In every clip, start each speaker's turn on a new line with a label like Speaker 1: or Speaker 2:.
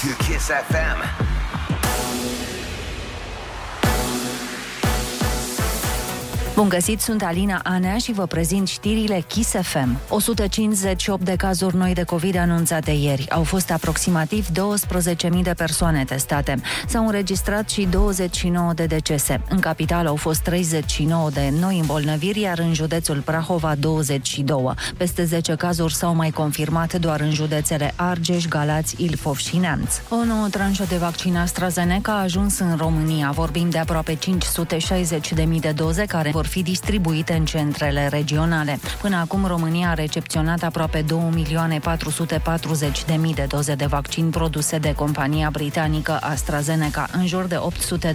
Speaker 1: sur Kiss FM.
Speaker 2: Bun găsit, sunt Alina Anea și vă prezint știrile Kiss FM. 158 de cazuri noi de COVID anunțate ieri. Au fost aproximativ 12.000 de persoane testate. S-au înregistrat și 29 de decese. În capital au fost 39 de noi îmbolnăviri, iar în județul Prahova 22. Peste 10 cazuri s-au mai confirmat doar în județele Argeș, Galați, Ilfov și Neamț. O nouă tranșă de vaccin AstraZeneca a ajuns în România. Vorbim de aproape 560.000 de doze care vor vor fi distribuite în centrele regionale. Până acum, România a recepționat aproape 2.440.000 de doze de vaccin produse de compania britanică AstraZeneca. În jur de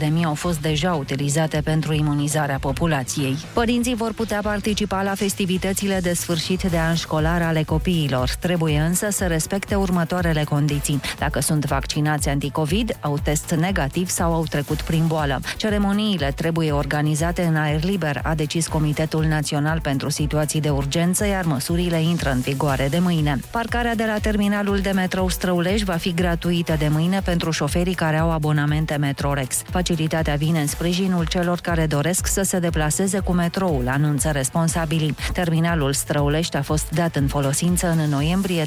Speaker 2: 800.000 au fost deja utilizate pentru imunizarea populației. Părinții vor putea participa la festivitățile de sfârșit de an școlar ale copiilor. Trebuie însă să respecte următoarele condiții. Dacă sunt vaccinați anticovid, au test negativ sau au trecut prin boală. Ceremoniile trebuie organizate în aer liber, a decis Comitetul Național pentru Situații de Urgență, iar măsurile intră în vigoare de mâine. Parcarea de la terminalul de metrou Străulești va fi gratuită de mâine pentru șoferii care au abonamente Metrorex. Facilitatea vine în sprijinul celor care doresc să se deplaseze cu metroul, anunță responsabilii. Terminalul Străulești a fost dat în folosință în noiembrie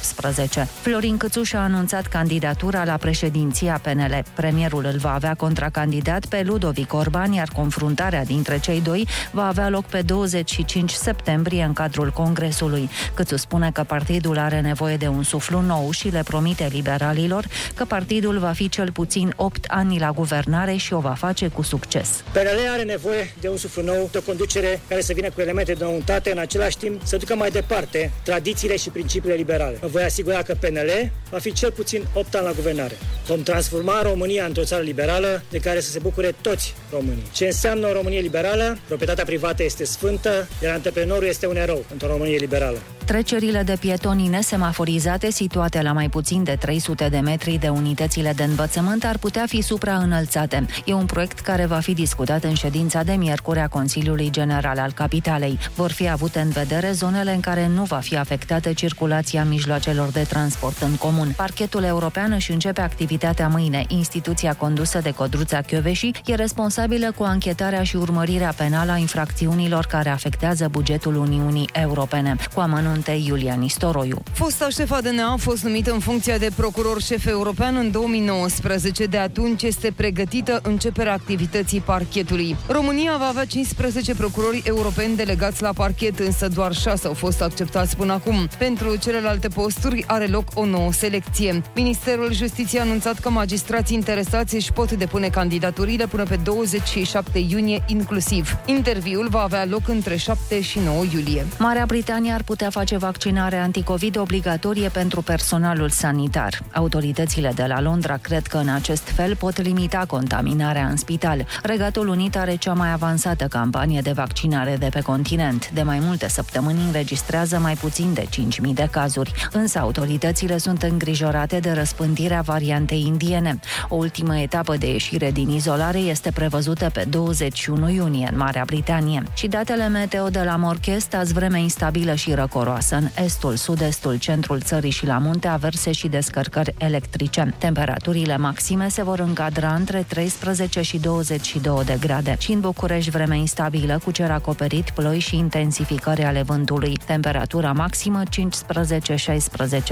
Speaker 2: 2018. Florin Cățuș a anunțat candidatura la președinția PNL. Premierul îl va avea contracandidat pe Ludovic Orban, iar confruntarea dintre cei doi doi va avea loc pe 25 septembrie în cadrul Congresului. Câțu spune că partidul are nevoie de un suflu nou și le promite liberalilor că partidul va fi cel puțin 8 ani la guvernare și o va face cu succes.
Speaker 3: PNL are nevoie de un suflu nou, de o conducere care să vină cu elemente de noutate, în același timp să ducă mai departe tradițiile și principiile liberale. Vă voi asigura că PNL va fi cel puțin 8 ani la guvernare. Vom transforma România într-o țară liberală de care să se bucure toți românii. Ce înseamnă o Românie liberală? Proprietatea privată este sfântă, iar antreprenorul este un erou într-o Românie liberală.
Speaker 2: Trecerile de pietoni nesemaforizate, situate la mai puțin de 300 de metri de unitățile de învățământ, ar putea fi supraînălțate. E un proiect care va fi discutat în ședința de miercuri a Consiliului General al Capitalei. Vor fi avute în vedere zonele în care nu va fi afectată circulația mijloacelor de transport în comun. Parchetul european își începe activitatea mâine. Instituția condusă de Codruța Chioveși e responsabilă cu anchetarea și urmărirea penală a infracțiunilor care afectează bugetul Uniunii Europene. Cu amănunț amănunte Iulian Istoroiu.
Speaker 4: Fosta șefa DNA a fost numită în funcția de procuror șef european în 2019. De atunci este pregătită începerea activității parchetului. România va avea 15 procurori europeni delegați la parchet, însă doar 6 au fost acceptați până acum. Pentru celelalte posturi are loc o nouă selecție. Ministerul Justiției a anunțat că magistrații interesați își pot depune candidaturile până pe 27 iunie inclusiv. Interviul va avea loc între 7 și 9 iulie.
Speaker 2: Marea Britanie ar putea face face vaccinare anticovid obligatorie pentru personalul sanitar. Autoritățile de la Londra cred că în acest fel pot limita contaminarea în spital. Regatul Unit are cea mai avansată campanie de vaccinare de pe continent. De mai multe săptămâni înregistrează mai puțin de 5.000 de cazuri, însă autoritățile sunt îngrijorate de răspândirea variantei indiene. O ultimă etapă de ieșire din izolare este prevăzută pe 21 iunie în Marea Britanie. Și datele meteo de la Morchest, azi vreme instabilă și răcoră coroasă în estul, sud-estul, centrul țării și la munte averse și descărcări electrice. Temperaturile maxime se vor încadra între 13 și 22 de grade și în București vreme instabilă cu cer acoperit, ploi și intensificări ale vântului. Temperatura maximă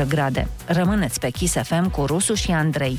Speaker 2: 15-16 grade. Rămâneți pe Kiss FM cu Rusu și Andrei.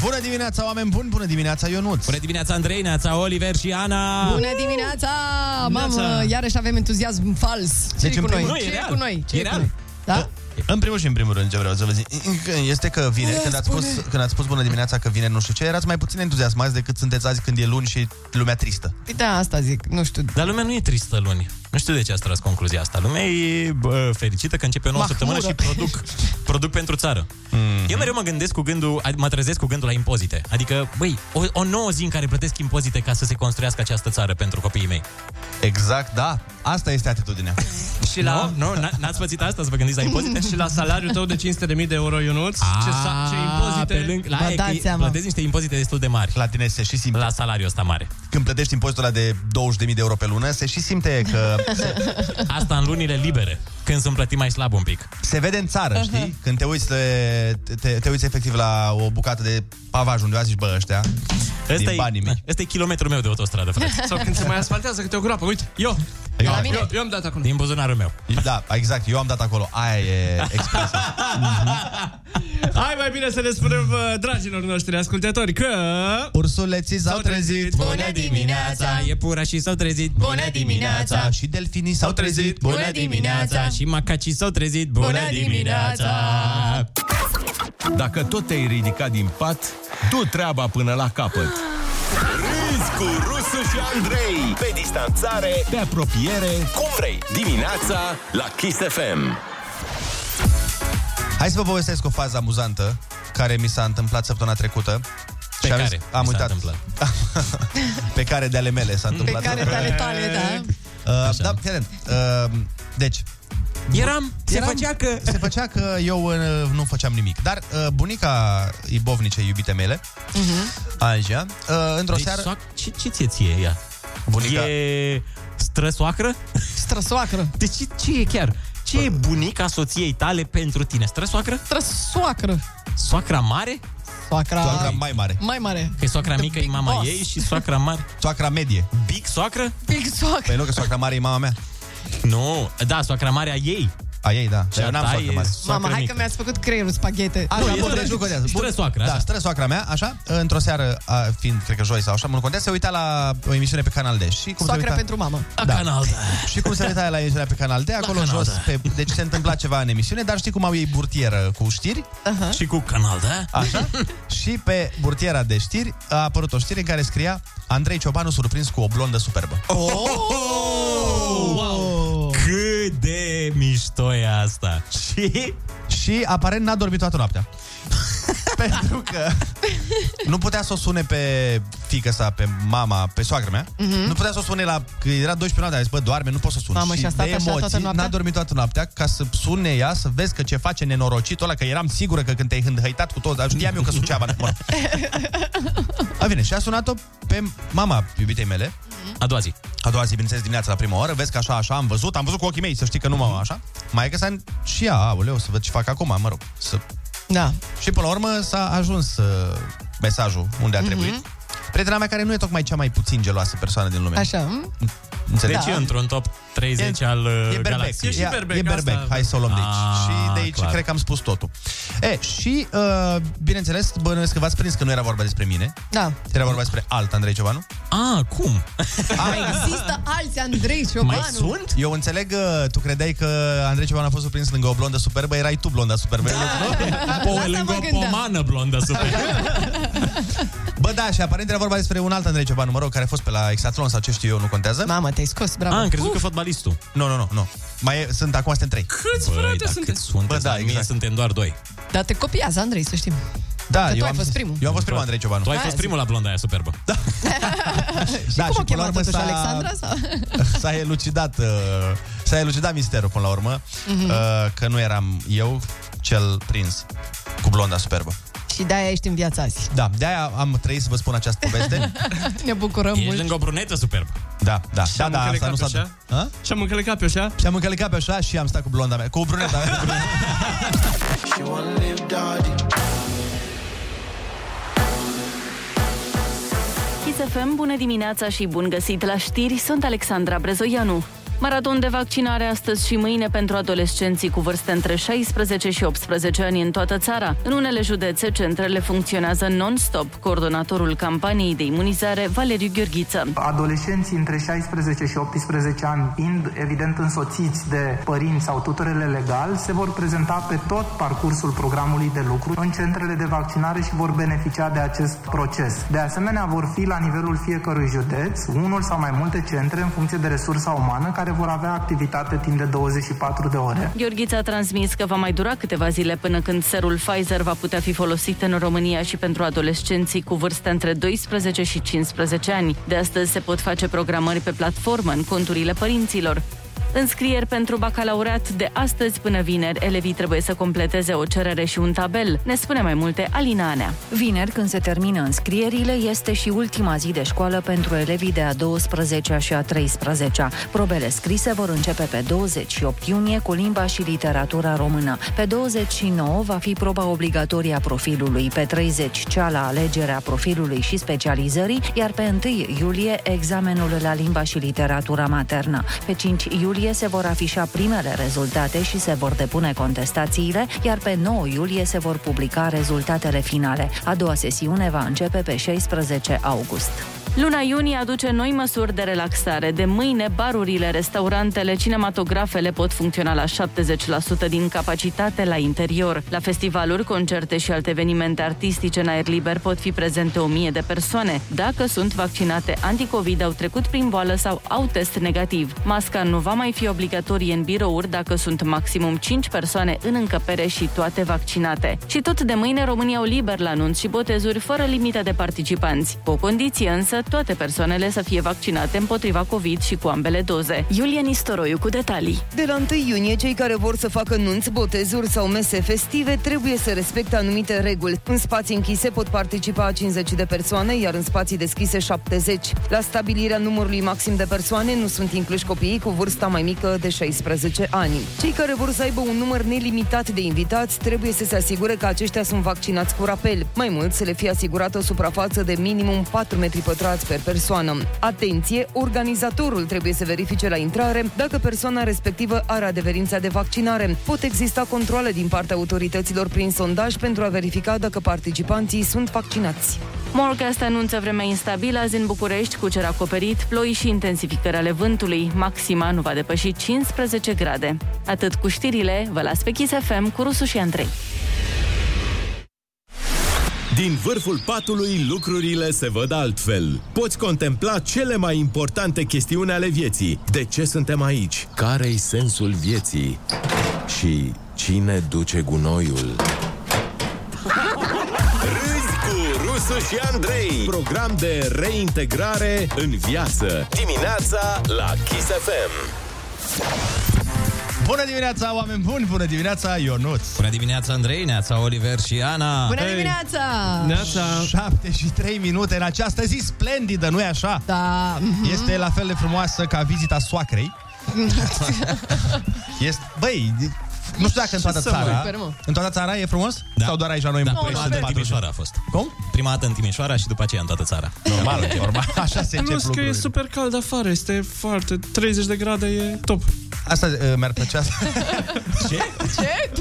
Speaker 5: Bună dimineața, oameni buni! Bună dimineața, Ionuț!
Speaker 6: Bună dimineața, Andrei, Neața, Oliver și Ana!
Speaker 7: Bună dimineața! Mamă, iarăși avem entuziasm fals! Ce deci, cu noi?
Speaker 6: Nu, e real.
Speaker 7: cu noi?
Speaker 6: Ce e real.
Speaker 7: Da?
Speaker 5: În primul și în primul rând ce vreau să vă zic este că vine, când ați, spus, când ați spus bună dimineața că vine nu știu ce, erați mai puțin entuziasmați decât sunteți azi când e luni și lumea tristă.
Speaker 7: Da, asta zic, nu știu.
Speaker 6: Dar lumea nu e tristă luni. Nu știu de ce ați tras concluzia asta. Lumea e bă, fericită că începe o nouă Mahmură. săptămână și produc, produc pentru țară.
Speaker 5: Mhm.
Speaker 6: Mm-hmm. Eu mereu mă gândesc cu gândul, ad- mă trezesc cu gândul la impozite. Adică, băi, o, o nouă zi în care plătesc impozite ca să se construiască această țară pentru copiii mei.
Speaker 5: Exact, da. Asta este atitudinea.
Speaker 6: Și la... Nu? No? n- N-ați pățit asta, să vă gândiți la impozite?
Speaker 1: Și la salariul tău de 500.000 de euro, Ionuț, ce, sa- ce impozite...
Speaker 6: Pe lângă, la
Speaker 7: Vă
Speaker 6: aia,
Speaker 7: dați
Speaker 6: că
Speaker 7: seama.
Speaker 6: plătesc niște impozite destul de mari
Speaker 5: La tine se și simte.
Speaker 6: la salariul ăsta mare.
Speaker 5: Când plătești impozitul ăla de 20.000 de euro pe lună, se și simte că se,
Speaker 6: Asta în lunile libere, când sunt plătit mai slab un pic.
Speaker 5: se vede în țară, știi? Când te uiți, le, te, te uiți efectiv la o bucată de pavaj undeva, zici, bă, ăștia, din
Speaker 6: e,
Speaker 5: banii mei.
Speaker 6: ăsta e kilometrul meu de autostradă, frate.
Speaker 1: Sau când se mai asfaltează câte o groapă, uite, eu,
Speaker 7: De la mine.
Speaker 1: eu, eu am dat acolo.
Speaker 6: Din buzunarul meu.
Speaker 5: Da, exact, eu am dat acolo. Aia e expresia.
Speaker 1: Hai mai bine să le spunem uh, dragilor noștri ascultători că...
Speaker 5: Ursuleții s-au trezit.
Speaker 7: Bună dimineața!
Speaker 6: Iepura și s-au trezit.
Speaker 7: Bună dimineața!
Speaker 5: Și delfinii s-au trezit.
Speaker 7: Bună dimineața!
Speaker 6: Și macacii s-au trezit.
Speaker 7: Bună dimineața!
Speaker 8: Dacă tot te-ai ridicat din pat, du treaba până la capăt.
Speaker 9: Râzi cu Rusu și Andrei Pe distanțare,
Speaker 8: Pe apropiere,
Speaker 9: cum vrei Dimineața la Kiss FM
Speaker 5: Hai să vă povestesc o fază amuzantă care mi s-a întâmplat săptămâna trecută.
Speaker 6: Pe
Speaker 5: am,
Speaker 6: care
Speaker 5: am
Speaker 6: mi s-a
Speaker 5: uitat.
Speaker 6: întâmplat?
Speaker 5: pe care de ale mele s-a
Speaker 7: Pe
Speaker 5: întâmplat.
Speaker 7: care tale tale, da?
Speaker 5: Uh, da, fii atent. Uh, deci,
Speaker 6: Eram, se
Speaker 5: Eram-
Speaker 6: făcea că...
Speaker 5: se făcea că eu uh, nu făceam nimic. Dar uh, bunica Ibovnice, iubite mele,
Speaker 6: Mhm.
Speaker 5: uh-huh. Anja, uh, într-o
Speaker 6: Deci,
Speaker 5: seară...
Speaker 6: soac- ce, ce ție ție ea?
Speaker 5: Bunica.
Speaker 6: E străsoacră?
Speaker 7: Străsoacră.
Speaker 6: Deci ce, ce e chiar? Ce e bunica soției tale pentru tine? Străsoacră?
Speaker 7: Străsoacră.
Speaker 6: Soacra mare?
Speaker 7: Soacra...
Speaker 5: Soacra mai mare.
Speaker 7: mai mare.
Speaker 6: Că e soacra
Speaker 7: The
Speaker 6: mică, e
Speaker 7: big
Speaker 6: mama
Speaker 7: boss.
Speaker 6: ei și soacra mare.
Speaker 5: Soacra medie.
Speaker 6: Big soacră?
Speaker 7: Big soacră.
Speaker 5: Păi nu, că soacra mare e mama mea.
Speaker 6: Nu, da, soacra mare a ei.
Speaker 5: A ei, da. Dar
Speaker 6: Și
Speaker 5: eu
Speaker 6: a
Speaker 5: n-am
Speaker 6: ta
Speaker 5: soacră
Speaker 6: e
Speaker 5: mare.
Speaker 6: soacră
Speaker 7: Mama, hai
Speaker 6: mică.
Speaker 7: că mi-ați făcut creierul spaghete.
Speaker 5: Așa,
Speaker 6: Nu, e
Speaker 5: bun,
Speaker 6: stră-
Speaker 5: deci nu contează. Bun.
Speaker 6: străsoacră,
Speaker 5: Da,
Speaker 6: așa.
Speaker 5: străsoacra mea, așa, într-o seară, a, fiind, cred că joi sau așa, mă nu contează, se uita la o emisiune pe Canal D. Și cum se
Speaker 7: Soacra
Speaker 5: uita...
Speaker 7: pentru mamă.
Speaker 6: A
Speaker 5: Da.
Speaker 6: canal.
Speaker 5: Și cum se uita la emisiunea pe Canal D, acolo
Speaker 6: Canal
Speaker 5: jos,
Speaker 6: D.
Speaker 5: pe, deci se întâmpla ceva în emisiune, dar știi cum au ei burtieră cu știri?
Speaker 6: Și cu canal, da?
Speaker 5: Așa? și pe burtiera de știri a apărut o știre în care scria Andrei Ciobanu surprins cu o blondă superbă. Oh.
Speaker 6: Cât de mișto e asta. Și
Speaker 5: Și aparent n-a dormit toată noaptea. Pentru că nu putea să o sune pe fică sa, pe mama, pe soacră mea. Mm-hmm. Nu putea să o sune la... Că era 12 noaptea, a zis, bă, doarme, nu pot să o sun.
Speaker 7: Mhm. Mamă, și a stat
Speaker 5: de
Speaker 7: așa toată noaptea?
Speaker 5: n-a dormit toată noaptea ca să sune ea, să vezi că ce face nenorocitul ăla, că eram sigură că când te-ai hândhăitat cu toți, dar știam eu că suceava. Mă rog. A, bine, și a sunat-o pe mama iubitei mele,
Speaker 6: a doua zi.
Speaker 5: a doua zi, bineînțeles, dimineața la prima oră, vezi că așa, așa, am văzut, am văzut cu ochii mei, să știi că nu
Speaker 6: Mhm.
Speaker 5: m-am așa. Mai că s-a și ea, aoleu, să văd ce fac acum, mă rog. Să...
Speaker 7: Da.
Speaker 5: Și până la urmă s-a ajuns uh, mesajul unde a
Speaker 7: Mhm.
Speaker 5: trebuit. Prietena mea care nu e tocmai cea mai puțin geloasă persoană din lume.
Speaker 7: Așa. m?
Speaker 5: Înțelegi?
Speaker 6: Deci e într-un top 30 al
Speaker 5: E
Speaker 6: uh,
Speaker 5: berbec.
Speaker 6: galaxiei.
Speaker 1: și berbec,
Speaker 5: e berbec.
Speaker 1: asta-
Speaker 5: Hai să o luăm de aici.
Speaker 6: Ah,
Speaker 5: și de aici
Speaker 6: clar.
Speaker 5: cred că am spus totul. E, și, uh, bineînțeles, bănuiesc că v-ați prins că nu era vorba despre mine.
Speaker 7: Da.
Speaker 5: Era vorba despre alt Andrei Ciobanu.
Speaker 6: A, cum?
Speaker 7: Există alți Andrei Ciobanu.
Speaker 6: Mai sunt?
Speaker 5: Eu înțeleg, uh, tu credeai că Andrei Ciobanu a fost surprins lângă o blondă superbă, erai tu blonda superbă.
Speaker 6: Poe
Speaker 7: Da. asta
Speaker 6: lângă
Speaker 7: mă
Speaker 6: o
Speaker 7: gândeam.
Speaker 6: pomană blondă super.
Speaker 5: Bă, da, și aparent era vorba despre un alt Andrei Ciobanu, mă rog, care a fost pe la Exatron sau ce știu eu, nu contează.
Speaker 7: Mamă, te-ai scos, bravo.
Speaker 6: A, Ah, am crezut
Speaker 7: Uf,
Speaker 6: că fotbalistul.
Speaker 5: Nu, nu, nu, nu. Mai e, sunt, acum suntem trei.
Speaker 1: Câți
Speaker 6: Băi,
Speaker 1: frate
Speaker 6: dacă
Speaker 1: sunteți?
Speaker 6: sunteți
Speaker 5: Bă, da,
Speaker 6: la mine,
Speaker 5: exact.
Speaker 6: suntem doar doi.
Speaker 7: Dar te copiază, Andrei, să știm.
Speaker 5: Da,
Speaker 7: Că tu
Speaker 5: eu
Speaker 7: ai
Speaker 5: am
Speaker 7: fost primul.
Speaker 5: Eu am fost primul Andrei Ciobanu.
Speaker 6: Tu ai
Speaker 7: Aia
Speaker 6: fost
Speaker 7: zic.
Speaker 6: primul la blonda aia superbă. Da.
Speaker 5: Da,
Speaker 7: Cum o
Speaker 5: până la
Speaker 7: chema
Speaker 5: urmă
Speaker 7: totuși,
Speaker 5: s-a-
Speaker 7: Alexandra? Sau?
Speaker 5: S-a elucidat, uh, s-a elucidat misterul până la urmă,
Speaker 7: Mhm.
Speaker 5: uh, că nu eram eu cel prins cu blonda superbă.
Speaker 7: Și de-aia ești în viața azi.
Speaker 5: Da, de-aia am trăit să vă spun această poveste.
Speaker 7: Ne bucurăm
Speaker 6: Ești
Speaker 7: mult.
Speaker 6: lângă o brunetă superbă.
Speaker 5: Da, da, da,
Speaker 1: am
Speaker 5: da, asta
Speaker 1: încălecat
Speaker 5: nu s-a...
Speaker 1: pe cea?
Speaker 5: A?
Speaker 1: Și am încălecat pe așa.
Speaker 5: Și am încălecat pe așa și am stat cu blonda mea, cu bruneta. cu bruneta.
Speaker 10: KISFM, bună dimineața și bun găsit la știri, sunt Alexandra Brezoianu. Maraton de vaccinare astăzi și mâine pentru adolescenții cu vârste între 16 și 18 ani în toată țara. În unele județe, centrele funcționează non-stop. Coordonatorul campaniei de imunizare, Valeriu Gheorghiță.
Speaker 11: Adolescenții între 16 și 18 ani, fiind evident însoțiți de părinți sau tutorele legal, se vor prezenta pe tot parcursul programului de lucru în centrele de vaccinare și vor beneficia de acest proces. De asemenea, vor fi la nivelul fiecărui județ, unul sau mai multe centre în funcție de resursa umană care vor avea activitate timp de 24 de ore.
Speaker 10: Gheorghiță a transmis că va mai dura câteva zile până când serul Pfizer va putea fi folosit în România și pentru adolescenții cu vârste între 12 și 15 ani. De astăzi se pot face programări pe platformă în conturile părinților. Înscrieri pentru bacalaureat de astăzi până vineri, elevii trebuie să completeze o cerere și un tabel. Ne spune mai multe Alina Anea.
Speaker 2: Vineri, când se termină înscrierile, este și ultima zi de școală pentru elevii de a 12-a și a 13-a. Probele scrise vor începe pe 28 iunie cu limba și literatura română. Pe 29 va fi proba obligatorie a profilului, pe 30 cea la alegerea profilului și specializării, iar pe 1 iulie examenul la limba și literatura maternă. Pe 5 iulie se vor afișa primele rezultate și se vor depune contestațiile, iar pe 9 iulie se vor publica rezultatele finale. A doua sesiune va începe pe 16 august.
Speaker 10: Luna iunie aduce noi măsuri de relaxare. De mâine, barurile, restaurantele, cinematografele pot funcționa la 70% din capacitate la interior. La festivaluri, concerte și alte evenimente artistice în aer liber pot fi prezente 1000 de persoane. Dacă sunt vaccinate anticovid, au trecut prin boală sau au test negativ. Masca nu va mai fi obligatorie în birouri dacă sunt maximum 5 persoane în încăpere și toate vaccinate. Și tot de mâine, România o liber la anunț și botezuri fără limită de participanți. Cu o condiție însă, toate persoanele să fie vaccinate împotriva COVID și cu ambele doze. Iulia Nistoroiu cu detalii.
Speaker 4: De la 1 iunie, cei care vor să facă nunți, botezuri sau mese festive trebuie să respecte anumite reguli. În spații închise pot participa 50 de persoane, iar în spații deschise 70. La stabilirea numărului maxim de persoane nu sunt incluși copiii cu vârsta mai mică de 16 ani. Cei care vor să aibă un număr nelimitat de invitați trebuie să se asigure că aceștia sunt vaccinați cu rapel. Mai mult, să le fie asigurată o suprafață de minimum 4 metri pătrați per persoană. Atenție, organizatorul trebuie să verifice la intrare dacă persoana respectivă are adeverința de vaccinare. Pot exista controle din partea autorităților prin sondaj pentru a verifica dacă participanții sunt vaccinați.
Speaker 10: Morcast anunță vreme instabilă azi în București cu cer acoperit, ploi și intensificări ale vântului. Maxima nu va depăși 15 grade. Atât cu știrile, vă las pe Kiss FM cu Rusu și Andrei.
Speaker 12: Din vârful patului, lucrurile se văd altfel. Poți contempla cele mai importante chestiuni ale vieții. De ce suntem aici? Care-i sensul vieții? Și cine duce gunoiul? Râzi cu Rusu și Andrei. Program de reintegrare în viață. Dimineața la Kiss FM.
Speaker 5: Bună dimineața, oameni buni! Bună dimineața, Ionuț!
Speaker 6: Bună dimineața, Andrei, Neața, Oliver și Ana!
Speaker 7: Bună dimineața!
Speaker 5: 7 și 3 minute în această zi splendidă, nu-i așa? Mhm.
Speaker 7: Da.
Speaker 5: Este la fel de frumoasă ca vizita soacrei. Este, băi, nu știu dacă în
Speaker 7: Ce
Speaker 5: toată
Speaker 7: să
Speaker 5: țara
Speaker 7: mă, super, mă.
Speaker 5: În toată țara e frumos? Da. Sau doar aici la noi
Speaker 6: Da,
Speaker 5: în
Speaker 6: prima
Speaker 5: București?
Speaker 6: dată în
Speaker 5: patru-
Speaker 6: Timișoara a fost.
Speaker 5: Cum?
Speaker 6: Prima dată în Timișoara și după aceea în toată țara.
Speaker 5: Normal, normal. Așa se
Speaker 1: Plus
Speaker 5: încep
Speaker 1: că e
Speaker 5: lucrurile.
Speaker 1: super cald afară, este foarte... 30 de grade e top.
Speaker 5: Asta uh, mi-ar plăcea
Speaker 7: Ce?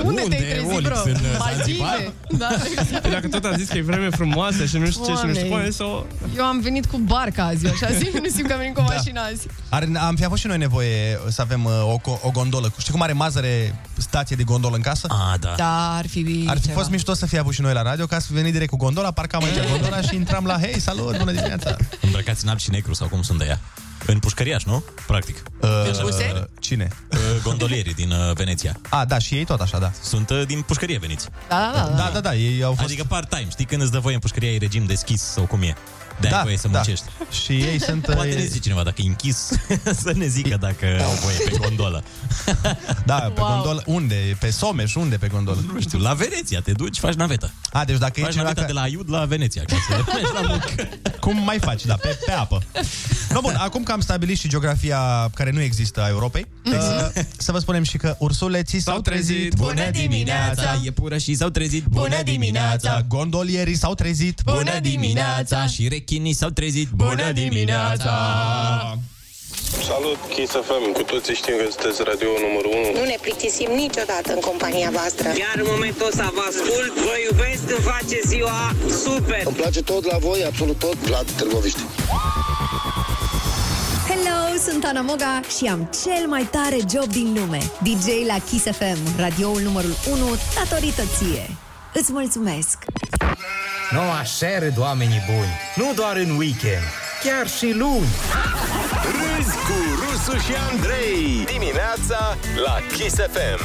Speaker 7: Unde,
Speaker 1: Unde,
Speaker 7: te-ai trezit,
Speaker 1: Olix,
Speaker 7: bro?
Speaker 1: în, uh,
Speaker 7: Maldive?
Speaker 1: Zanzibar?
Speaker 7: Da, exact.
Speaker 1: Păi Dacă tot am zis că e vreme frumoasă și nu știu ce și nu
Speaker 7: Oameni.
Speaker 1: știu poate să o...
Speaker 7: Eu am venit cu barca azi, eu așa zic, nu simt că am venit cu
Speaker 5: Da.
Speaker 7: mașina azi.
Speaker 5: Ar, am fi avut și noi nevoie să avem uh, o, co- o gondolă. Cu- Știi cum are mazăre stație de gondolă în casă?
Speaker 6: A, da.
Speaker 7: Da, ar fi
Speaker 5: Ar fi
Speaker 7: ceva.
Speaker 5: fost mișto să fie avut și noi la radio, că ați fi venit direct cu gondola, parcam aici gondola și intram la Hei, salut, bună dimineața!
Speaker 6: Îmbrăcați în alb și negru sau cum sunt de ea. În pușcăriaș, nu? Practic. Uh,
Speaker 7: Buse?
Speaker 5: Cine?
Speaker 6: Gondolierii din uh, Veneția.
Speaker 5: A, da, și ei tot așa, da.
Speaker 6: Sunt uh, din pușcărie veniți.
Speaker 7: Da, da, da.
Speaker 5: Da, da, da, ei au fost...
Speaker 6: Adică part-time, știi când îți dă voie în pușcărie, e regim deschis sau cum e. De da,
Speaker 5: Da,
Speaker 6: voie să
Speaker 5: da.
Speaker 6: muncești.
Speaker 5: Și ei sunt... uh,
Speaker 6: Poate ne zice cineva dacă e închis, să ne zică dacă au voie pe gondolă.
Speaker 5: Da, pe wow. gondolă. Unde? Pe Someș, unde pe gondolă?
Speaker 6: Nu știu, la Veneția te duci, faci navetă.
Speaker 5: A, deci dacă e
Speaker 6: faci
Speaker 5: cineva
Speaker 6: naveta de
Speaker 5: care...
Speaker 6: la Iud la Veneția, ca să mergi la muncă.
Speaker 5: Cum mai faci, da, pe, pe apă. No, bun, acum că am stabilit și geografia care nu există a Europei,
Speaker 7: Mhm.
Speaker 5: uh, să vă spunem și că ursuleții s-au trezit.
Speaker 7: Bună dimineața!
Speaker 6: Iepurașii s-au trezit.
Speaker 7: Bună dimineața!
Speaker 5: Gondolierii s-au trezit.
Speaker 7: Bună dimineața!
Speaker 6: Și rechinii s-au trezit.
Speaker 7: Bună dimineața!
Speaker 13: Salut, Kiss FM. Cu toții știm că sunteți radio numărul 1.
Speaker 14: Nu ne plictisim niciodată în compania voastră.
Speaker 15: Iar în momentul ăsta vă ascult, vă iubesc, îmi face ziua super.
Speaker 16: Îmi place tot la voi, absolut tot, Vlad Târgoviște.
Speaker 17: Hello, sunt Ana Moga și am cel mai tare job din lume. DJ la Kiss FM, radioul numărul 1, datorită ție. Îți mulțumesc!
Speaker 18: Noua share, oamenii buni, nu doar în weekend, chiar și luni.
Speaker 12: Râzi cu Rusu și Andrei
Speaker 9: Dimineața la Kiss FM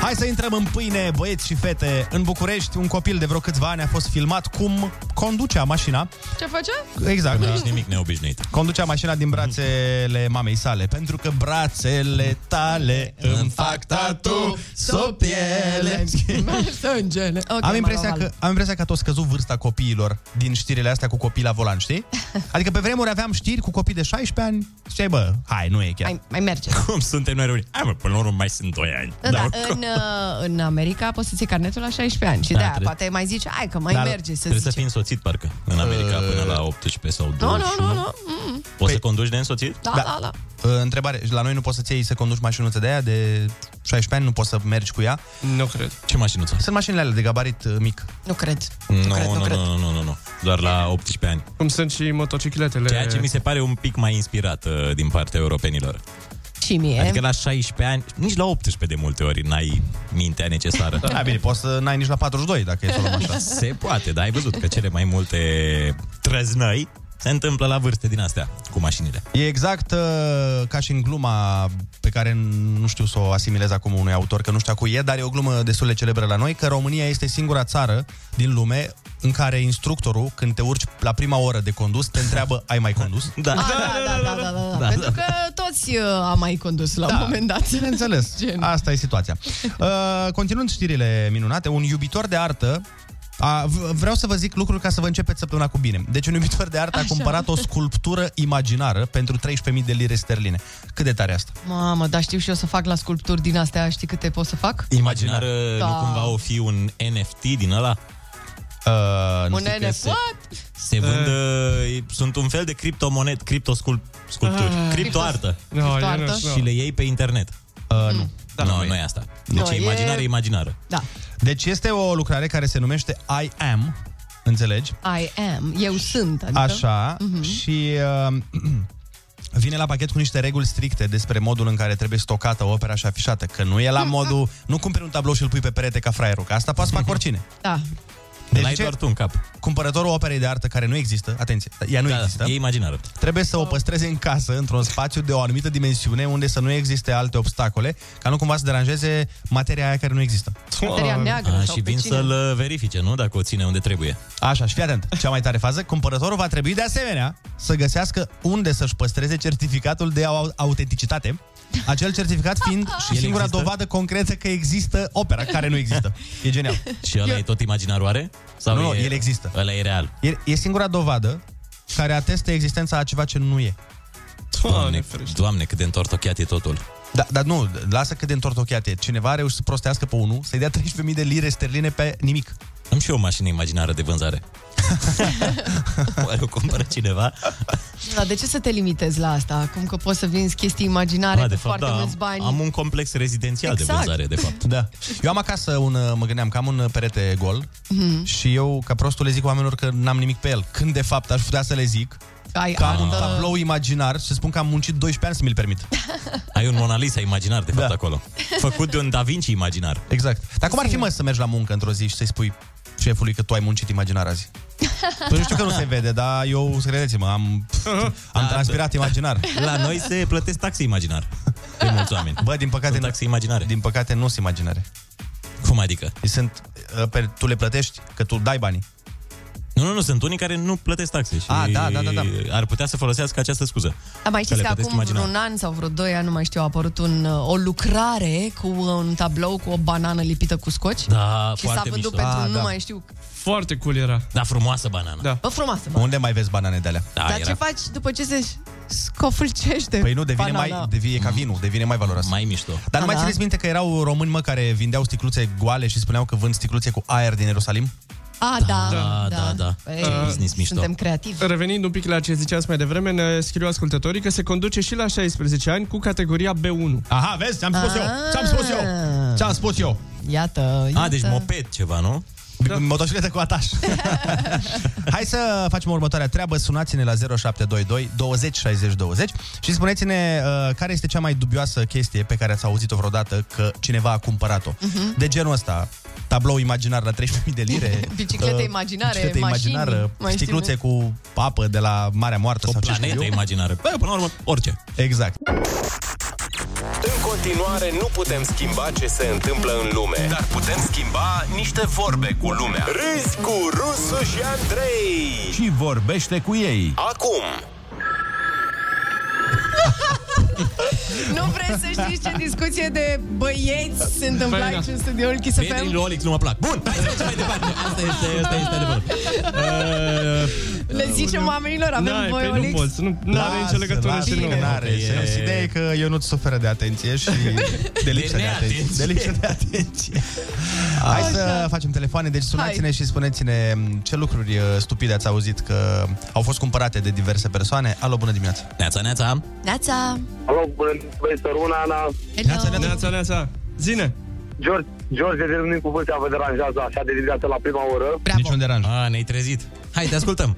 Speaker 5: Hai să intrăm în pâine, băieți și fete. În București, un copil de vreo câțiva ani a fost filmat cum conducea mașina.
Speaker 7: Ce face?
Speaker 5: Exact.
Speaker 7: Da.
Speaker 5: nimic
Speaker 6: neobișnuit.
Speaker 5: Conducea mașina din brațele mamei sale, pentru că brațele tale îmi fac tatu s-o piele.
Speaker 7: Sângele. Okay,
Speaker 5: am,
Speaker 7: mă
Speaker 5: impresia
Speaker 7: rog,
Speaker 5: că, am impresia că a tot scăzut vârsta copiilor din știrile astea cu copii la volan, știi? Adică pe vremuri aveam știri cu copii de 16 ani, știi, bă, hai, nu e chiar.
Speaker 7: Hai, mai merge.
Speaker 6: Cum suntem noi români? Hai mă, până la urmă mai sunt 2 ani.
Speaker 7: Da, da, în, uh, în America poți să ții carnetul la 16 ani și
Speaker 6: Da,
Speaker 7: da, de-aia
Speaker 6: trebuie.
Speaker 7: poate mai zici, hai că mai
Speaker 6: Dar
Speaker 7: merge să
Speaker 6: Trebuie
Speaker 7: zici.
Speaker 6: să fii însoțit, parcă, în America, până la 18 sau
Speaker 7: Nu,
Speaker 6: 21.
Speaker 7: nu, nu, nu. Mm.
Speaker 6: Poți
Speaker 5: Păi,
Speaker 6: să conduci de însoțit?
Speaker 7: Da, da, da.
Speaker 5: Uh, întrebare, la noi nu poți să-ți iei să conduci mașinuță de aia de 16 ani, nu poți să mergi cu ea?
Speaker 6: Nu cred. Ce mașinuță?
Speaker 5: Sunt mașinile alea de gabarit uh, mic.
Speaker 7: Nu cred.
Speaker 6: Nu, nu, nu, nu, nu, nu, nu. Doar la 18 ani. Cum sunt și motocicletele. Ceea ce mi se pare un pic mai inspirat uh, din partea europenilor.
Speaker 7: Și mie.
Speaker 6: Adică la 16 ani, nici la 18 de multe ori n-ai mintea necesară.
Speaker 5: Da, bine, poți să n-ai nici la 42, dacă e să o luăm așa.
Speaker 6: Se poate, dar ai văzut că cele mai multe trăznăi se întâmplă la vârste din astea, cu mașinile.
Speaker 5: E exact uh, ca și în gluma pe care nu știu să o asimilez acum unui autor, că nu știu cu e, dar e o glumă destul de celebră la noi, că România este singura țară din lume în care instructorul, când te urci la prima oră de condus, te întreabă, ai mai condus?
Speaker 6: Da.
Speaker 7: Ah, da, da, da, da, da, da. Pentru că toți uh, am mai condus la da. un moment dat.
Speaker 5: Bineînțeles, asta e situația. Uh, continuând știrile minunate, un iubitor de artă a, v- vreau să vă zic lucruri ca să vă începeți săptămâna cu bine. Deci un iubitor de artă
Speaker 7: Așa.
Speaker 5: a cumpărat o sculptură imaginară pentru 13.000 de lire sterline. Cât de tare e asta?
Speaker 7: Mamă, dar știu și eu să fac la sculpturi din astea, știi câte pot să fac?
Speaker 6: Imaginar,
Speaker 7: Da.
Speaker 6: da. nu cumva o fi un NFT din ăla?
Speaker 5: Uh,
Speaker 7: Un NFT. What?
Speaker 6: Se vând, uh, sunt un fel de criptomonet, criptosculpturi,
Speaker 7: Ah.
Speaker 6: uh, criptoartă.
Speaker 7: No, Criptoartă. Hmm. eu nu știu.
Speaker 6: Și le iei pe internet.
Speaker 5: Uh, nu.
Speaker 6: Da, nu, nu e asta. Deci
Speaker 5: Nu,
Speaker 6: e imaginară,
Speaker 5: e-
Speaker 6: e imaginară.
Speaker 7: Da.
Speaker 5: Deci este o lucrare care se numește I Am, înțelegi?
Speaker 7: I am. Eu sunt. Adică...
Speaker 5: Așa, și uh, vine la pachet cu niște reguli stricte despre modul în care trebuie stocată opera și afișată, că nu e la modul, nu cumperi un tablou și îl pui pe perete ca fraierul, că asta poate să facă oricine.
Speaker 7: Da.
Speaker 5: Deci
Speaker 6: L-ai
Speaker 5: ce-
Speaker 6: doar tu în cap.
Speaker 5: Cumpărătorul operei de artă care nu există, atenție, ea nu da, există.
Speaker 6: E imaginară.
Speaker 5: Trebuie să o păstreze în casă, într-un spațiu de o anumită dimensiune, unde să nu existe alte obstacole, ca nu cumva să deranjeze materia aia care nu există.
Speaker 7: Materia
Speaker 5: Ah.
Speaker 7: neagră
Speaker 6: A,
Speaker 7: sau
Speaker 6: Ah, și
Speaker 7: pe
Speaker 6: vin
Speaker 7: cine?
Speaker 6: să-l uh, verifice, nu? Dacă o ține unde trebuie.
Speaker 5: Așa, și fii atent, cea mai tare fază, cumpărătorul va trebui de asemenea să găsească unde să-și păstreze certificatul de au- autenticitate, acel certificat fiind și
Speaker 6: El
Speaker 5: singura
Speaker 6: există?
Speaker 5: dovadă concretă că există opera care nu există. E genial.
Speaker 6: Și ăla e tot imaginar oare? Sau
Speaker 5: Nu, nu,
Speaker 6: e...
Speaker 5: el există.
Speaker 6: Ăla e real.
Speaker 5: E, e singura dovadă care atestă existența a ceva ce nu e.
Speaker 6: Doamne, doamne cât de întortocheat e totul.
Speaker 5: Da, dar nu, lasă cât de întortocheat e. Cineva a reușit să prostească pe unul, să-i dea 13.000 de lire sterline pe nimic.
Speaker 6: Am și eu o mașină imaginară de vânzare. Oare o cumpără cineva?
Speaker 7: Dar de ce să te limitezi la asta? Acum că poți să vinzi chestii imaginare
Speaker 6: Ba,
Speaker 7: de foarte mulți bani.
Speaker 6: am un complex rezidențial de
Speaker 7: Exact.
Speaker 6: vânzare, de fapt.
Speaker 5: Da. Eu am acasă un, uh, mă gândeam că am un uh, perete gol
Speaker 7: Mhm.
Speaker 5: și eu, ca prostul, le zic oamenilor că n-am nimic pe el. Când, de fapt, aș putea să le zic
Speaker 7: Ai
Speaker 5: că am un
Speaker 7: altă-
Speaker 5: tablou imaginar și să spun că am muncit 12 ani să mi-l permit. Da.
Speaker 6: Ai un Mona Lisa imaginar, de fapt, acolo. Făcut de un Da Vinci imaginar.
Speaker 5: Exact. Dar cum ar fi, mă, să mergi la muncă într-o zi și să-i spui șefului că tu ai muncit imaginar azi? Păi nu știu că nu se vede, dar eu, credeți-mă, am, am transpirat imaginar.
Speaker 6: Da, La noi se plătesc taxe imaginar. De mulți oameni.
Speaker 5: Bă, din păcate... Sunt
Speaker 6: taxe imaginare.
Speaker 5: Din păcate nu sunt imaginare.
Speaker 6: Cum adică?
Speaker 5: Sunt, uh, pe, tu le plătești, că tu dai banii.
Speaker 6: Nu, nu, nu, sunt unii care nu plătesc taxe și
Speaker 5: Ah, da, da, da, da.
Speaker 6: ar putea să folosească această scuză.
Speaker 7: Dar mai știți
Speaker 6: le
Speaker 7: că
Speaker 6: plătesc
Speaker 7: acum vreun an sau vreo doi ani, nu mai știu, a apărut un, o lucrare cu un tablou cu o banană lipită cu scoci?
Speaker 6: Da,
Speaker 7: Și s-a vândut pentru
Speaker 1: Ah, da.
Speaker 7: nu mai știu...
Speaker 6: Foarte cool era. Da, frumoasă banana. Da.
Speaker 7: Bă, frumoasă, bă.
Speaker 5: Unde mai vezi banane de alea?
Speaker 6: Da,
Speaker 7: Dar ce faci după ce se scofâlcește
Speaker 5: Păi nu, devine
Speaker 7: banana?
Speaker 5: mai, devine ca vinul, devine mai valoros.
Speaker 6: Mai mișto.
Speaker 5: Dar nu mai
Speaker 7: Da, da.
Speaker 5: țineți minte că erau români, mă, care vindeau sticluțe goale și spuneau că vând sticluțe cu aer din Ierusalim?
Speaker 7: A, da,
Speaker 5: Da,
Speaker 7: da,
Speaker 5: da, da.
Speaker 7: Păi,
Speaker 5: Ce business mișto.
Speaker 7: Suntem creativi.
Speaker 1: Revenind un pic la ce ziceați mai devreme, ne scriu ascultătorii că se conduce și la 16 ani cu categoria B1.
Speaker 5: Aha, vezi? Ți-am spus eu! Ți-am spus eu! Ah, Ți-am spus eu!
Speaker 7: Ah, Iată, iată.
Speaker 6: A, deci moped ceva, nu?
Speaker 5: Păi Da. Motocicletă cu ataș. Hai să facem următoarea treabă. Sunați-ne la 0722 20 60 20 și spuneți-ne uh, care este
Speaker 7: Mhm.
Speaker 5: cea mai dubioasă chestie pe care ați auzit-o vreodată că cineva a cumpărat-o. Uh-huh. De genul ăsta. tablou imaginar la 13.000 de lire.
Speaker 7: Biciclete
Speaker 5: uh,
Speaker 7: imaginare,
Speaker 5: biciclete
Speaker 7: mașini,
Speaker 5: imaginară,
Speaker 7: mai știu
Speaker 5: sticluțe cu apă de la Marea Moartă. O sau planetă ce știu eu.
Speaker 6: imaginară. Bă, până la urmă, orice.
Speaker 5: Exact.
Speaker 9: În continuare nu putem schimba ce se întâmplă în lume, dar putem schimba niște vorbe cu
Speaker 5: Da.
Speaker 9: lumea. Râzi cu Rusu și Andrei.
Speaker 12: Și vorbește cu ei.
Speaker 9: Acum,
Speaker 7: Nu vreți să știți ce discuție de băieți se întâmpla
Speaker 1: Păi
Speaker 6: Fair
Speaker 7: aici
Speaker 6: enough.
Speaker 1: da.
Speaker 7: în studioul Kiss
Speaker 6: Prietenii
Speaker 7: FM?
Speaker 6: lui Olix nu mă plac. Bun, hai să mergem mai departe. Asta este, asta este adevărul. Uh,
Speaker 7: Le zicem oamenilor, avem
Speaker 1: N-ai,
Speaker 7: voi,
Speaker 1: păi nu
Speaker 7: Olix?
Speaker 1: poți, nu nu are nicio legătură și nu.
Speaker 5: Nu are.
Speaker 6: e-
Speaker 5: Ideea e că eu nu-ți suferă de atenție și de lipsă de, atenție. De lipsă de atenție. Hai să facem telefoane, deci sunați-ne
Speaker 7: Hai.
Speaker 5: și spuneți-ne ce lucruri uh, stupide ați auzit că au fost cumpărate de diverse persoane. Alo, bună dimineața!
Speaker 6: Neața, neața!
Speaker 7: Neața!
Speaker 18: Alo, bună dimineața, Runa, Ana.
Speaker 1: Neața, neața, neața. Zine.
Speaker 18: George, George, de nu cu vârstea vă deranjează așa de dimineață la prima oră.
Speaker 5: Niciun deranj.
Speaker 6: da. A, ne-ai trezit. Hai, te ascultăm.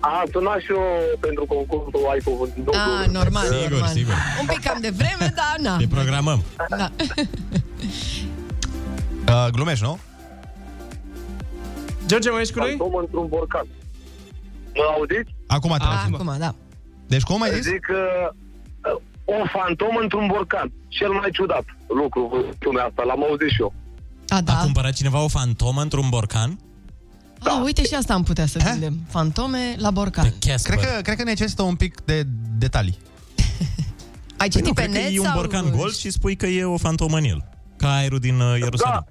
Speaker 18: Am sunat și eu pentru concursul Ai Cuvântul.
Speaker 7: Ah, normal,
Speaker 6: Sigur,
Speaker 7: normal.
Speaker 6: sigur.
Speaker 7: Un pic cam de vreme, dar na.
Speaker 6: Te programăm.
Speaker 7: Da.
Speaker 5: Uh, glumești, nu?
Speaker 1: George, mai ești cu noi?
Speaker 18: Am într-un borcan. Mă auziți?
Speaker 5: Acum te
Speaker 7: Ah,
Speaker 5: auzim.
Speaker 7: Acum, da.
Speaker 5: Deci cum ai zis?
Speaker 18: Zic că uh, o fantomă într-un borcan. Cel mai ciudat lucru lumea asta, l-am auzit și eu.
Speaker 7: A,
Speaker 6: A
Speaker 7: da.
Speaker 6: cumpărat cineva o fantomă într-un borcan?
Speaker 7: A, Ah, uite și asta am putea să gândim. Fantome la borcan.
Speaker 6: Casper.
Speaker 5: Cred că, cred că necesită un pic de detalii.
Speaker 7: Ai
Speaker 6: Păi nu,
Speaker 7: citit pe
Speaker 6: cred că
Speaker 7: net
Speaker 6: e un
Speaker 7: sau...
Speaker 6: borcan gol și spui că e o fantomă în el. Ca aerul din uh, Ierusalim.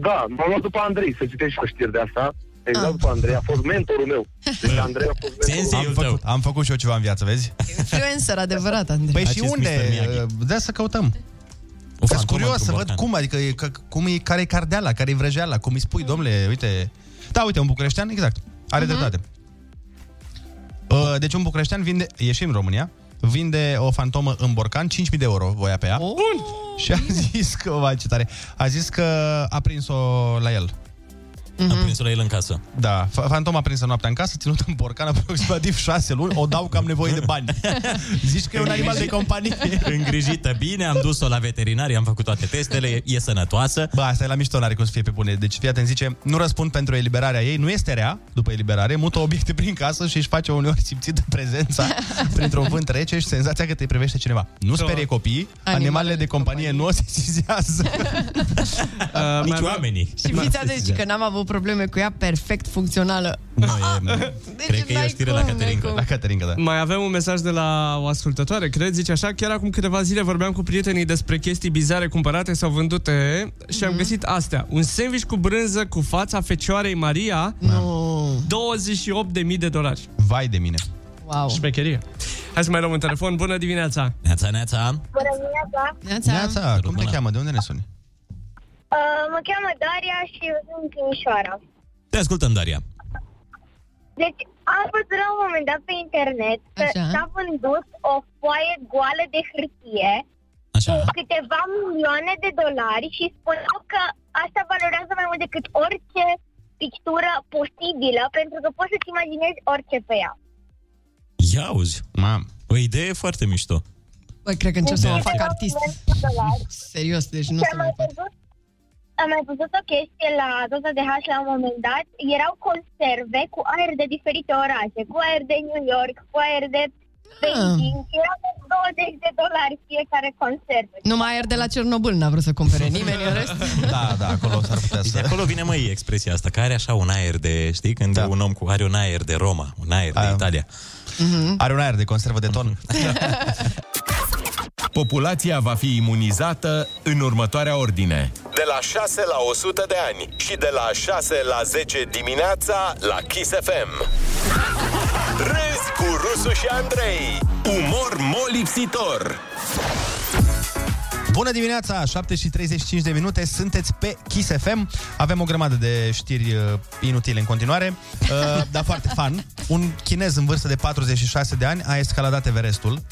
Speaker 18: Da, m-am luat după Andrei, să citești și o știri de asta. Exact
Speaker 7: Ah.
Speaker 18: după Andrei, a fost mentorul meu. Deci Andrei a fost mentorul meu.
Speaker 5: Am făcut, am făcut și eu ceva în viață, vezi?
Speaker 7: Influencer adevărat, Andrei.
Speaker 5: Păi și
Speaker 6: Acest Mr.
Speaker 5: unde?
Speaker 6: Miyagi.
Speaker 5: Uh, Da, să căutăm.
Speaker 6: O
Speaker 5: Sunt
Speaker 6: fantomă
Speaker 5: curios
Speaker 6: într-un
Speaker 5: să văd
Speaker 6: borcan.
Speaker 5: cum, adică e, că, cum e, care e cardeala, care e vrăjeala, cum îi spui, domnule, uite... Da, uite, un bucureștean, exact, are dreptate. Uh, deci un bucureștean vinde, ieșim în România, vinde o fantomă în borcan, 5.000 de euro voia pe ea. Oh,
Speaker 1: Bun.
Speaker 5: și a zis că, vai ce tare, a zis că a prins-o la el.
Speaker 6: Am prins-o la el în casă.
Speaker 5: Da, fa- fantoma prinsă noaptea în casă, ținut în borcan aproximativ 6 luni, o dau că am nevoie de bani. Zici că e un animal de companie.
Speaker 6: Îngrijită bine, am dus-o la veterinar, i-am făcut toate testele, e- e sănătoasă.
Speaker 5: Bă, asta e la mișto, n-are cum să fie pe bune. Deci, fii atent, zice, nu răspund pentru eliberarea ei, nu este rea după eliberare, mută obiecte prin casă și își face uneori simțită prezența printr-un vânt rece și senzația că te privește cineva. Nu sperie copiii, animalele, de companie, nu o sesizează.
Speaker 1: Uh,
Speaker 6: Nici oamenii.
Speaker 7: Și fiți atenți că n-am avut probleme cu ea, perfect funcțională.
Speaker 5: Nu, e,
Speaker 7: Deci
Speaker 6: Cred că e
Speaker 7: n-ai
Speaker 6: o știre la
Speaker 7: cum,
Speaker 6: Caterinca.
Speaker 7: n-ai cum.
Speaker 5: la Caterinca, da.
Speaker 1: Mai aveam un mesaj de la o ascultătoare, cred, zice așa, chiar acum câteva zile vorbeam cu prietenii despre chestii bizare cumpărate sau vândute și
Speaker 7: Mhm.
Speaker 1: am găsit astea. Un sandwich cu brânză cu fața Fecioarei Maria,
Speaker 7: Nu.
Speaker 1: 28.000 de dolari.
Speaker 5: Vai de mine.
Speaker 7: Wow.
Speaker 1: Șmecherie. Hai să mai luăm un telefon. Bună dimineața!
Speaker 6: Neața, neața.
Speaker 19: Bună dimineața!
Speaker 7: Neața.
Speaker 5: Neața, cum te
Speaker 6: Română.
Speaker 5: cheamă? De unde ne suni?
Speaker 19: Uh, mă cheamă Daria și eu sunt din Timișoara.
Speaker 6: Te ascultăm, Daria.
Speaker 19: Deci am văzut la un moment dat pe internet că
Speaker 7: Așa.
Speaker 19: s-a vândut o foaie goală de hârtie
Speaker 6: Așa.
Speaker 19: cu câteva milioane de dolari și spuneau că asta valorează mai mult decât orice pictură posibilă pentru că poți să-ți imaginezi orice pe ea.
Speaker 6: Ia uzi.
Speaker 5: Mam.
Speaker 6: O idee foarte mișto.
Speaker 7: Băi, cred că încep să mă
Speaker 6: Neața.
Speaker 7: fac artist.
Speaker 19: De dolari.
Speaker 7: Serios, deci nu
Speaker 19: Și
Speaker 7: se
Speaker 19: am
Speaker 7: mai
Speaker 19: mai
Speaker 7: pot.
Speaker 19: văzut, am mai văzut o chestie la doza de hash la un moment dat. Erau conserve cu aer de diferite orașe, cu aer de New York, cu aer de Beijing.
Speaker 7: Ah.
Speaker 19: Erau de 20 de dolari fiecare conservă.
Speaker 7: Numai aer de la Cernobâl n-a vrut să cumpere nimeni, în rest.
Speaker 5: Da, da, acolo s-ar putea
Speaker 6: Deci de
Speaker 5: să...
Speaker 6: acolo vine, măi, expresia asta, care are așa un aer de, știi, când da. un om cu, are un aer de Roma, un aer de
Speaker 5: Aia.
Speaker 6: Italia.
Speaker 5: Are un aer de conservă de ton.
Speaker 12: Populația va fi imunizată în următoarea ordine.
Speaker 9: de la 6 la 100 de ani și de la 6 la 10 dimineața la Kiss FM. Râzi cu Rusu și Andrei.
Speaker 12: Umor molipsitor!
Speaker 5: Bună dimineața, 7 și 35 de minute, sunteți pe Kiss FM. Avem o grămadă de știri uh, inutile în continuare, uh, dar foarte fan. Un chinez în vârstă de 46 de ani a escaladat Everestul,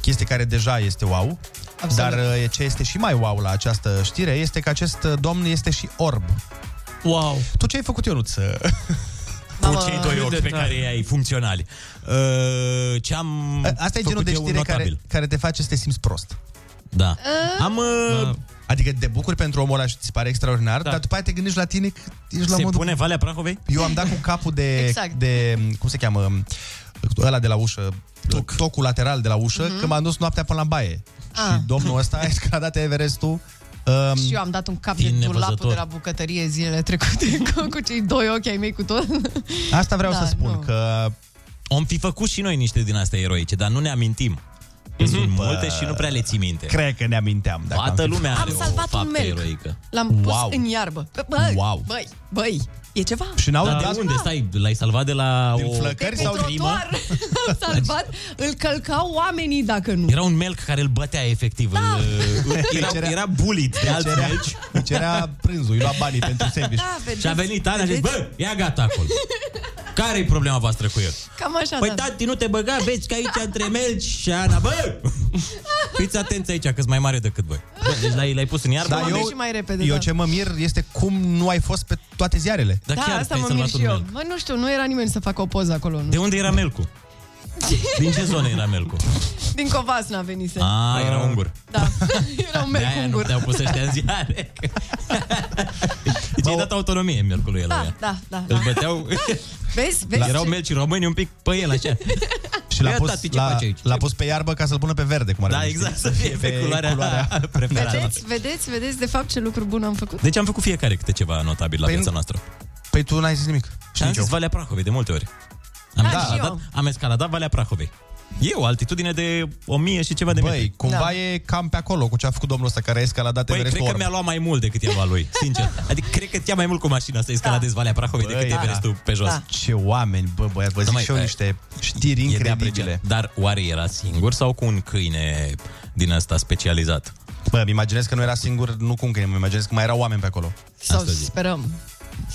Speaker 5: chestie care deja este wow.
Speaker 7: Absolut.
Speaker 5: Dar uh, ce este și mai wow la această știre este că acest uh, domn este și orb.
Speaker 1: Wow!
Speaker 5: Tu ce ai făcut, Ionuț?
Speaker 6: Cu
Speaker 7: Mamă.
Speaker 6: cei doi ochi pe care i-ai funcționali.
Speaker 5: Da,
Speaker 6: Uh, ce am
Speaker 5: Asta e genul
Speaker 6: făcut
Speaker 5: de
Speaker 6: eu
Speaker 5: știre care,
Speaker 6: notabil?
Speaker 5: care te face să te simți prost.
Speaker 6: Da.
Speaker 5: Am... Uh... Adică te bucuri pentru omul ăla și ți se pare extraordinar, da. dar după aia te gândești la tine că ești la
Speaker 6: Se
Speaker 5: modul...
Speaker 6: pune Valea Prahovei?
Speaker 5: Eu am dat cu capul de...
Speaker 6: Exact.
Speaker 5: de cum se cheamă? Ăla de la ușă. Toc. Tocul lateral de la ușă, mm-hmm. că m-am dus noaptea până la baie.
Speaker 7: Mhm. Ah.
Speaker 5: Ah. Și domnul ăsta a escaladat Everestul. Um,
Speaker 7: Și eu am dat un cap de
Speaker 5: Din
Speaker 7: dulapul
Speaker 5: nevăzător.
Speaker 7: de la bucătărie zilele trecute cu, cu cei doi ochi ai mei cu tot.
Speaker 5: Asta vreau
Speaker 7: Da,
Speaker 5: să spun, nu. că...
Speaker 6: Om fi făcut și noi niște din astea eroice, dar nu ne amintim. Că Sunt multe și nu prea le ții minte.
Speaker 5: Cred că ne aminteam.
Speaker 6: Dacă Toată
Speaker 5: am fi-
Speaker 6: lumea
Speaker 7: Am
Speaker 6: are o
Speaker 7: salvat un
Speaker 6: faptă
Speaker 7: melc.
Speaker 6: eroică.
Speaker 7: L-am
Speaker 6: Wow.
Speaker 7: pus în iarbă. Bă, Băi,
Speaker 6: Wow.
Speaker 7: băi, băi, e ceva.
Speaker 5: Da.
Speaker 6: Dar de unde? Stai, l-ai salvat de la o...
Speaker 7: Pe trotuar am salvat, îl călcau oamenii dacă nu.
Speaker 6: Era un melc care îl bătea efectiv. Da. Îl, era,
Speaker 5: Cerea-
Speaker 6: era bullied de alți
Speaker 5: cerea-
Speaker 6: melci.
Speaker 5: cerea prânzul, îi lua banii pentru sandwich.
Speaker 7: Da, vedeți,
Speaker 6: și a venit Ana și a zis,
Speaker 7: vedeți?
Speaker 6: bă, ia gata acolo. Care-i problema voastră cu el?
Speaker 7: Cam așa,
Speaker 6: Păi
Speaker 7: da.
Speaker 6: tati, nu te băga, vezi că aici între melci și Ana, bă! Fiți atenți aici, că mai mare decât voi. Bă, deci l-ai, l-ai pus în iarbă?
Speaker 7: Am mers și mai repede,
Speaker 5: Eu
Speaker 7: da.
Speaker 5: ce mă mir este cum nu ai fost pe toate ziarele.
Speaker 6: Da,
Speaker 7: da, asta mă mir și eu. Mă, nu știu, nu era nimeni să facă o poză acolo. Nu.
Speaker 6: De unde era melcul? Din ce zonă era melcul?
Speaker 7: Din Covasna venise.
Speaker 6: A, era ungur.
Speaker 7: Era un
Speaker 6: De aia nu
Speaker 7: mercungur.
Speaker 6: te-au pus ăștia în ziare. Deci ai dat autonomie melcului el.
Speaker 7: Da, da, da.
Speaker 6: Îl băteau...
Speaker 7: Vezi, vezi?
Speaker 6: La... Erau melci români un pic pe el așa.
Speaker 5: Și l-a
Speaker 6: Ia,
Speaker 5: pus,
Speaker 6: tati, ce
Speaker 5: la,
Speaker 6: faci aici?
Speaker 5: l-a pus pe iarbă ca să-l pună pe verde, cum ar
Speaker 6: Da,
Speaker 5: veni,
Speaker 6: exact,
Speaker 5: știi?
Speaker 6: să fie pe culoarea preferată.
Speaker 7: Vedeți, vedeți, vedeți de fapt ce lucru bun am făcut?
Speaker 6: Deci am făcut fiecare câte ceva notabil la
Speaker 5: Păi
Speaker 6: viața
Speaker 5: nu-
Speaker 6: noastră.
Speaker 5: Păi tu n-ai zis nimic.
Speaker 6: Și am zis Valea Prahovei de multe ori. Am,
Speaker 7: Da, și
Speaker 6: escaladat,
Speaker 7: eu.
Speaker 6: am escaladat Valea Prahovei. E o altitudine de 1000 și ceva de
Speaker 5: Băi,
Speaker 6: metri.
Speaker 5: cumva e cam pe acolo cu ce a făcut domnul ăsta care a escaladat
Speaker 6: Păi, cred
Speaker 5: Everestul
Speaker 6: că
Speaker 5: orb.
Speaker 6: mi-a luat mai mult decât i-a luat lui, sincer. Adică, cred că ți-a mai mult cu mașina să escaladezi Valea Prahovei decât
Speaker 5: da.
Speaker 6: Everestul pe jos.
Speaker 5: Da. Ce oameni, bă, băiat, vă zic
Speaker 6: Numai
Speaker 5: și eu
Speaker 6: pe-
Speaker 5: niște știri
Speaker 6: E de
Speaker 5: incredibile.
Speaker 6: apreciat. Dar oare era singur sau cu un câine din ăsta specializat?
Speaker 5: Bă, îmi imaginez că nu era singur, nu cum că îmi imaginez că mai erau oameni pe acolo.
Speaker 7: Sau sperăm.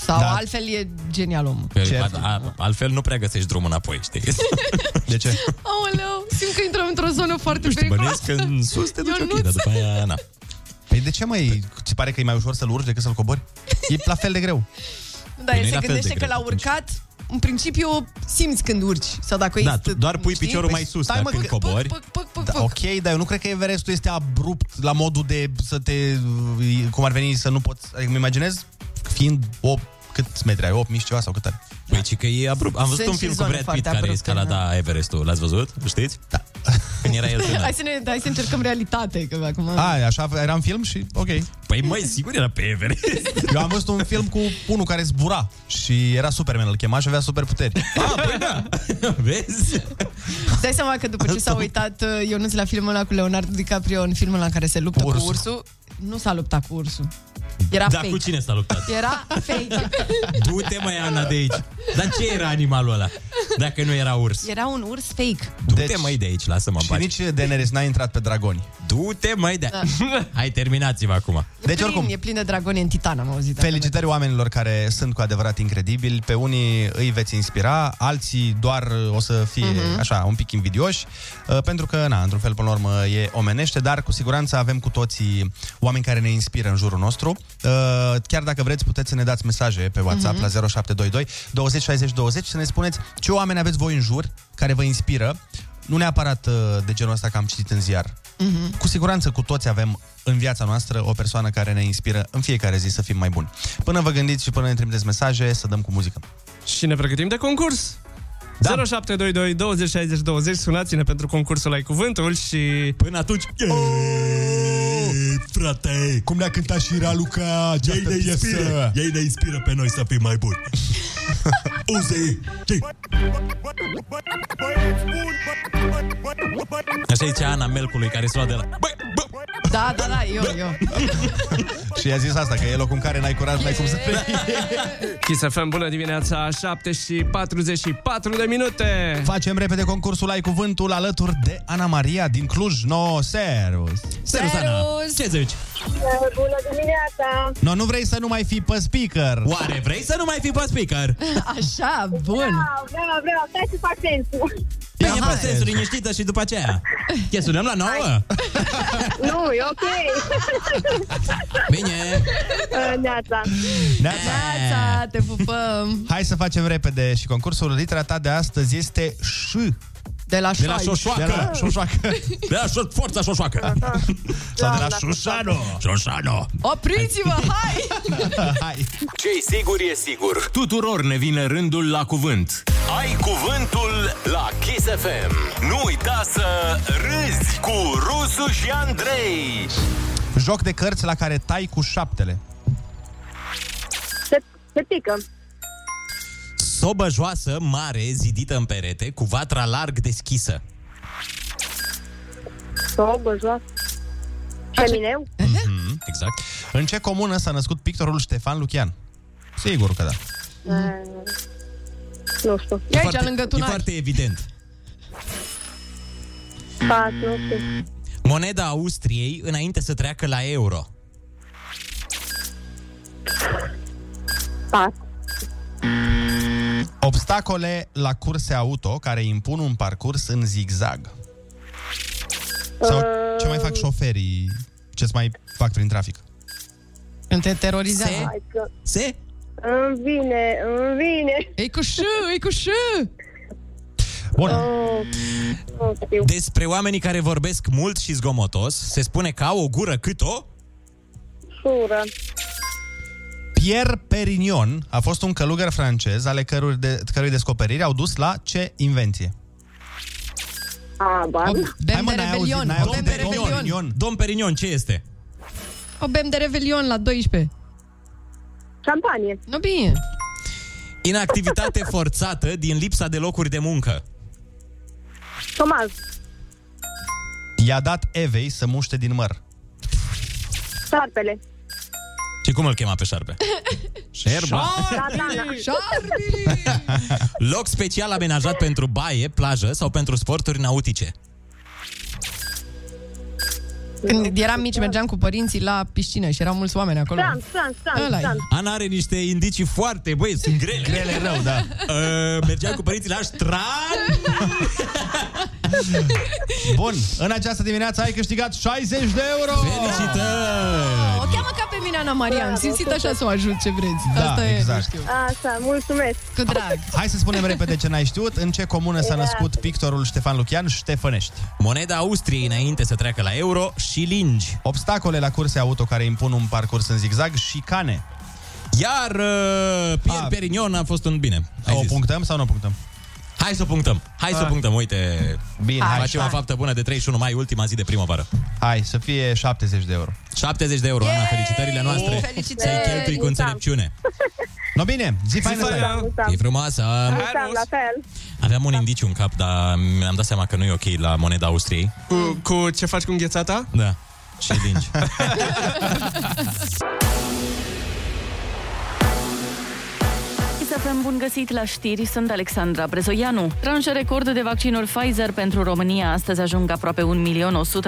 Speaker 7: Sau da.
Speaker 5: Da.
Speaker 7: altfel e genial omul.
Speaker 6: Că a, a, da, altfel nu prea găsești drumul înapoi, știi?
Speaker 5: De ce?
Speaker 7: Aoleu, simt că intrăm într-o zonă foarte
Speaker 6: Nu știu,
Speaker 7: periculoasă.
Speaker 6: bănuiesc că în sus te duci ok,
Speaker 7: Ionuț.
Speaker 6: dar după aia, na.
Speaker 5: Păi de ce, mai ți pare că e mai ușor să-l urci decât să-l cobori? E la fel de greu.
Speaker 7: Da,
Speaker 5: Păi
Speaker 7: el
Speaker 5: nu-i
Speaker 7: se
Speaker 5: la fel de
Speaker 7: gândește că
Speaker 5: greu
Speaker 7: l-a
Speaker 5: atunci.
Speaker 7: urcat în principiu simți când urci sau dacă
Speaker 5: Da,
Speaker 7: ești,
Speaker 5: tu doar pui
Speaker 7: știi?
Speaker 5: piciorul mai sus,
Speaker 7: Păi stai,
Speaker 5: dar
Speaker 7: mă,
Speaker 5: când
Speaker 7: că- păi,
Speaker 5: cobori-
Speaker 7: Puc, puc, puc, puc,
Speaker 5: Da,
Speaker 7: puc.
Speaker 5: ok, dar eu nu cred că Everestul este abrupt la modul de să te... Cum ar veni să nu poți... Adică îmi imaginez fiind 8 cât metri ai? 8 mici ceva sau cât are?
Speaker 6: Păi, ci că e abrupt. Am văzut
Speaker 7: Sunt
Speaker 6: un film
Speaker 7: și
Speaker 6: cu
Speaker 7: zone
Speaker 6: Brad Pitt
Speaker 7: foarte
Speaker 6: care
Speaker 7: abrupte,
Speaker 6: escalada Everestul. L-ați văzut? Știți? Da. Când era el tânăr.
Speaker 7: Hai să, ne, hai să încercăm realitate, că acum...
Speaker 5: A, așa era în film și ok.
Speaker 6: Păi mai sigur era pe Everest.
Speaker 5: Eu am văzut un film cu unul care zbura și era Superman, îl chema și avea superputeri.
Speaker 6: Ah, păi da. Vezi?
Speaker 7: Îți dai seama că după ce s-a uitat uh, Ionuț la filmul ăla cu Leonardo DiCaprio în filmul ăla în care se luptă ursul. cu ursul, nu s-a luptat cu ursul. Era
Speaker 5: Da,
Speaker 6: Dar
Speaker 7: fake.
Speaker 6: cu cine s-a luptat?
Speaker 7: Era fake.
Speaker 6: Du-te, mai Ana, de aici. Dar ce era animalul ăla? Dacă nu era urs.
Speaker 7: Era un urs fake.
Speaker 6: Du-te, mai de aici, lasă-mă în
Speaker 5: Deci, Și
Speaker 6: pace.
Speaker 5: nici Daenerys n-a intrat pe dragoni.
Speaker 6: Du-te, mai de
Speaker 7: Da.
Speaker 6: Hai, terminați-vă acum.
Speaker 5: Deci
Speaker 7: plin,
Speaker 5: oricum,
Speaker 7: E plin de dragoni în Titan, am auzit.
Speaker 5: felicitări oamenilor care sunt cu adevărat incredibili. Pe unii îi veți inspira, alții doar o să fie
Speaker 7: Mhm.
Speaker 5: uh-huh. așa, un pic invidioși, uh, pentru că, na, într-un fel, până la urmă, e omenește, dar cu siguranță avem cu toții oameni care ne inspiră în jurul nostru. Uh, Chiar dacă vreți, puteți să ne dați mesaje pe WhatsApp
Speaker 7: Mhm.
Speaker 5: uh-huh. la 0722 20 60 20 să ne spuneți ce oameni aveți voi în jur care vă inspiră. Nu neapărat uh, de genul ăsta că am citit în ziar,
Speaker 7: Mhm.
Speaker 5: cu siguranță cu toți avem în viața noastră o persoană care ne inspiră în fiecare zi să fim mai buni. Până vă gândiți și până ne trimiteți mesaje, să dăm cu muzică.
Speaker 1: Și ne pregătim de concurs. Da. 0722 20 60 20 Sunați-ne pentru concursul Ai Cuvântul și...
Speaker 6: Până atunci... Frate!
Speaker 5: Cum ne-a cântat și Raluca această piesă?
Speaker 6: ei ne inspiră pe noi să fim mai buni. Uzi! Așa e cea Ana Melcului care s-a de la... Băi,
Speaker 7: Da, da, da, eu, eu.
Speaker 5: Și i-a zis asta, că e locul în care n-ai curaj, n-ai cum să te...
Speaker 1: Kiss FM, bună dimineața, 7 și 44 de minute.
Speaker 5: Facem repede concursul Ai Cuvântul alături de Ana Maria din Cluj. No, serus!
Speaker 6: Serus, Ana! Ce zici?
Speaker 19: Bună dimineața!
Speaker 5: No, nu vrei să nu mai fii pe speaker.
Speaker 6: Oare vrei să nu mai fii pe speaker?
Speaker 7: Așa, bun.
Speaker 19: Vreau, vreau, vreau, stai să fac sensul.
Speaker 6: Ia pe sensul liniștită și după aceea. Te sunăm la nouă?
Speaker 19: Nu, e ok.
Speaker 6: Bine!
Speaker 20: Ă,
Speaker 19: Neața.
Speaker 5: Neața!
Speaker 7: Da, te pupăm.
Speaker 5: Hai să facem repede și concursul. Litera ta de astăzi este Ș.
Speaker 7: De la,
Speaker 21: De la Șoșoacă.
Speaker 7: De la
Speaker 21: De la șo- forța Șoșoacă. Sau de la Șoșano. Șoșano.
Speaker 7: Opriți-vă, hai!
Speaker 9: Ce-i sigur e sigur.
Speaker 8: Tuturor ne vine rândul la cuvânt.
Speaker 9: Ai cuvântul la Kiss FM. Nu uita să râzi cu Rusu și Andrei.
Speaker 5: Joc de cărți la care tai cu șaptele.
Speaker 20: Se, se pică.
Speaker 6: Sobă joasă, mare, zidită în perete, cu vatra larg deschisă.
Speaker 20: Sobă, joasă. Femineu?
Speaker 5: Mm-hmm. Exact. În ce comună s-a născut pictorul Ștefan Lucian? Sigur că da.
Speaker 22: Eh,
Speaker 20: Mm. Nu știu.
Speaker 7: E aici, lângă
Speaker 6: E
Speaker 7: tunari.
Speaker 6: foarte evident.
Speaker 20: Pas, nu știu.
Speaker 6: Moneda Austriei înainte să treacă la euro.
Speaker 20: Pas.
Speaker 5: Obstacole la curse auto care impun un parcurs în zigzag. Sau ce mai fac șoferii? Ce mai fac prin trafic?
Speaker 7: Când te terorizează.
Speaker 5: Se?
Speaker 20: Hai că-
Speaker 6: Se?
Speaker 20: Îmi vine, îmi vine.
Speaker 7: E cu ș, e cu ș.
Speaker 5: Bun.
Speaker 20: Oh,
Speaker 6: Despre oamenii care vorbesc mult și zgomotos, se spune că au o gură cât o...
Speaker 20: Sură.
Speaker 5: Pierre Perignon a fost un călugăr francez ale cărui, de, cărui descoperiri au dus la ce invenție?
Speaker 20: A, ba.
Speaker 7: Bem de revelion. O bem de revelion.
Speaker 5: Perignon.
Speaker 6: Dom Perignon, ce este?
Speaker 7: O bem de revelion la 12.
Speaker 20: Campanie.
Speaker 7: Nu bine.
Speaker 6: Inactivitate forțată din lipsa de locuri de muncă.
Speaker 20: Tomaz.
Speaker 5: I-a dat Evei să muște din măr.
Speaker 20: Sarpele.
Speaker 6: Și cum îl chema pe șarpe? Șerba.
Speaker 7: Șarbi.
Speaker 6: Loc special amenajat pentru baie, plajă sau pentru sporturi nautice.
Speaker 7: Când eram mici, mergeam cu părinții la piscină și erau mulți oameni acolo.
Speaker 20: Stan, stan, stan,
Speaker 7: Ăla-i.
Speaker 20: stan.
Speaker 6: Ana are niște indicii foarte, băi, sunt grele.
Speaker 5: Grele rău, da.
Speaker 6: Uh, mergeam cu părinții la ștran.
Speaker 5: Bun, în această dimineață ai câștigat 60 de euro!
Speaker 7: O
Speaker 5: Felicitări!
Speaker 7: cheamă ca pe mine Ana Maria. Am
Speaker 20: Bravo,
Speaker 7: simțit
Speaker 20: super.
Speaker 7: așa să o ajut ce vreți.
Speaker 5: Da,
Speaker 7: Asta e,
Speaker 5: exact.
Speaker 7: nu știu.
Speaker 20: Așa, mulțumesc.
Speaker 7: Cu drag.
Speaker 5: Hai să spunem repede ce n-ai știut, în ce comună
Speaker 20: Da.
Speaker 5: s-a născut pictorul Ștefan Lucian Ștefănești.
Speaker 6: Moneda Austriei înainte să treacă la euro și lingi.
Speaker 5: Obstacole la curse auto care impun un parcurs în zigzag și cane.
Speaker 6: Iar uh, Pierre
Speaker 5: A.
Speaker 6: Perignon a fost un bine. Ai
Speaker 5: O
Speaker 6: zis.
Speaker 5: punctăm sau nu o punctăm?
Speaker 6: Hai să o punctăm. Hai să o
Speaker 5: Ah.
Speaker 6: punctăm. Uite,
Speaker 5: Bine, hai.
Speaker 6: facem o faptă bună de 31 mai, ultima zi de primăvară.
Speaker 5: Hai, să fie 70 de euro.
Speaker 6: 70 de euro, Ana, felicitările noastre.
Speaker 7: Felicitări.
Speaker 6: Să-i cheltui cu
Speaker 20: Mulțumim.
Speaker 6: înțelepciune.
Speaker 5: No, bine, zi faină să ai.
Speaker 20: Mulțumesc.
Speaker 6: E frumoasă.
Speaker 20: Mulțumesc, la fel.
Speaker 6: Aveam un indiciu în cap, dar mi-am dat seama că nu e ok la moneda Austriei.
Speaker 1: Cu, cu ce faci cu înghețata?
Speaker 6: Da. Și lingi.
Speaker 10: Să fim bun găsit la știri, sunt Alexandra Brezoianu. Tranșe record de vaccinul Pfizer pentru România astăzi ajung aproape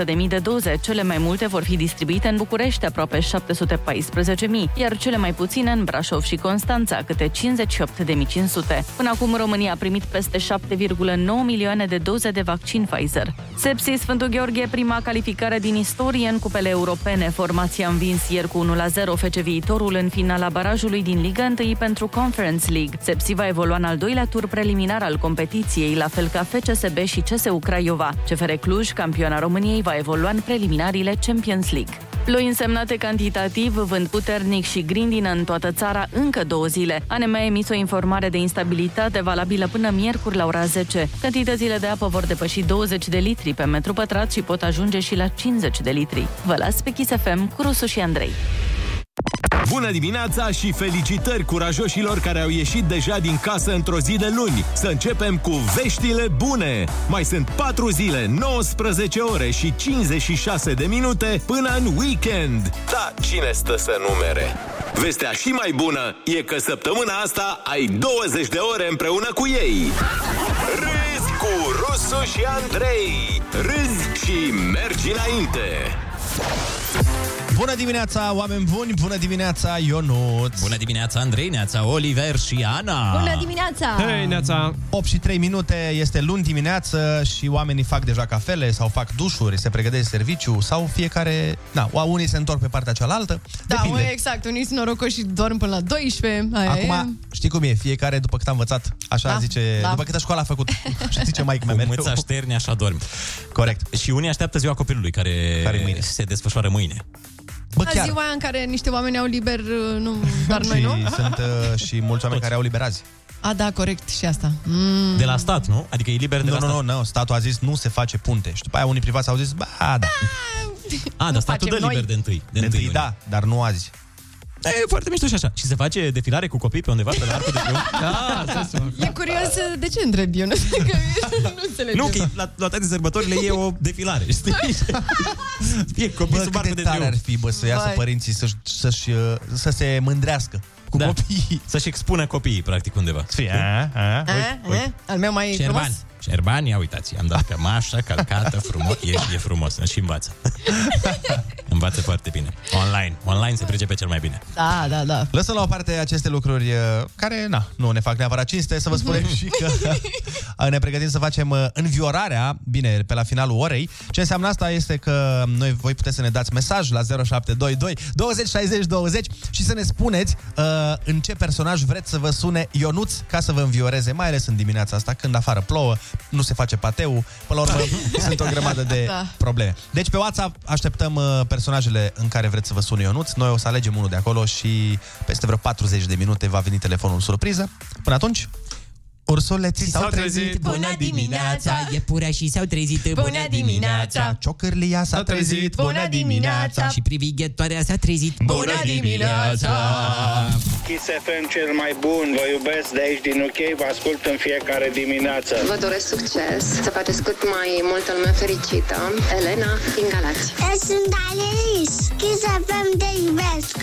Speaker 10: 1.100.000 de doze. Cele mai multe vor fi distribuite în București, aproape 714.000, iar cele mai puține în Brașov și Constanța, câte 58.500. Până acum România a primit peste 7,9 milioane de doze de vaccin Pfizer. Sepsi Sfântul Gheorghe, prima calificare din istorie în cupele europene. Formația a învins ieri cu 1-0 FC Viitorul în finala barajului din Liga 1 pentru Conference League. Sepsi va evolua în al doilea tur preliminar al competiției, la fel ca FCSB și CSU Craiova. CFR Cluj, campioana României, va evolua în preliminariile Champions League. Ploi însemnate cantitativ, vânt puternic și grindină în toată țara încă două zile. ANM a emis o informare de instabilitate valabilă până miercuri la ora 10. Cantitățile de apă vor depăși 20 de litri pe metru pătrat și pot ajunge și la 50 de litri. Vă las pe Kiss FM cu Rusu și Andrei.
Speaker 9: Bună dimineața și felicitări curajoșilor care au ieșit deja din casă într-o zi de luni. Să începem cu veștile bune. Mai sunt 4 zile, 19 ore și 56 de minute până în weekend.
Speaker 12: Da, cine stă să numere?
Speaker 9: Vestea și mai bună e că săptămâna asta ai 20 de ore împreună cu ei. Râzi cu Rusu și Andrei. Râzi și mergi înainte.
Speaker 5: Bună dimineața, oameni buni! Bună dimineața, Ionuț!
Speaker 6: Bună dimineața, Andrei, Neața, Oliver și Ana!
Speaker 5: Ah.
Speaker 3: Bună dimineața!
Speaker 5: 8 și 3 minute, este luni dimineață și oamenii fac deja cafele sau fac dușuri, se pregătesc serviciu sau fiecare... Na, unii se întorc pe partea cealaltă,
Speaker 7: Da,
Speaker 5: depinde.
Speaker 7: mă, exact, unii sunt norocoși și dorm până la 12. Aia e.
Speaker 5: Acum, știi cum e, fiecare după cât a învățat, așa
Speaker 7: Da,
Speaker 5: zice,
Speaker 7: da.
Speaker 5: după câtă școală a făcut, și zice mai
Speaker 6: Cu mâța șterne, așa dormi.
Speaker 5: Corect.
Speaker 6: Și unii așteaptă ziua copilului, care, care mâine. se desfășoară mâine.
Speaker 5: Bă,
Speaker 7: Azi ziua aia în care niște oameni au liber, uh, nu, dar noi
Speaker 5: și
Speaker 7: nu?
Speaker 5: sunt uh, și mulți oameni care au liberazi.
Speaker 7: A, da, corect, și asta. Mm.
Speaker 6: De la stat, nu? Adică e liber
Speaker 5: de nu, la nu, stat. Nu, nu, statul a zis nu se face punte și după aia unii privați au zis, ba, da.
Speaker 6: A, Ah, dar statul dă
Speaker 5: facem
Speaker 6: liber
Speaker 5: noi.
Speaker 6: de întâi. De,
Speaker 5: De întâi, da, dar nu azi.
Speaker 6: E foarte mișto și așa. Și se face defilare cu copii pe undeva, pe la Arcul de Triunf.
Speaker 5: Ah,
Speaker 1: Da,
Speaker 7: E curios, de ce întreb eu? Nu, știu, că nu înțeleg.
Speaker 6: Nu, că e- la, la toate sărbătorile e o defilare, știi? Fie copii
Speaker 5: Bă,
Speaker 6: sub
Speaker 5: cât
Speaker 6: Arcul
Speaker 5: de
Speaker 6: de
Speaker 5: tare
Speaker 6: Triunf.
Speaker 5: ar fi, bă, să iasă
Speaker 6: Vai.
Speaker 5: părinții să-și, să-și, uh, să se mândrească cu da. copiii.
Speaker 6: Să-și expună copiii, practic, undeva.
Speaker 5: Fie, a, a,
Speaker 7: A, a, Eh? al meu mai
Speaker 6: Șerban.
Speaker 7: frumos?
Speaker 6: Șerban, ia uitați, am dat cămașa, calcată, frumos, e, e frumos, și învață. învață foarte bine. Online, online se pricepe cel mai bine.
Speaker 7: Da, da, da.
Speaker 5: Lăsăm la o parte aceste lucruri uh, care, na, nu ne fac neapărat cinste, să vă spunem
Speaker 7: Mhm.
Speaker 5: și că uh, ne pregătim să facem uh, înviorarea, bine, pe la finalul orei. Ce înseamnă asta este că noi voi puteți să ne dați mesaj la 0722 20 60 20 și să ne spuneți uh, în ce personaj vreți să vă sune Ionuț ca să vă învioreze, mai ales în dimineața asta, când afară plouă, nu se face pateu, până la urmă sunt o grămadă de
Speaker 7: Da.
Speaker 5: probleme. Deci pe WhatsApp așteptăm uh, personajele în care vreți să vă sune Ionuț. Noi o să alegem unul de acolo și peste vreo 40 de minute va veni telefonul surpriză. Până atunci, ursuleții s-au trezit.
Speaker 23: Bună dimineața Iepurașii s-au trezit Bună dimineața
Speaker 5: Ciocârlia s-a trezit
Speaker 23: Bună dimineața Și privighetoarea s-a trezit Bună dimineața
Speaker 24: Kiss FM cel mai bun, vă iubesc de aici din UK, vă ascult în fiecare dimineață.
Speaker 25: Vă doresc succes, să faceți cât mai multă lume fericită. Elena, din Galați.
Speaker 22: Eu sunt Alenis, să fim de iubesc.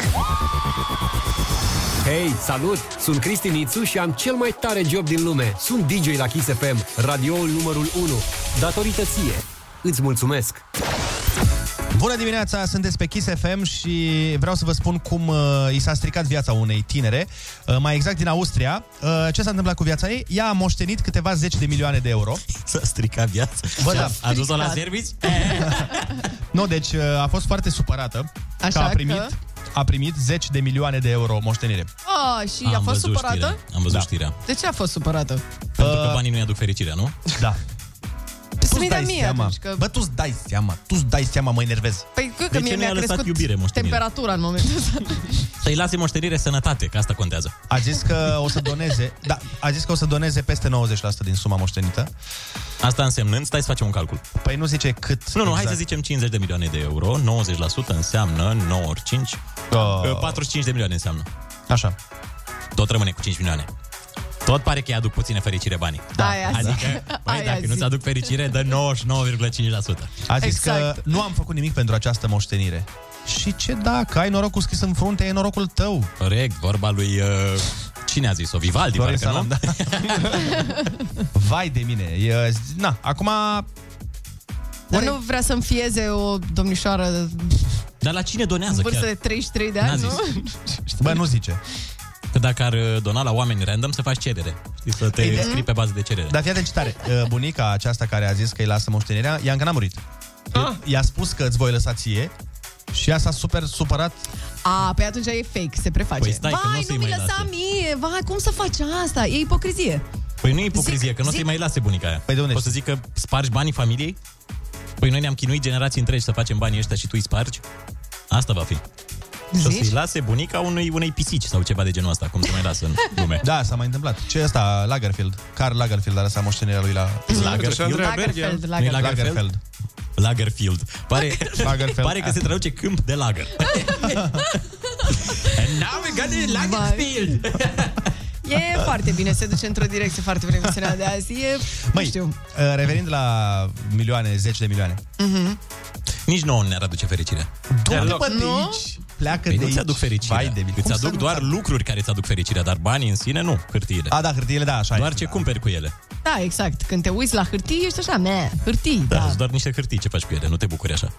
Speaker 26: Hei, salut! Sunt Cristi Nițu și am cel mai tare job din lume. Sunt DJ la Kiss FM, radioul numărul 1. Datorită ție, îți mulțumesc!
Speaker 5: Bună dimineața, sunteți pe Kiss FM și vreau să vă spun cum uh, i s-a stricat viața unei tinere, uh, mai exact din Austria. Uh, ce s-a întâmplat cu viața ei? Ea a moștenit câteva zeci de milioane de euro.
Speaker 6: S-a stricat viața?
Speaker 5: Bă,
Speaker 6: Și
Speaker 5: da.
Speaker 6: a- A dus-o la servici?
Speaker 5: Nu, deci uh, a fost foarte supărată
Speaker 7: Așa
Speaker 5: că a primit,
Speaker 7: că?
Speaker 5: a primit 10 de milioane de euro moștenire.
Speaker 7: Oh, și a fost supărată?
Speaker 6: Am văzut da. știrea.
Speaker 7: De ce a fost supărată?
Speaker 6: Pentru că banii nu i-aduc fericirea, nu?
Speaker 5: Da.
Speaker 7: Să-mi dea mie
Speaker 5: seama.
Speaker 7: atunci, că...
Speaker 5: Bă, tu-ți dai seama, tu-ți dai seama, mă enervez.
Speaker 7: Păi, că,
Speaker 6: De
Speaker 7: că mie
Speaker 6: ce nu
Speaker 7: mi-a
Speaker 6: i-a lăsat
Speaker 7: crescut
Speaker 6: iubire moștenire?
Speaker 7: temperatura în momentul ăsta.
Speaker 6: Să-i lase moștenire sănătate, că asta contează.
Speaker 5: A zis că o să doneze, da, a zis că o să doneze peste 90% din suma moștenită.
Speaker 6: Asta însemnând, stai să facem un calcul.
Speaker 5: Păi nu zice cât
Speaker 6: Nu, nu, hai
Speaker 5: exact.
Speaker 6: să zicem 50 de milioane de euro, 90% înseamnă 9 ori Păi, 5,
Speaker 5: Ah.
Speaker 6: 45 de milioane înseamnă.
Speaker 5: Așa.
Speaker 6: Tot rămâne cu 5 milioane. Tot pare că îi aduc puține fericire banii.
Speaker 5: Da.
Speaker 7: Aia zic.
Speaker 6: Adică, băi,
Speaker 7: Aia
Speaker 6: dacă
Speaker 7: zic.
Speaker 6: nu-ți aduc fericire, dă 99,5%.
Speaker 5: A zis exact. că nu am făcut nimic pentru această moștenire. Și ce dacă ai norocul scris în frunte, e norocul tău.
Speaker 6: Corect, vorba lui... Uh, cine a zis-o? Vivaldi,
Speaker 5: Florin
Speaker 6: parcă nu?
Speaker 5: Salam, Vai de mine. E, na, acum...
Speaker 7: Dar nu vrea să-mi fieze o domnișoară
Speaker 6: Dar la cine
Speaker 7: în
Speaker 6: donează
Speaker 7: vârstă
Speaker 6: chiar?
Speaker 7: de 33 de
Speaker 6: N-a
Speaker 7: ani, nu?
Speaker 5: Bă, nu zice.
Speaker 6: Că dacă ar uh, dona la oameni random, să faci cerere. Știi, să te
Speaker 5: Ei,
Speaker 7: Păi,
Speaker 5: de-
Speaker 6: scrii pe bază de cerere.
Speaker 5: Dar fii atent ce tare. E, Bunica aceasta care a zis că îi lasă moștenirea, ea încă n-a murit. Ah. I-a spus că îți voi lăsa ție și ea s-a super supărat.
Speaker 7: A, pe atunci e fake, se preface.
Speaker 5: Păi stai că nu o
Speaker 7: vai,
Speaker 5: să-i
Speaker 7: nu mi
Speaker 5: mai
Speaker 7: lăsa
Speaker 5: lase.
Speaker 7: mie, vai, cum să faci asta? E ipocrizie.
Speaker 6: Păi nu e ipocrizie, că nu o să-i
Speaker 7: zic-
Speaker 6: mai lase bunica aia. Păi de unde o să zic că spargi banii familiei? Păi noi ne-am chinuit generații întregi să facem banii ăștia și tu îi spargi? Asta va fi. Și o să-i lase bunica unui, unei pisici sau ceva de genul ăsta, cum se mai lasă în lume.
Speaker 5: Da, s-a mai întâmplat. Ce e asta? Lagerfeld. Karl Lagerfeld a lăsat moștenirea lui la...
Speaker 6: Lagerfeld?
Speaker 7: Lagerfeld,
Speaker 6: Nu
Speaker 7: Lagerfeld.
Speaker 6: e Lagerfeld. Lagerfield. Pare,
Speaker 5: Lagerfeld.
Speaker 6: pare că se traduce câmp de lager. And now we got it, Lagerfield!
Speaker 7: E foarte bine, se duce într-o direcție foarte bine emisiunea de azi. E,
Speaker 5: Măi, e, revenind la milioane, zeci de milioane.
Speaker 7: Mhm.
Speaker 6: Nici nouă nu ne-ar aduce fericirea.
Speaker 5: Du-te
Speaker 6: Deloc.
Speaker 5: bă, de aici, pleacă
Speaker 6: Păi
Speaker 5: de
Speaker 6: nu
Speaker 5: aici.
Speaker 6: ți-aduc fericirea.
Speaker 5: Vai de mine.
Speaker 6: Îți
Speaker 5: Cum să
Speaker 6: aduc
Speaker 5: nu
Speaker 6: doar lucruri care îți aduc fericirea, dar banii în sine nu, hârtiile.
Speaker 5: A, da, hârtiile, da, așa
Speaker 6: Doar ce cumperi cu ele.
Speaker 7: Da, exact. Când te uiți la hârtii, ești așa, meh, hârtii.
Speaker 6: Da, da. doar niște hârtii, ce faci cu ele, nu te bucuri așa.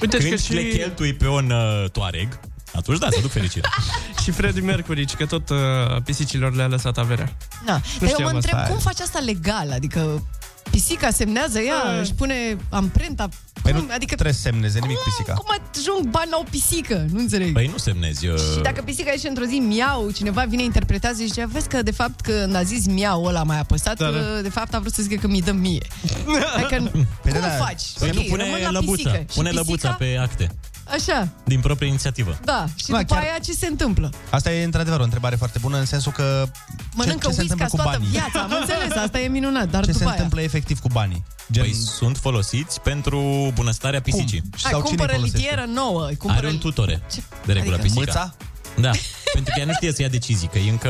Speaker 1: Uite
Speaker 6: Când
Speaker 1: că și-
Speaker 6: le cheltui pe un uh, toareg, atunci da, se duc fericire.
Speaker 1: Și Freddie Mercury, ci că tot uh, pisicilor le-a lăsat averea.
Speaker 7: Na. Da. Dar eu
Speaker 1: știam
Speaker 7: mă
Speaker 1: asta,
Speaker 7: întreb
Speaker 1: hai.
Speaker 7: cum faci asta legal, adică pisica semnează ea, își pune amprenta,
Speaker 5: Păi nu
Speaker 7: cum, adică
Speaker 5: trebuie să semneze nimic pisica.
Speaker 7: cum ajung bani la o pisică? Nu înțeleg.
Speaker 6: Păi nu semnezi. Uh...
Speaker 7: Și dacă pisica ieșe într-o zi miau, cineva vine, interpretează și zice, vezi că de fapt când a zis miau ăla mai apăsat,
Speaker 6: Da, da.
Speaker 7: da. de fapt a vrut să zică că mi-i dă mie. Adică
Speaker 6: Păi
Speaker 5: da,
Speaker 7: cum faci?
Speaker 6: Păi
Speaker 7: Ok,
Speaker 6: nu,
Speaker 7: rămân
Speaker 6: pune
Speaker 7: la
Speaker 6: lăbuța.
Speaker 7: pisică. Și
Speaker 6: Pune
Speaker 7: pisica-
Speaker 6: lăbuța pe acte.
Speaker 7: Așa,
Speaker 6: Din proprie inițiativă.
Speaker 7: da. Și
Speaker 5: Da,
Speaker 7: după
Speaker 5: chiar-
Speaker 7: aia ce se întâmplă?
Speaker 5: Asta e într-adevăr o întrebare foarte bună în sensul că
Speaker 7: Mănâncă
Speaker 5: ce, ce se
Speaker 7: whisky
Speaker 5: întâmplă cu
Speaker 7: toată
Speaker 5: banii?
Speaker 7: viața, am înțeles, asta e minunat, dar
Speaker 5: ce se
Speaker 7: după aia.
Speaker 5: întâmplă efectiv cu banii?
Speaker 6: Gen... Păi sunt folosiți pentru bunăstarea pisicii. Cum?
Speaker 7: Hai, cumpără litieră nouă,
Speaker 6: Are
Speaker 7: cumpără...
Speaker 6: un tutore,
Speaker 7: Ce-
Speaker 6: de regulă,
Speaker 7: Adică-
Speaker 6: pisica.
Speaker 7: Mâța?
Speaker 6: Da, pentru că ea nu știe să ia decizii, că e încă,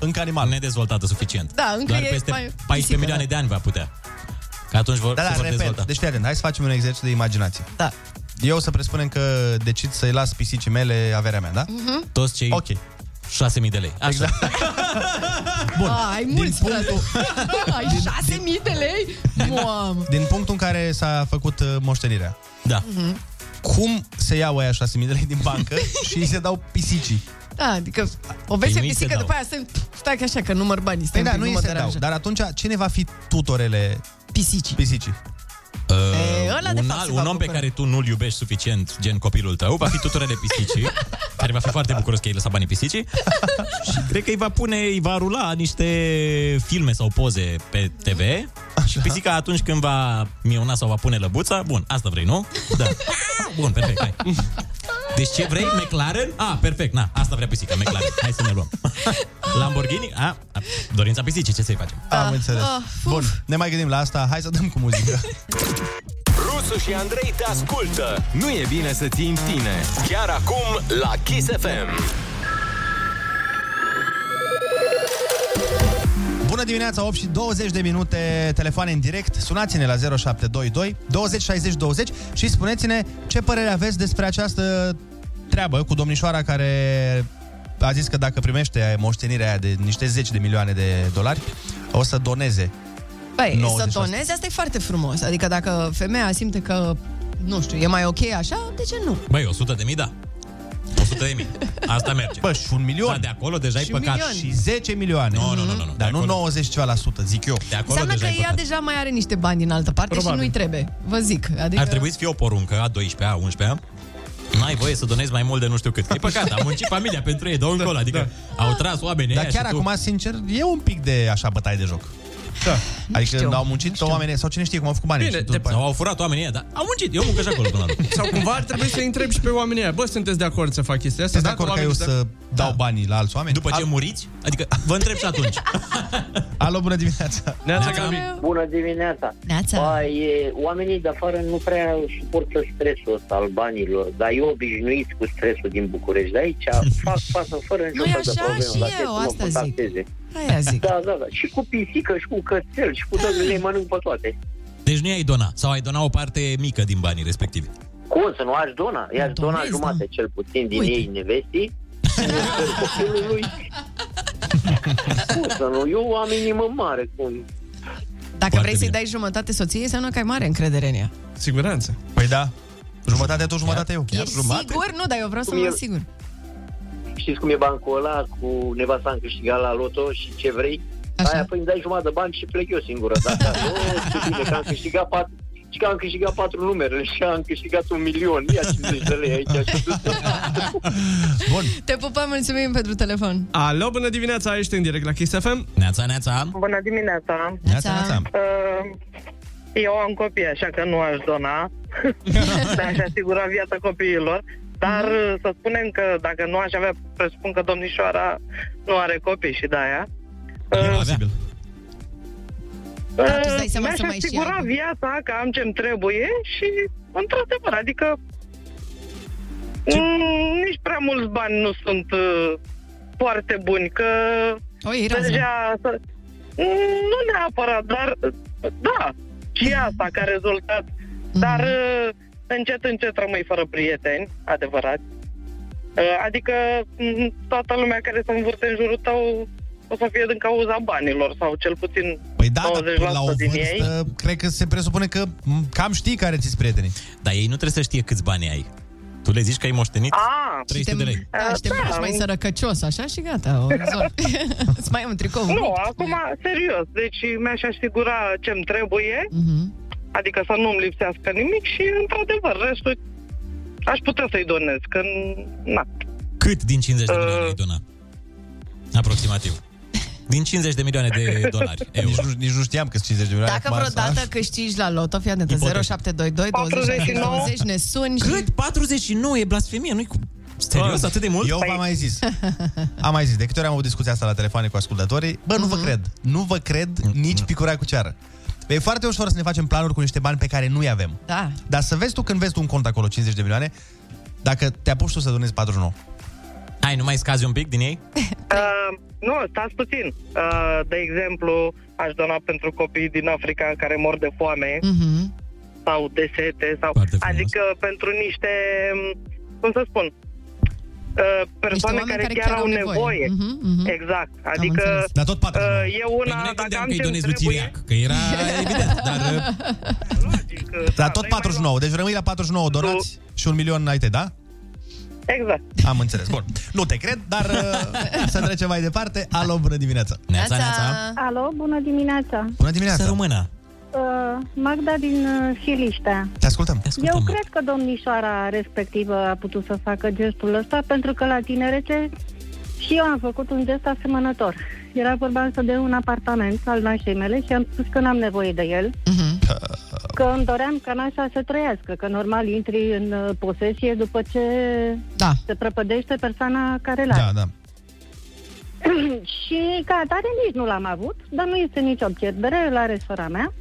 Speaker 6: încă animal. nedezvoltată suficient.
Speaker 7: Da, încă
Speaker 6: Doar
Speaker 7: e
Speaker 6: peste
Speaker 7: mai
Speaker 6: 14
Speaker 7: pisică,
Speaker 6: milioane
Speaker 7: da.
Speaker 6: de ani va putea. Că atunci vor,
Speaker 5: Da,
Speaker 6: se
Speaker 5: da,
Speaker 6: vor
Speaker 5: repet.
Speaker 6: dezvolta.
Speaker 5: Deci fii atent, hai să facem un exercițiu de imaginație.
Speaker 7: Da.
Speaker 5: Eu să presupunem că decid să-i las pisicii mele averea mea, da?
Speaker 7: Mhm.
Speaker 6: Toți cei
Speaker 5: Ok.
Speaker 6: 6.000 de lei. Așa. Exact.
Speaker 5: Bun.
Speaker 7: A, Ah, ai mulți, punctul... frate. ai 6.000 de lei? Mamă.
Speaker 5: Din punctul în care s-a făcut uh, moștenirea.
Speaker 6: Da.
Speaker 7: Mhm.
Speaker 5: Cum se iau aia 6.000 de lei din bancă și îi se dau pisicii?
Speaker 7: Da, adică o vezi pe
Speaker 5: nu-i se
Speaker 7: pisică,
Speaker 5: dau.
Speaker 7: după aia se... Stai că așa, că număr banii.
Speaker 5: Păi
Speaker 7: stai un
Speaker 5: da,
Speaker 7: pic,
Speaker 5: nu îi
Speaker 7: mă
Speaker 5: se dau.
Speaker 7: deranja.
Speaker 5: Dar atunci cine va fi tutorele
Speaker 7: pisicii?
Speaker 5: pisicii?
Speaker 6: Uh,
Speaker 7: Eh, ăla de
Speaker 6: un,
Speaker 7: fapt
Speaker 6: al,
Speaker 7: se
Speaker 6: un
Speaker 7: va
Speaker 6: om pe care tu nu-l iubești suficient, gen copilul tău, va fi tutorele pisicii, care va fi foarte bucuros că ai lăsat banii pisicii și cred că îi va pune, îi va rula niște filme sau poze pe TV și pisica atunci când va miona sau va pune lăbuța, bun, asta vrei, nu? Da. Bun, perfect, hai. Deci ce vrei? McLaren? Ah, perfect, na, asta vrea pisica, McLaren. Hai să ne luăm. Lamborghini? Ah, dorința pisicii, ce să-i facem?
Speaker 5: Da. Am înțeles.
Speaker 6: Ah,
Speaker 5: Bun, ne mai gândim la asta. Hai să dăm cu muzică.
Speaker 9: Rusu și Andrei te ascultă. Nu e bine să ții în tine. Chiar acum la Kiss FM.
Speaker 5: Bună dimineața, 8 și 20 de minute, telefoane în direct. Sunați-ne la 0722 20 60 20 și spuneți-ne ce părere aveți despre această treabă cu domnișoara care a zis că dacă primește moștenirea aia de niște 10 de milioane de dolari, o să doneze.
Speaker 7: Păi, să
Speaker 5: 96.
Speaker 7: donezi, asta e foarte frumos. Adică dacă femeia simte că, nu știu, e mai ok așa, de ce nu?
Speaker 6: Băi, 100 de mii, da. 100 de mii. Asta merge. Bă,
Speaker 5: și un milion.
Speaker 6: Da, de acolo deja
Speaker 5: și
Speaker 6: e păcat.
Speaker 7: milion.
Speaker 5: Și 10 milioane. Nu,
Speaker 6: nu, nu, nu.
Speaker 5: Dar nu 90 ceva la sută, zic eu. De
Speaker 7: Înseamnă că ea deja mai are niște bani în altă parte
Speaker 6: Probabil.
Speaker 7: și nu-i trebuie. Vă zic. Adică...
Speaker 6: Ar trebui să fie o poruncă a 12-a, a 11-a. N-ai voie să donezi mai mult de nu știu cât. E păcat, a muncit familia pentru ei, dau încolo. Adică au tras oamenii
Speaker 5: Da, Dar
Speaker 6: aia
Speaker 5: chiar
Speaker 6: și tu-
Speaker 5: acum, sincer, e un pic de așa bătaie de joc. Da. Adică
Speaker 6: știu,
Speaker 5: au muncit oamenii, sau cine știe cum au făcut banii.
Speaker 6: Bine,
Speaker 5: și tu
Speaker 6: de-
Speaker 5: după aia-
Speaker 6: sau au furat oamenii ăia, dar au muncit, eu muncă și acolo până la urmă.
Speaker 1: Sau cumva ar trebui să-i întreb și pe oamenii aia. Bă, sunteți de acord să fac chestia asta? Da,
Speaker 5: Sunteți de acord că eu să dau banii la alți oameni?
Speaker 6: da. După ce muriți? Adică vă întreb și atunci.
Speaker 5: Alo, bună dimineața!
Speaker 2: Bună dimineața!
Speaker 7: Neața!
Speaker 2: Păi, oamenii de afară nu prea suportă stresul ăsta al banilor, dar eu obișnuiți cu stresul din București de aici, fac față fără nicio
Speaker 7: Nu-i
Speaker 2: fel de
Speaker 7: așa?
Speaker 2: problemă.
Speaker 7: Și
Speaker 2: la
Speaker 7: eu
Speaker 2: ce să mă
Speaker 7: asta zic.
Speaker 2: contacteze.
Speaker 7: Aia zic.
Speaker 2: Da, da, da. Și cu pisică, și cu cățel, și cu toate, le mănânc pe toate.
Speaker 6: Deci nu ai dona, sau ai dona o parte mică din banii respectivi.
Speaker 2: Cum să nu aș dona? I-aș dona
Speaker 6: Donezi,
Speaker 2: jumate cel puțin din
Speaker 6: da. Uite.
Speaker 2: ei nevestii. copilului. Cum să nu? Eu am inimă mare. Cum?
Speaker 7: Dacă vrei să-i dai jumătate soției, înseamnă că ai mare încredere în ea.
Speaker 1: Siguranță.
Speaker 5: Păi da. Jumătate tu, jumătate eu.
Speaker 7: Ești sigur? Nu, dar eu vreau să
Speaker 2: Cum
Speaker 7: mă
Speaker 2: e-
Speaker 7: asigur.
Speaker 2: Știți cum e bancul ăla cu nevasta am câștigat la loto și ce vrei? Așa. Aia, păi îmi dai jumătate de bani și plec eu singură. Da, da, o, ce bine, că am câștigat patru, și că am câștigat patru numere și am câștigat un milion. Ia 50 de lei aici. Și
Speaker 7: Te pupăm, mulțumim pentru telefon.
Speaker 1: Alo, bună dimineața, ești în direct la Kiss FM.
Speaker 6: Neața, neața.
Speaker 3: Bună dimineața!
Speaker 1: Neața, neața.
Speaker 3: Uh, Eu am copii, așa că nu aș dona. dar aș asigura viața copiilor. Dar uh, să spunem că dacă nu aș avea, presupun că domnișoara nu are copii și de-aia.
Speaker 6: Posibil.
Speaker 3: Uh,
Speaker 7: Da, tu îți dai seama
Speaker 3: Mi-aș
Speaker 7: să mai și
Speaker 3: asigura
Speaker 7: ai.
Speaker 3: viața că am ce-mi trebuie și, într-adevăr, adică mm, nici prea mulți bani nu sunt uh, foarte buni, că
Speaker 7: o, e razna.
Speaker 3: deja... să- Mm, nu neapărat, dar uh, da, și
Speaker 5: Mhm.
Speaker 3: asta ca rezultat. Dar uh, încet, încet rămâi fără prieteni, Uh, adevărat. Adică mm, toată lumea care se învârte în jurul tău o să fie din cauza banilor sau cel puțin
Speaker 5: Păi da, dar
Speaker 3: 20%
Speaker 5: până la o
Speaker 3: din ei.
Speaker 5: vârstă, cred că se presupune că m, cam știi care ți-s prietenii.
Speaker 6: Dar ei nu trebuie să știe câți bani ai. Tu le zici că ai moștenit
Speaker 3: A,
Speaker 6: 300 de lei.
Speaker 7: Da, și te îmbraci mai sărăcăcios, așa și
Speaker 5: Da,
Speaker 7: gata, o rezolvi. Îți mai ai un tricou
Speaker 3: Nu,
Speaker 7: rupt.
Speaker 3: acum, serios, deci mi-aș asigura ce-mi trebuie, adică să nu-mi lipsească nimic și, într-adevăr, restul aș putea să-i donez, că, na.
Speaker 6: Cât din 50 de milioane ai dona? Aproximativ. Din 50 de milioane de dolari, euro.
Speaker 5: Nici nu, nici nu știam că 50 de milioane.
Speaker 7: Dacă vreodată câștigi la loto, fii atentă, 0722 20 20 ne suni și...
Speaker 6: Cât? 49? E blasfemie, nu-i cu... Serios, atât de mult? Păi-
Speaker 5: Eu v-am mai zis. Am mai zis. De câte ori am avut discuția asta la telefoane cu ascultătorii, bă, nu
Speaker 3: Mhm.
Speaker 5: vă cred. Nu vă cred nici picurea cu ceară. E foarte ușor să ne facem planuri cu niște bani pe care nu-i avem.
Speaker 7: Da.
Speaker 5: Dar să vezi tu când vezi tu un cont acolo, 50 de milioane, dacă te apuci tu să donezi 49.
Speaker 6: Hai, nu mai scazi un pic din ei?
Speaker 3: Uh, nu, stați puțin. Uh, de exemplu, aș dona pentru copiii din Africa care mor de foame
Speaker 7: Mm. Mm-hmm.
Speaker 3: sau de sete, sau, adică pentru niște, mm, cum să spun, uh, persoane
Speaker 7: oameni
Speaker 3: care,
Speaker 7: care
Speaker 3: chiar,
Speaker 7: chiar
Speaker 3: au
Speaker 7: au
Speaker 3: nevoie.
Speaker 7: nevoie. Mhm, mhm.
Speaker 3: Exact. Adică,
Speaker 5: Dar tot patru.
Speaker 3: uh, eu
Speaker 6: Păi
Speaker 3: una,
Speaker 6: nu ne
Speaker 3: dacă
Speaker 6: gândeam
Speaker 3: am
Speaker 6: că îi
Speaker 3: ce
Speaker 6: donezi lui
Speaker 3: trebuie,
Speaker 6: Tiriac, că era evident, dar... uh,
Speaker 3: uh, da,
Speaker 5: Dar tot 49. Deci rămâi la 49 donați și un milion ai te, da?
Speaker 3: Exact.
Speaker 5: Am înțeles. Bun. Nu te cred, dar uh, să trecem mai departe. Alo, bună dimineața.
Speaker 22: Alo, bună dimineața.
Speaker 5: Bună dimineața. Să
Speaker 6: rămână.
Speaker 22: Uh, Magda din uh, Siliștea.
Speaker 5: Te ascultăm.
Speaker 22: Eu cred că domnișoara respectivă a putut să facă gestul ăsta pentru că la tinerețe și eu am făcut un gest asemănător. Era vorba însă de un apartament al nașei mele și am spus că n-am nevoie de el,
Speaker 6: Mhm.
Speaker 22: că îmi doream ca nașa să trăiască, că normal intri în uh, posesie după ce
Speaker 7: da.
Speaker 22: se prăpădește persoana care l-are.
Speaker 5: Da, da.
Speaker 22: și ca atare nici nu l-am avut, dar nu este nicio pierdere, la are sora mea.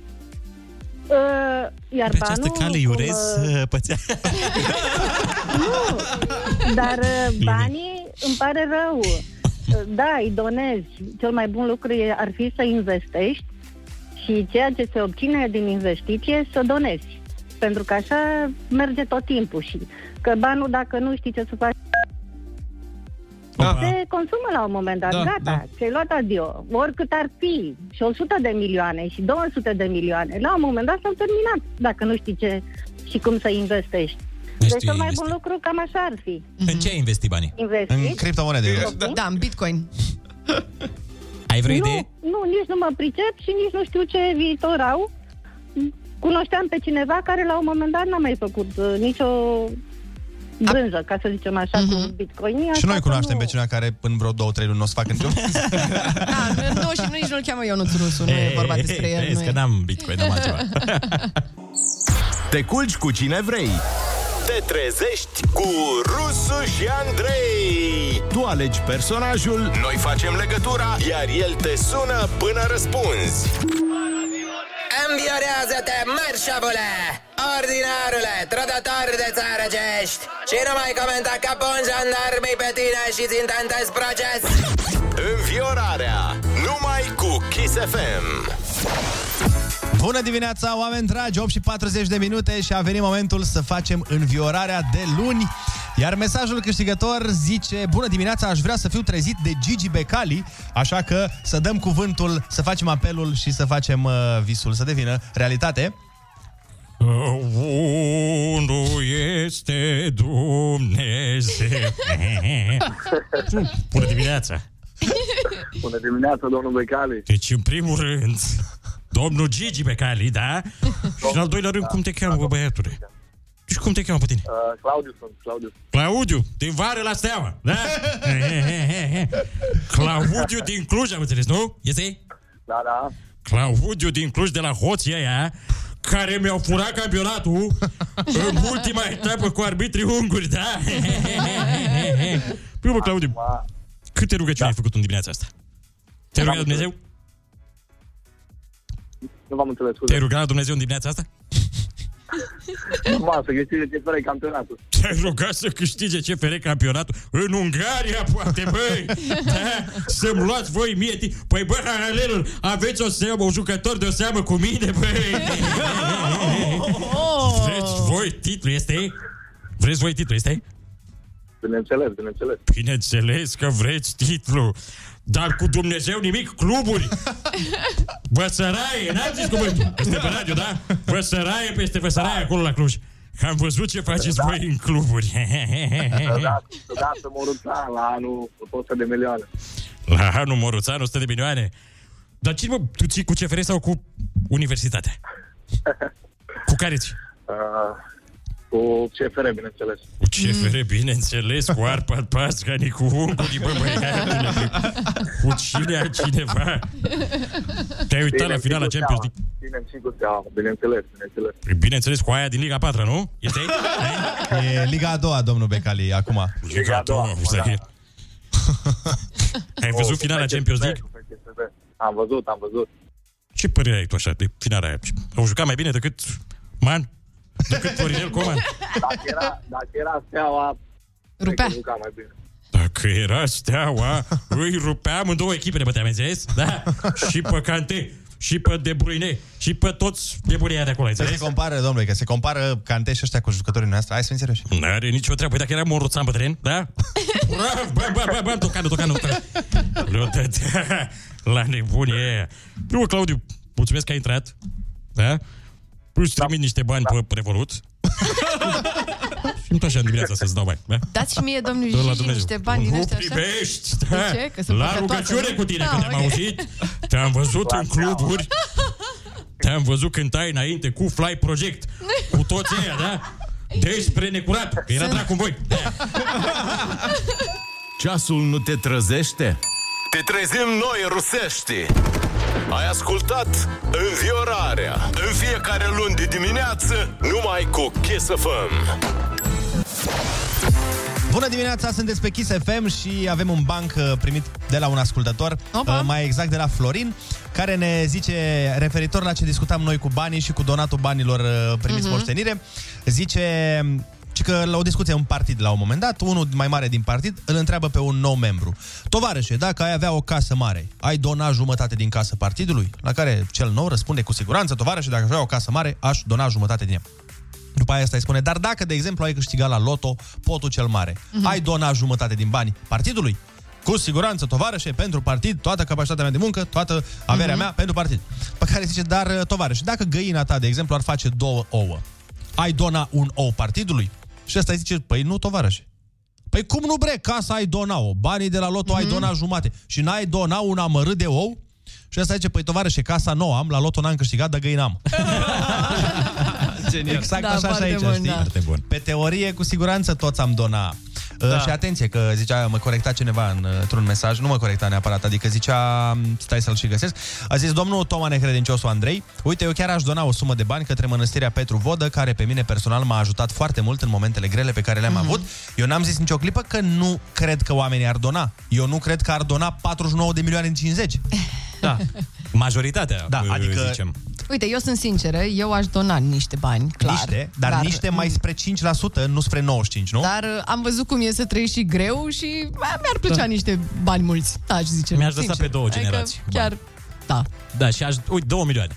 Speaker 22: Uh, iar
Speaker 6: Pe această
Speaker 22: banul,
Speaker 6: cale îi urez
Speaker 22: cum, uh,
Speaker 6: uh, pățea.
Speaker 22: nu, dar uh, banii îmi pare rău. Uh, Da, îi donezi. Cel mai bun lucru e, ar fi să investești și ceea ce se obține din investiție să donezi. Pentru că așa merge tot timpul și că banul, dacă nu știi ce să faci,
Speaker 10: Da.
Speaker 22: se consumă la un moment dat,
Speaker 10: Da,
Speaker 22: gata,
Speaker 10: da.
Speaker 22: ți-ai luat adio, oricât ar fi, și 100 de milioane, și 200 de milioane, la un moment dat s-au terminat, dacă nu știi ce și cum să investești.
Speaker 6: Deci
Speaker 22: Deci cel mai
Speaker 6: investi.
Speaker 22: bun lucru cam așa ar fi.
Speaker 6: În ce ai investit banii?
Speaker 22: Investi?
Speaker 6: criptomonede.
Speaker 7: Da, în Bitcoin.
Speaker 6: Ai vreo
Speaker 22: nu,
Speaker 6: idee?
Speaker 22: nu, nici nu mă pricep și nici nu știu ce viitor au. Cunoșteam pe cineva care la un moment dat n-a mai făcut uh, nicio brânză, ca să zicem așa,
Speaker 7: Mhm.
Speaker 22: cu bitcoin.
Speaker 5: Și noi cunoaștem pe cineva care în vreo două, trei luni nu o să facă niciun
Speaker 7: Da, nu, și nici nu-l cheamă Ionuț Rusu, nu e vorba despre el. nu e.
Speaker 6: n-am bitcoin,
Speaker 7: am altceva.
Speaker 9: Te culci cu cine vrei. Te trezești cu Rusu și Andrei. Tu alegi personajul, noi facem legătura, iar el te sună până răspunzi.
Speaker 27: Înviorează-te, mărșavule! Ordinarule, trădător de țară ce ești! Și nu mai comenta ca bun jandarmii pe tine și ți intentez proces!
Speaker 9: Înviorarea, numai cu Kiss FM.
Speaker 5: Bună dimineața, oameni dragi, 8 și 40 de minute și a venit momentul să facem înviorarea de luni. Iar mesajul câștigător zice Bună dimineața, aș vrea să fiu trezit de Gigi Becali Așa că să dăm cuvântul, să facem apelul și să facem uh, visul să devină realitate
Speaker 21: Unul este Dumnezeu. Bună dimineața!
Speaker 18: Bună dimineața, domnul Becali.
Speaker 21: Deci, în primul rând, domnul Gigi Becali, da? Și în al doilea rând, cum te cheamă, bă, băiatule? Și cum te cheamă pe tine?
Speaker 18: Uh, Claudiu sunt, Claudiu.
Speaker 21: Claudiu, Păi, din vară la steaua, da? He, he, he, he, he. Claudiu din Cluj, am înțeles, nu? Este?
Speaker 18: Da, da.
Speaker 21: Claudiu din Cluj de la hoții aia, care mi-au furat campionatul în ultima etapă cu arbitrii unguri, da? He, he, he, he, he, he. Păi, mă, Claudiu, câte
Speaker 18: Da.
Speaker 21: rugăciuni ai făcut în dimineața asta? Te-ai rugat la Dumnezeu?
Speaker 18: Nu v-am înțeles, scuze.
Speaker 21: Te-ai rugat la Dumnezeu în dimineața asta?
Speaker 18: Masă, chestiile ce fără campionatul.
Speaker 21: Te-ai rugat să câștige CFR campionatul în Ungaria, poate, băi! Da? Să-mi luați voi mie timp. Păi, bă, Hanalelul, aveți o seamă, un jucător de o seamă cu mine, băi! Vreți voi titlul, este? Vreți voi titlul, este?
Speaker 2: bineînțeles, bineînțeles.
Speaker 21: Bineînțeles că vreți titlu, dar cu Dumnezeu nimic, cluburi. Vă săraie, n-ați zis cuvântul. Este pe radio, da? Vă săraie peste vă săraie acolo la Cluj. Că Am văzut ce faceți da. voi în cluburi.
Speaker 2: Da, da, să mă ruța la anul 100 de milioane.
Speaker 21: La anul Moruțanu, 100 de milioane. Dar cine mă, tu ții cu CFR sau cu universitatea? Cu care ții?
Speaker 2: Uh, cu CFR, bineînțeles. Mm.
Speaker 21: Cu CFR, bineînțeles, cu Arpad Pascani, cu ungurii, bă, băiatule. Cu cine a cineva? Te-ai uitat
Speaker 2: Ținem
Speaker 21: la finala
Speaker 2: sigur
Speaker 21: Champions
Speaker 2: seama,
Speaker 21: League? Păi
Speaker 2: Ținem sigur seama, bineînțeles, bineînțeles.
Speaker 21: Bineînțeles, cu aia din Liga 4, nu? Este aici?
Speaker 5: E Liga a doua, domnul Becali, acum.
Speaker 21: Liga 2,
Speaker 2: da.
Speaker 21: Ai văzut finala Champions League?
Speaker 2: Am văzut, am văzut.
Speaker 21: Ce părere ai tu așa de finala aia? Au jucat mai bine decât Man? Decât Florinel Coman?
Speaker 2: Dacă era, dacă era steaua, Rupea. mai bine.
Speaker 21: Dacă era steaua, îi rupeam în două echipe, ne băteam, ai înțeles? Da? și pe Cante, și pe De Bruyne, și pe toți de bunii de acolo, ai
Speaker 5: Să se
Speaker 21: înțeles?
Speaker 5: compară, domnule, că se compară Cante și ăștia cu jucătorii noastre. Hai să fim serioși.
Speaker 21: N-are nicio treabă. Păi dacă era moruțan pe teren, da? Brav, bă, bă, bă, bă, tocană, tocană, tocană. Le-o dă- La nebunie. Primul, Claudiu, mulțumesc că ai intrat. Da? Îți trimit niște bani pe Revolut. Și nu așa în dimineața să-ți dau bani. Da?
Speaker 7: Dați și mie, domnul
Speaker 21: Dă la
Speaker 7: Gigi,
Speaker 21: Dumnezeu.
Speaker 7: niște bani din
Speaker 21: Nu
Speaker 7: ăștia așa.
Speaker 21: privești, da.
Speaker 7: De ce? Că sunt
Speaker 21: La
Speaker 7: păcătoasă,
Speaker 21: rugăciune
Speaker 7: nu?
Speaker 21: cu tine,
Speaker 7: Da,
Speaker 21: că te-am
Speaker 7: ok.
Speaker 21: auzit, te-am văzut în cluburi, te-am văzut cântai înainte cu Fly Project, cu toți ăia, da? Despre necurat, că era dracu în voi.
Speaker 9: Ceasul nu te trăzește?
Speaker 8: Te trezim noi rusești Ai ascultat Înviorarea În fiecare luni de dimineață Numai cu Kiss FM
Speaker 5: Bună dimineața, sunteți pe Kiss FM și avem un banc uh, primit de la un ascultător, uh, mai exact de la Florin, care ne zice, referitor la ce discutam noi cu banii și cu donatul banilor uh, primiți
Speaker 13: Mhm.
Speaker 5: uh-huh. moștenire, zice ci că la o discuție în partid la un moment dat, unul mai mare din partid îl întreabă pe un nou membru. Tovarășe, dacă ai avea o casă mare, ai dona jumătate din casă partidului? La care cel nou răspunde cu siguranță, tovarășe, dacă aș avea o casă mare, aș dona jumătate din ea. După aia asta îi spune, dar dacă, de exemplu, ai câștigat la loto potul cel mare, uh-huh. ai donat jumătate din bani partidului, cu siguranță, tovarășe, pentru partid, toată capacitatea mea de muncă, toată averea uh-huh. mea pentru partid. Pe care zice, dar uh, tovarășe, dacă găina ta, de exemplu, ar face două ouă, ai dona un ou partidului? Și asta îi zice, păi nu, tovarășe. Păi cum nu bre, casa ai dona-o, banii de la loto ai dona jumate și n-ai dona un amărât de ou? Și asta zice, păi tovarășe, casa nouă am, la loto n-am câștigat, dar găina am. Exact da, așa și aici, bun, știi?
Speaker 6: Foarte bun.
Speaker 5: Pe teorie, cu siguranță toți am dona. Da.
Speaker 6: Da.
Speaker 5: Și atenție, că zicea, mă corecta cineva în, uh, într-un mesaj, nu mă corecta neapărat, adică zicea, stai să-l și găsesc, a zis domnul Toma Necredinciosul Andrei, uite, eu chiar aș dona o sumă de bani către mănăstirea Petru Vodă, care pe mine personal m-a ajutat foarte mult în momentele grele pe care le-am mm-hmm. avut. Eu n-am zis nicio clipă că nu cred că oamenii ar dona. Eu nu cred că ar dona 49 de milioane în 50. Da.
Speaker 6: Majoritatea,
Speaker 5: da, adică
Speaker 6: zicem.
Speaker 7: Uite, eu sunt sinceră, eu aș dona niște bani, clar.
Speaker 5: Niște, dar, dar niște mai spre 5%, nu spre 95, nu?
Speaker 7: Dar uh, am văzut cum e să trăiești și greu și bă, mi-ar plăcea
Speaker 6: Da.
Speaker 7: da. niște bani mulți, da, aș zice.
Speaker 6: Mi-aș lăsa
Speaker 7: sincer.
Speaker 6: pe două generații.
Speaker 7: Adică chiar, da.
Speaker 6: Da, și aș... Uite, două milioane.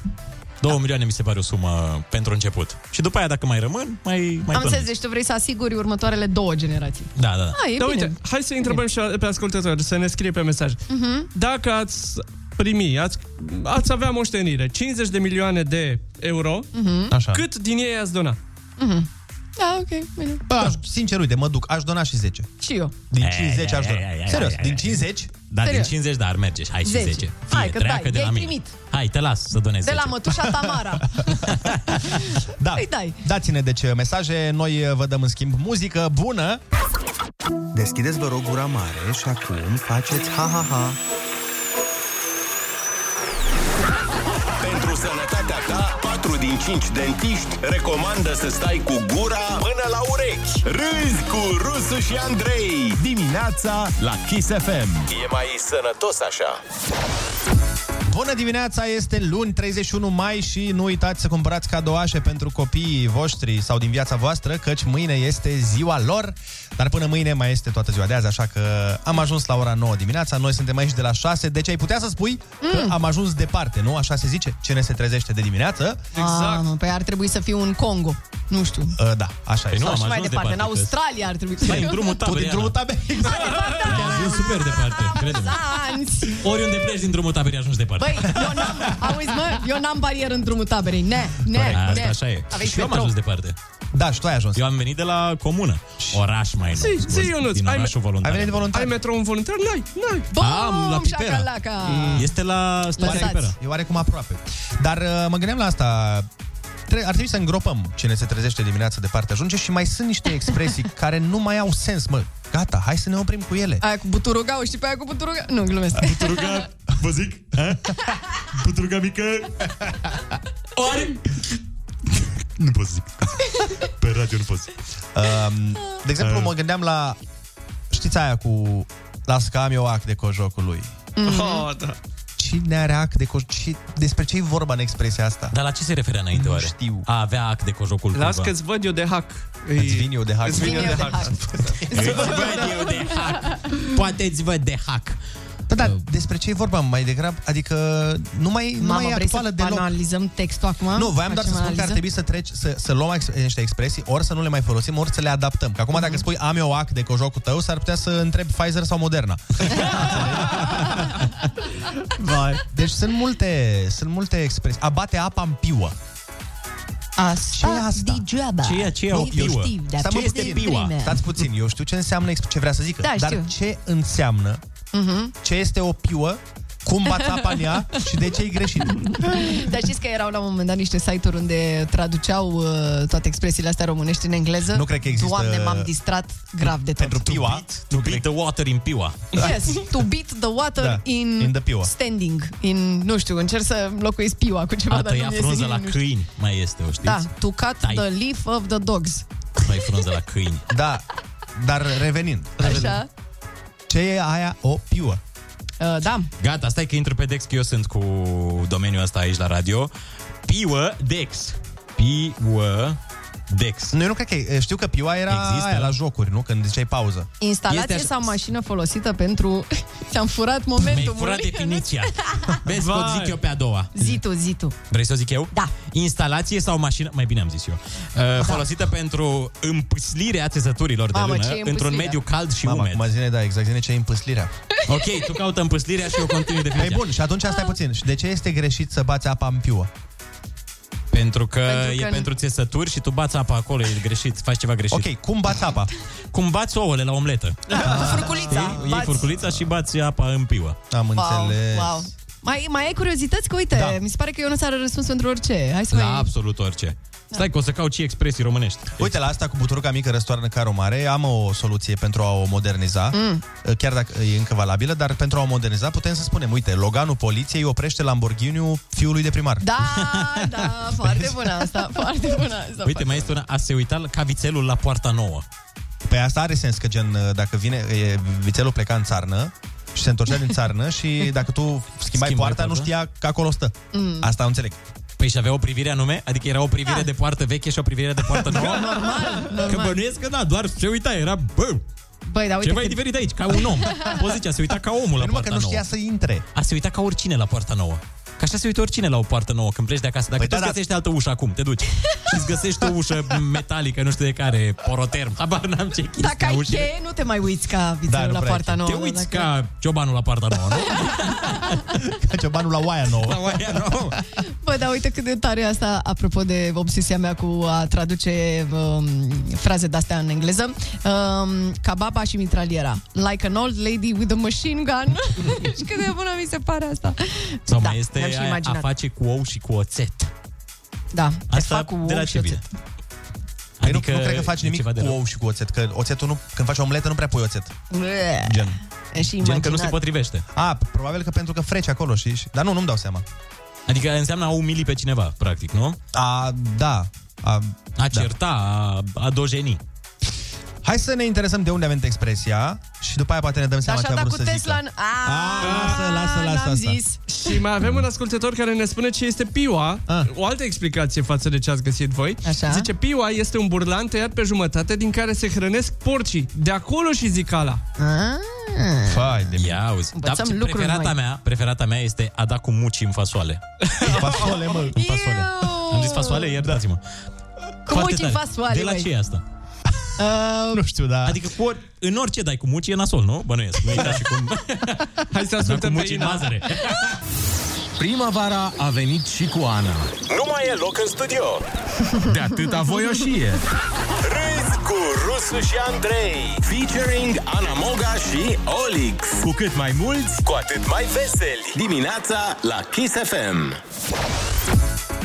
Speaker 6: Două milioane mi se pare o sumă pentru început. Și după aia, dacă mai rămân, mai, mai
Speaker 7: Mai am
Speaker 6: plănuiesc.
Speaker 7: înțeles, deci tu vrei să asiguri următoarele două generații.
Speaker 6: Da, da. da.
Speaker 7: Ah, e
Speaker 1: Dar
Speaker 7: bine.
Speaker 1: uite, hai să întrebăm și pe ascultători, să ne scrie pe mesaj.
Speaker 7: Mhm.
Speaker 1: Dacă ați primi, ați, ați avea moștenire, 50 de milioane de euro,
Speaker 7: Mhm.
Speaker 5: Așa.
Speaker 1: cât din ei ați dona?
Speaker 7: Mhm. Da, ok, bine.
Speaker 5: Bă, aș, sincer, uite, mă duc, aș dona și 10.
Speaker 7: Și eu.
Speaker 5: Din
Speaker 6: Ai,
Speaker 5: 50
Speaker 6: ai,
Speaker 5: aș
Speaker 6: ai, ai,
Speaker 5: dona.
Speaker 6: ai,
Speaker 5: Serios,
Speaker 6: ai, ai,
Speaker 5: din
Speaker 6: ai.
Speaker 5: 50?
Speaker 6: Da, din
Speaker 7: Serios.
Speaker 6: 50, dar merge. Hai și 10.
Speaker 7: 10.
Speaker 6: 10. Fie,
Speaker 7: Hai, că
Speaker 6: treacă
Speaker 7: dai,
Speaker 6: de la
Speaker 7: i-ai
Speaker 6: mine.
Speaker 7: primit.
Speaker 6: Hai, te las să donezi
Speaker 7: De la
Speaker 6: 10.
Speaker 7: mătușa Tamara.
Speaker 5: Da.
Speaker 7: Îi dai.
Speaker 5: Dați-ne deci mesaje, noi eh, vă dăm în schimb muzică bună.
Speaker 13: Deschideți, vă rog, gura mare și acum faceți ha-ha-ha.
Speaker 8: Pentru sănătatea ta 4 din 5 dentiști Recomandă să stai cu gura până la urechi Râzi cu Rusu și Andrei
Speaker 9: Dimineața la Kiss FM.
Speaker 8: E mai sănătos așa
Speaker 5: Bună dimineața, este luni 31 mai și nu uitați să cumpărați cadouașe pentru copiii voștri sau din viața voastră, căci mâine este ziua lor, dar până mâine mai este toată ziua de azi, așa că am ajuns la ora 9 dimineața, noi suntem aici de la 6, deci ai putea să spui mm. că am ajuns departe, nu? Așa se zice, cine se trezește de dimineață.
Speaker 7: Exact. Ah, păi ar trebui să fiu în Congo. Nu știu.
Speaker 5: Uh, da, așa
Speaker 7: Sau și mai departe. În Australia ar trebui să
Speaker 6: Stai în drumul
Speaker 5: Tu
Speaker 6: taberei.
Speaker 5: din drumul taberei.
Speaker 6: Ajungi super departe, crede
Speaker 7: Sanți.
Speaker 6: Oriunde pleci din drumul taberei ajungi departe.
Speaker 7: Băi, eu n-am, auzi, mă, eu n-am barieră în drumul taberei. Ne, ne,
Speaker 6: Corect,
Speaker 7: ne.
Speaker 6: asta așa e.
Speaker 7: Aveți
Speaker 6: și eu am
Speaker 7: metrou.
Speaker 6: ajuns departe.
Speaker 5: Da, și tu ai ajuns.
Speaker 6: Eu am venit de la comună. Oraș mai nou.
Speaker 1: Zi, zi, Ionuț,
Speaker 6: Din
Speaker 1: ai-
Speaker 6: orașul voluntar.
Speaker 1: ai venit voluntar? Ai metrou un voluntar? Noi, noi.
Speaker 6: Am, la Pipera.
Speaker 7: șacalaca.
Speaker 6: Este la stația
Speaker 5: Oare,
Speaker 6: Pipera.
Speaker 5: e oarecum aproape. Dar uh, mă gândeam la asta. Tre- Ar trebui să îngropăm cine se trezește dimineața departe ajunge și mai sunt niște expresii care nu mai au sens, mă. Gata, hai să ne oprim cu ele.
Speaker 7: Aia cu buturugau, știi pe aia cu buturugau? Nu, glumesc.
Speaker 6: Buturuga, vă zic? Buturuga mică. Oare?
Speaker 5: Nu pot să zic.
Speaker 6: Pe radio nu pot să
Speaker 5: Um, de exemplu,
Speaker 6: Uh.
Speaker 5: mă gândeam la... Știți aia cu... Las că am eu ac de cojocul lui.
Speaker 1: Mhm. Oh, da.
Speaker 5: Cine are ac de cojoc? Ce... Despre ce e vorba în expresia asta?
Speaker 6: Dar la ce se referea înainte oare?
Speaker 5: știu.
Speaker 6: A avea ac de cojocul
Speaker 1: Las
Speaker 6: cumva.
Speaker 1: că-ți văd eu de hack.
Speaker 5: Îți vin eu de hack.
Speaker 1: Îți vin eu de hack.
Speaker 6: Poate îți văd de hack. Uh.
Speaker 5: Da, da, despre ce e vorba mai degrabă? Adică nu mai, nu
Speaker 7: Mama,
Speaker 5: mai e
Speaker 7: vrei
Speaker 5: actuală
Speaker 7: să
Speaker 5: deloc.
Speaker 7: analizăm textul acum?
Speaker 5: Nu, voiam doar să
Speaker 7: Facem
Speaker 5: spun că ar
Speaker 7: analiză?
Speaker 5: trebui să treci, să, să luăm ex- niște expresii, ori să nu le mai folosim, ori să le adaptăm. Că acum
Speaker 7: Mhm.
Speaker 5: dacă spui am eu ac de cojocul tău, s-ar putea să întreb Pfizer sau Moderna. Vai. Deci sunt multe, sunt multe expresii. A bate apa în piuă.
Speaker 7: Asta, ce asta? degeaba.
Speaker 5: Ce e- ce e o
Speaker 7: Nu
Speaker 5: piuă?
Speaker 7: știu, dar
Speaker 5: Stai, mă,
Speaker 7: ce este
Speaker 5: Stați puțin, eu știu ce înseamnă, exp- ce vrea să zică.
Speaker 7: Da,
Speaker 5: dar
Speaker 7: știu.
Speaker 5: ce înseamnă,
Speaker 7: Mhm.
Speaker 5: ce este o piuă, cum bați apa în ea și de ce e greșit.
Speaker 7: Dar știți că erau la un moment dat niște site-uri unde traduceau uh, toate expresiile astea românești în engleză?
Speaker 6: Nu cred că există-
Speaker 7: Doamne, m-am distrat grav de tot.
Speaker 6: Pentru piua. To beat the water in piua.
Speaker 5: Da.
Speaker 7: Yes, to beat the water
Speaker 6: Da,
Speaker 7: in,
Speaker 6: in the piua.
Speaker 7: standing. In, nu știu, încerc să locuiesc piua cu ceva,
Speaker 6: A
Speaker 7: dar nu
Speaker 6: tăia
Speaker 7: mi iese
Speaker 6: frunza
Speaker 7: nimic,
Speaker 6: la
Speaker 7: nu știu.
Speaker 6: câini mai este, o știți?
Speaker 7: Da, to cut the leaf of the dogs.
Speaker 6: Tai frunza la câini.
Speaker 5: Da, dar revenind.
Speaker 7: Așa?
Speaker 5: Ce e aia o piuă?
Speaker 7: Uh, da.
Speaker 6: Gata, stai că intru pe Dex, că eu sunt cu domeniul ăsta aici la radio. Piuă Dex. Piuă Dex.
Speaker 5: Nu, eu nu cred că e- știu că piua era
Speaker 6: Există? da.
Speaker 5: aia la jocuri, nu? Când ziceai pauză.
Speaker 7: Instalație
Speaker 5: Este așa-
Speaker 7: sau mașină folosită pentru... Ți-am furat momentul. Muriel.
Speaker 6: definiția. Vezi, pot
Speaker 7: Vai.
Speaker 6: zic eu pe a doua.
Speaker 7: Zi tu, zi tu.
Speaker 6: Vrei să o zic eu? Da. Instalație sau mașină, mai bine am zis eu, uh, da. folosită pentru împâslirea țesăturilor de
Speaker 5: Mamă, ce e
Speaker 6: lună într-un
Speaker 5: împâslirea?
Speaker 6: mediu cald și
Speaker 5: Mama,
Speaker 6: umed.
Speaker 5: acum zine, da, exact, zine ce e împâslirea.
Speaker 6: Ok, tu caută împâslirea și eu continui definiția.
Speaker 5: Păi bun, și atunci asta e puțin. Și de ce este greșit să bați apa în piuă?
Speaker 6: Pentru că,
Speaker 5: Pentru
Speaker 6: e
Speaker 5: că-
Speaker 6: pentru țesături și tu bați apa acolo, e greșit, faci ceva greșit.
Speaker 5: Ok, cum bați apa?
Speaker 6: Cum bați ouăle la omletă.
Speaker 7: Furculița.
Speaker 6: Iei
Speaker 7: Da, Bați-
Speaker 6: furculița și bați apa în piuă.
Speaker 5: Am
Speaker 7: Wow, wow. Mai, mai ai curiozități? Că uite, da. mi se pare că eu nu s-ar răspuns pentru orice. Hai să
Speaker 5: Da.
Speaker 6: La
Speaker 7: mai...
Speaker 6: Da, absolut orice. Stai că o să caut și expresii românești.
Speaker 5: Uite, la asta cu buturuca mică răstoarnă carul mare, am o soluție pentru a o moderniza,
Speaker 6: Mm.
Speaker 5: mm. chiar dacă e încă valabilă, dar pentru a o moderniza putem să spunem, uite, Loganul poliției oprește Lamborghini-ul fiului de primar.
Speaker 7: Da, da, foarte bună asta, foarte bună asta.
Speaker 6: Uite, mai este una, a se uita ca vițelul la poarta nouă.
Speaker 5: Pe Păi asta are sens că gen dacă vine e, vițelul pleca în țarnă și se întorcea din țarnă și dacă tu schimbai, schimbai poarta,
Speaker 6: poarta.
Speaker 5: nu știa că acolo stă.
Speaker 7: Mm.
Speaker 5: Asta înțeleg.
Speaker 6: Păi și avea o privire anume? Adică era o privire da. de poartă veche și o privire de poartă nouă?
Speaker 7: Normal,
Speaker 6: Că
Speaker 7: normal.
Speaker 6: bănuiesc că da, doar se uita, era bă,
Speaker 7: Băi, da, uite
Speaker 6: ceva
Speaker 7: că-
Speaker 6: e diferit aici, ca un om. Poți zice, a se uita ca omul
Speaker 5: Nu
Speaker 6: la
Speaker 5: mă
Speaker 6: poarta
Speaker 5: că nu
Speaker 6: nouă.
Speaker 5: știa să intre.
Speaker 6: A se uita ca oricine la poarta nouă. Că așa se uită oricine la o poartă nouă când pleci de acasă. Dacă
Speaker 5: Păi
Speaker 6: păi tu
Speaker 5: da,
Speaker 6: îți
Speaker 5: da.
Speaker 6: găsești altă ușă acum, te duci și îți găsești o ușă metalică, nu știu de care, poroterm, habar n-am ce chestie
Speaker 7: Dacă ai
Speaker 6: ușile.
Speaker 7: cheie, nu te mai uiți ca vițelul la poarta nouă.
Speaker 6: Te
Speaker 7: da,
Speaker 6: uiți
Speaker 7: dacă-
Speaker 6: ca ciobanul la poarta nouă, nu?
Speaker 5: Ca ciobanul la oaia nouă.
Speaker 6: La oaia nouă.
Speaker 7: Bă, dar uite cât de tare e asta, apropo de obsesia mea cu a traduce um, fraze de-astea în engleză. Um, ca baba și mitraliera. Like an old lady with a machine gun. și cât de bună mi se pare asta.
Speaker 6: Sau
Speaker 7: da,
Speaker 6: mai este
Speaker 7: mi-am și
Speaker 6: aia, a
Speaker 7: imaginat.
Speaker 6: face cu ou și cu oțet.
Speaker 7: Da,
Speaker 6: Asta
Speaker 7: fac cu
Speaker 6: de la
Speaker 7: ou
Speaker 6: ce
Speaker 7: și
Speaker 6: vine?
Speaker 5: Păi
Speaker 6: Adică
Speaker 5: nu, nu cred că faci
Speaker 6: e
Speaker 5: nimic
Speaker 6: ceva de
Speaker 5: cu
Speaker 6: rău. Eh.
Speaker 5: ou și cu oțet, că oțetul nu, când faci o omletă nu prea pui oțet.
Speaker 7: Bleh.
Speaker 5: Gen.
Speaker 7: E și imaginat.
Speaker 6: potrivește.
Speaker 5: A, probabil că pentru că freci acolo și... și- Dar nu, nu-mi dau seama.
Speaker 6: Adică înseamnă a umili pe cineva, practic, nu?
Speaker 5: A, da. A,
Speaker 6: a certa, a, a dojeni.
Speaker 5: Hai să ne interesăm de unde avem expresia și după aia poate ne dăm seama
Speaker 7: Așa,
Speaker 5: ce a
Speaker 7: dar
Speaker 5: vrut
Speaker 7: cu
Speaker 5: să zică.
Speaker 7: Tesla... A,
Speaker 5: Lasă, lasă, lasă
Speaker 7: n-am
Speaker 5: asta.
Speaker 7: zis.
Speaker 1: Și mai avem un ascultător care ne spune ce este piua.
Speaker 6: Ah.
Speaker 1: O altă explicație față de ce ați găsit voi.
Speaker 7: Așa.
Speaker 1: Zice, piua este un burlan tăiat pe jumătate din care se hrănesc porcii. De acolo și zicala.
Speaker 7: Ah.
Speaker 6: Fai de Ia auzi. Dar
Speaker 1: Învățăm
Speaker 6: ce
Speaker 1: lucruri
Speaker 6: preferata
Speaker 1: noi.
Speaker 6: mea, preferata mea este a da cu muci în fasoale. fasoale, mă. În fasoale. Am zis fasoale, iertați-mă.
Speaker 7: Cu
Speaker 6: Foarte
Speaker 7: muci în
Speaker 6: tare.
Speaker 7: fasoale,
Speaker 6: De la
Speaker 7: băi.
Speaker 6: ce e asta?
Speaker 7: Uh,
Speaker 6: Nu știu, da. Adică cu ori, în orice dai cu muci e nasol, nu? Bănuiesc. Nu e ca și cum...
Speaker 1: Hai să
Speaker 6: ascultăm pe Ina. Mazăre.
Speaker 9: Primăvara a venit și cu Ana.
Speaker 7: Ah,
Speaker 8: Nu mai e loc în studio.
Speaker 9: De atâta voioșie.
Speaker 8: Râzi cu Rusu și Andrei. Featuring Ana Moga și Olix.
Speaker 9: Cu cât mai mulți,
Speaker 8: cu atât mai veseli. Dimineața la Kiss FM.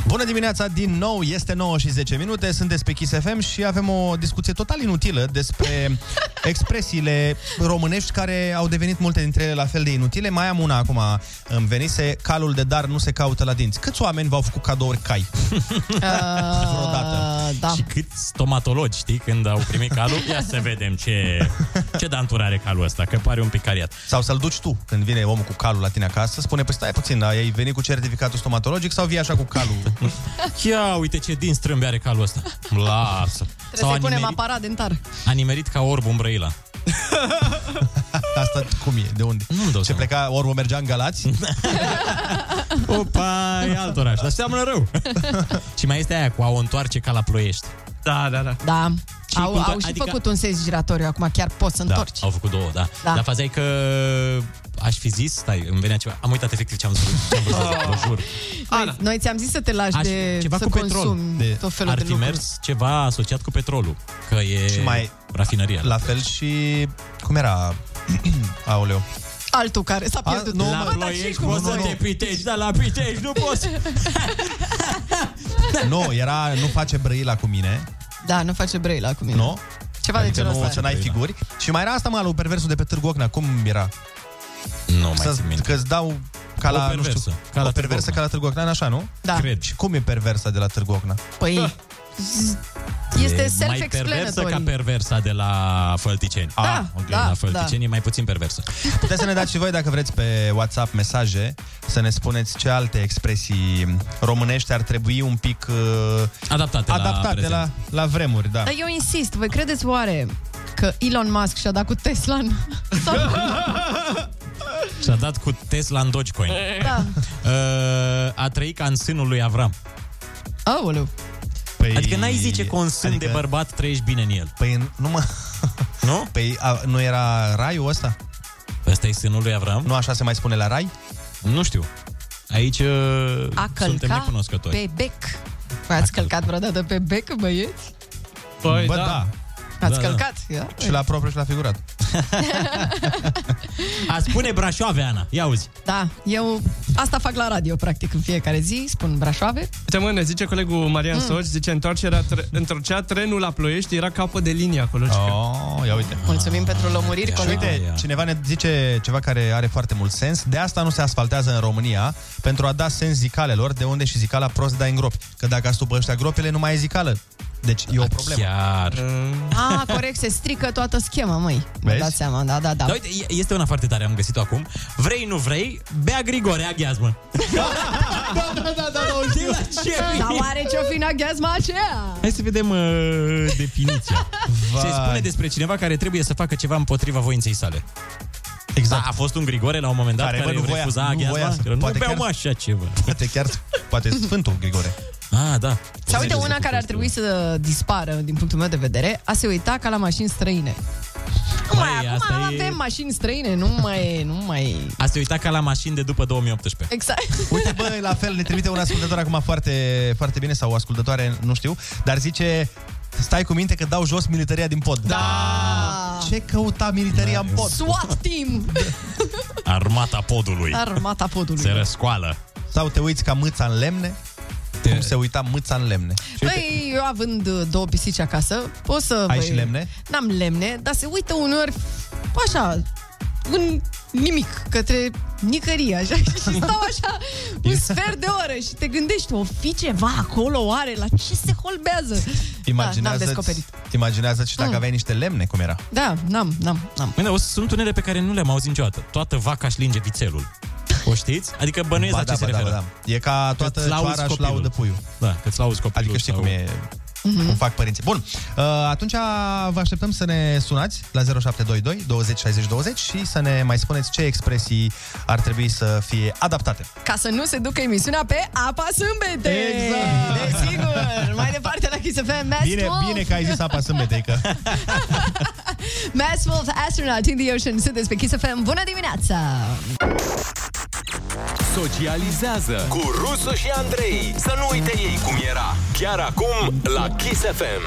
Speaker 5: Bună dimineața din nou, este 9 și 10 minute, sunteți pe Kiss FM și avem o discuție total inutilă despre expresiile românești care au devenit multe dintre ele la fel de inutile. Mai am una acum, îmi venise calul de dar nu se caută la dinți. Câți oameni v-au făcut cadouri cai?
Speaker 7: Uh, Vreodată. Da.
Speaker 6: Și cât stomatologi, știi, când au primit calul, ia să vedem ce, ce da dantură are calul ăsta, că pare un pic cariat.
Speaker 5: Sau să-l duci tu când vine omul cu calul la tine acasă, spune, păi stai puțin, ai venit cu certificatul stomatologic sau vii așa cu calul?
Speaker 6: Ia uite ce din strâmbe are calul ăsta. Lasă.
Speaker 7: Trebuie să-i
Speaker 6: a
Speaker 7: punem
Speaker 6: nimerit,
Speaker 7: aparat dentar.
Speaker 6: a nimerit ca orb umbrăila.
Speaker 5: Asta cum e? De unde?
Speaker 6: Nu
Speaker 5: Ce pleca, orbul mergea în Galați?
Speaker 6: Opa, e alt oraș, dar seamănă rău. și mai este aia cu a o întoarce ca la ploiești.
Speaker 1: Da, da, da.
Speaker 7: Da. Au,
Speaker 6: cumva-
Speaker 7: au și
Speaker 6: adică-
Speaker 7: făcut un sens giratoriu acum, chiar poți să
Speaker 6: Da,
Speaker 7: întorci.
Speaker 6: au făcut două, da.
Speaker 7: Da.
Speaker 6: da. Dar faza e că aș fi zis, stai, îmi venea ceva. Am uitat efectiv ce am zis, ce am vrut să zic, vă jur.
Speaker 7: Noi, Păi, noi ți-am zis să te lași
Speaker 6: Aș,
Speaker 7: de
Speaker 6: ceva
Speaker 7: să
Speaker 6: cu petrol.
Speaker 7: consumi tot felul
Speaker 6: ar
Speaker 7: de
Speaker 6: fi
Speaker 7: lucruri.
Speaker 6: mers ceva asociat cu petrolul, că e
Speaker 5: Și mai-
Speaker 6: rafinăria.
Speaker 5: La fel și... Cum era? Aoleu.
Speaker 7: Altul care s-a
Speaker 5: A,
Speaker 7: pierdut.
Speaker 5: nu, mă,
Speaker 7: Bă, dar
Speaker 5: ploiești,
Speaker 7: și cu
Speaker 5: mă,
Speaker 7: voi.
Speaker 5: nu, nu. Te
Speaker 6: pitești, da, la pitești, nu poți.
Speaker 5: Nu, era nu face brăila cu mine,
Speaker 7: Da, nu face brăila cu mine.
Speaker 5: nu?
Speaker 7: Ceva de
Speaker 5: adică
Speaker 7: genul
Speaker 5: nu,
Speaker 7: ăsta.
Speaker 5: să n-ai figuri. Și mai era asta, mă, lui perversul de pe Târgu Ocna, cum era?
Speaker 6: Nu mai
Speaker 5: Să,
Speaker 6: țin minte.
Speaker 5: că-ți dau ca
Speaker 6: O
Speaker 5: la, nu
Speaker 6: perversă,
Speaker 5: știu,
Speaker 6: ca la
Speaker 5: o
Speaker 6: Târgu
Speaker 5: perversă
Speaker 6: Ocna.
Speaker 5: ca la Târgu Ocna, așa, nu?
Speaker 7: Da.
Speaker 6: Cred.
Speaker 5: Și cum e perversa de la Târgu Ocna?
Speaker 7: Păi, z- este
Speaker 6: mai perversă ca
Speaker 7: self-explanatory.
Speaker 6: perversa de la Fălticeni.
Speaker 5: Da,
Speaker 6: Ah, ok,
Speaker 7: da,
Speaker 6: la Fălticeni e mai puțin perversă.
Speaker 5: Puteți să ne dați și voi, dacă vreți, pe WhatsApp mesaje, să ne spuneți ce alte expresii românești ar trebui un pic uh,
Speaker 6: Adaptate, la
Speaker 5: adaptate la,
Speaker 6: prezent.
Speaker 5: la, vremuri, da.
Speaker 7: Dar eu insist, voi credeți oare că Elon Musk și-a dat cu Tesla în... Sau... Ah.
Speaker 6: Și-a dat cu Tesla în Dogecoin.
Speaker 7: da.
Speaker 6: Uh, a trăit ca în sânul lui Avram.
Speaker 7: Aoleu.
Speaker 5: Păi,
Speaker 6: Adică n-ai zice că un sân
Speaker 5: adică-
Speaker 6: de bărbat trăiești bine în el.
Speaker 5: Păi nu mă...
Speaker 6: Nu?
Speaker 5: Păi a, nu era raiul ăsta?
Speaker 6: Ăsta e sânul lui Avram?
Speaker 5: Nu așa se mai spune la rai?
Speaker 6: Nu știu. Aici uh,
Speaker 7: A
Speaker 6: suntem
Speaker 7: călca
Speaker 6: necunoscători.
Speaker 7: pe bec. Voi ați călcat vreodată pe bec, băieți?
Speaker 1: Păi,
Speaker 5: Bă,
Speaker 1: da.
Speaker 5: da.
Speaker 7: Ați
Speaker 6: Da, da.
Speaker 7: călcat? Da.
Speaker 5: Și la propriu și la figurat.
Speaker 6: A spune Brașoave, Ana. Ia uzi.
Speaker 7: da, eu asta fac la radio, practic, în fiecare zi, spun brașoave.
Speaker 1: Uite mă, ne zice colegul Marian mm. Soci, zice, întoarcerea, tre- întorcea trenul la ploiești, era capă de linie acolo.
Speaker 5: Oh, ia uite.
Speaker 7: Mulțumim pentru lămuriri,
Speaker 5: Și
Speaker 7: coleg.
Speaker 5: uite, cineva ne zice ceva care are foarte mult sens. De asta nu se asfaltează în România, pentru a da sens zicalelor, de unde și zicala prost dai în gropi. Că dacă astupă ăștia gropile, nu mai e zicală. Deci e o problemă.
Speaker 6: Da, Chiar.
Speaker 7: Ah, corect, se strică toată schema, măi. Vă
Speaker 6: Vezi?
Speaker 7: dați seama, da, da, da.
Speaker 6: Dar uite, e- este una foarte tare, am găsit-o acum. Vrei, nu vrei, bea Grigore, aghiazmă.
Speaker 7: da, da, da, da, da,
Speaker 6: știu. ce
Speaker 7: Dar oare ce-o fi gheazma aceea?
Speaker 6: Hai să vedem uh, definiția. Se spune despre cineva care trebuie să facă ceva împotriva voinței sale.
Speaker 5: Exact.
Speaker 6: Da, a fost un Grigore la un moment dat
Speaker 5: Care,
Speaker 6: care,
Speaker 5: bă, nu voia-
Speaker 6: refuza
Speaker 5: nu
Speaker 6: aghiazma.
Speaker 5: voia să-
Speaker 6: Că nu
Speaker 5: poate
Speaker 6: beau
Speaker 5: chiar-
Speaker 6: mă așa ceva.
Speaker 5: Poate chiar, poate Sfântul Grigore.
Speaker 6: Ah, da.
Speaker 7: Sau uite una care ar trebui să dispară, din punctul meu de vedere, a se uita ca la mașini străine. Nu mai,
Speaker 6: Băi,
Speaker 7: acum
Speaker 6: asta e-
Speaker 7: avem mașini străine, nu mai, nu mai...
Speaker 6: A se uita ca la mașini de după 2018.
Speaker 7: Exact.
Speaker 5: Uite, bă, la fel, ne trimite un ascultător acum foarte, foarte bine, sau o ascultătoare, nu știu, dar zice... Stai cu minte că dau jos militaria din pod.
Speaker 7: Da!
Speaker 5: Ce căuta militaria în pod?
Speaker 7: SWAT team!
Speaker 6: Armata podului.
Speaker 7: Armata podului.
Speaker 6: Se răscoală.
Speaker 5: Sau te uiți ca mâța în lemne? Cum se uita mâța în lemne?
Speaker 7: Păi, eu având uh, două pisici acasă, pot să...
Speaker 5: Ai
Speaker 7: vă-
Speaker 5: și lemne?
Speaker 7: N-am lemne, dar se uită uneori așa, în nimic, către nicărie, așa, și stau așa un sfert de oră și te gândești, o fi ceva acolo, oare, la ce se holbează? da, n-am descoperit.
Speaker 5: imaginează-ți și dacă
Speaker 6: Ah.
Speaker 5: aveai niște lemne, cum era.
Speaker 7: Da, n-am, n-am, n-am.
Speaker 6: Bine, o, sunt unele pe care nu le-am auzit niciodată. Toată vaca își linge vițelul. O știți? Adică bănuiesc
Speaker 5: Ba
Speaker 6: la ce
Speaker 5: da,
Speaker 6: se
Speaker 5: ba da,
Speaker 6: referă.
Speaker 5: ba da. E ca toată
Speaker 6: Că-ți lauzi
Speaker 5: țoara își
Speaker 6: copilul.
Speaker 5: laudă puiul.
Speaker 6: Da, că-ți lauzi copilul.
Speaker 5: Adică știi cum e
Speaker 7: Mhm.
Speaker 5: cum fac părinții. Bun, uh, atunci vă așteptăm să ne sunați la 0722 20 60 20 și să ne mai spuneți ce expresii ar trebui să fie adaptate.
Speaker 7: Ca să nu se ducă emisiunea pe apa sâmbete.
Speaker 5: Exact.
Speaker 7: Desigur. Mai departe la Kiss FM. Mass
Speaker 5: Bine,
Speaker 7: Wolf.
Speaker 5: bine că ai zis apa sâmbetei, că
Speaker 7: Mass Wolf, Astronaut in the Ocean. Sunteți pe Kiss FM. Bună dimineața!
Speaker 9: Socializează
Speaker 8: Cu Rusu și Andrei. Să nu uite ei cum era. Chiar acum la Kiss FM.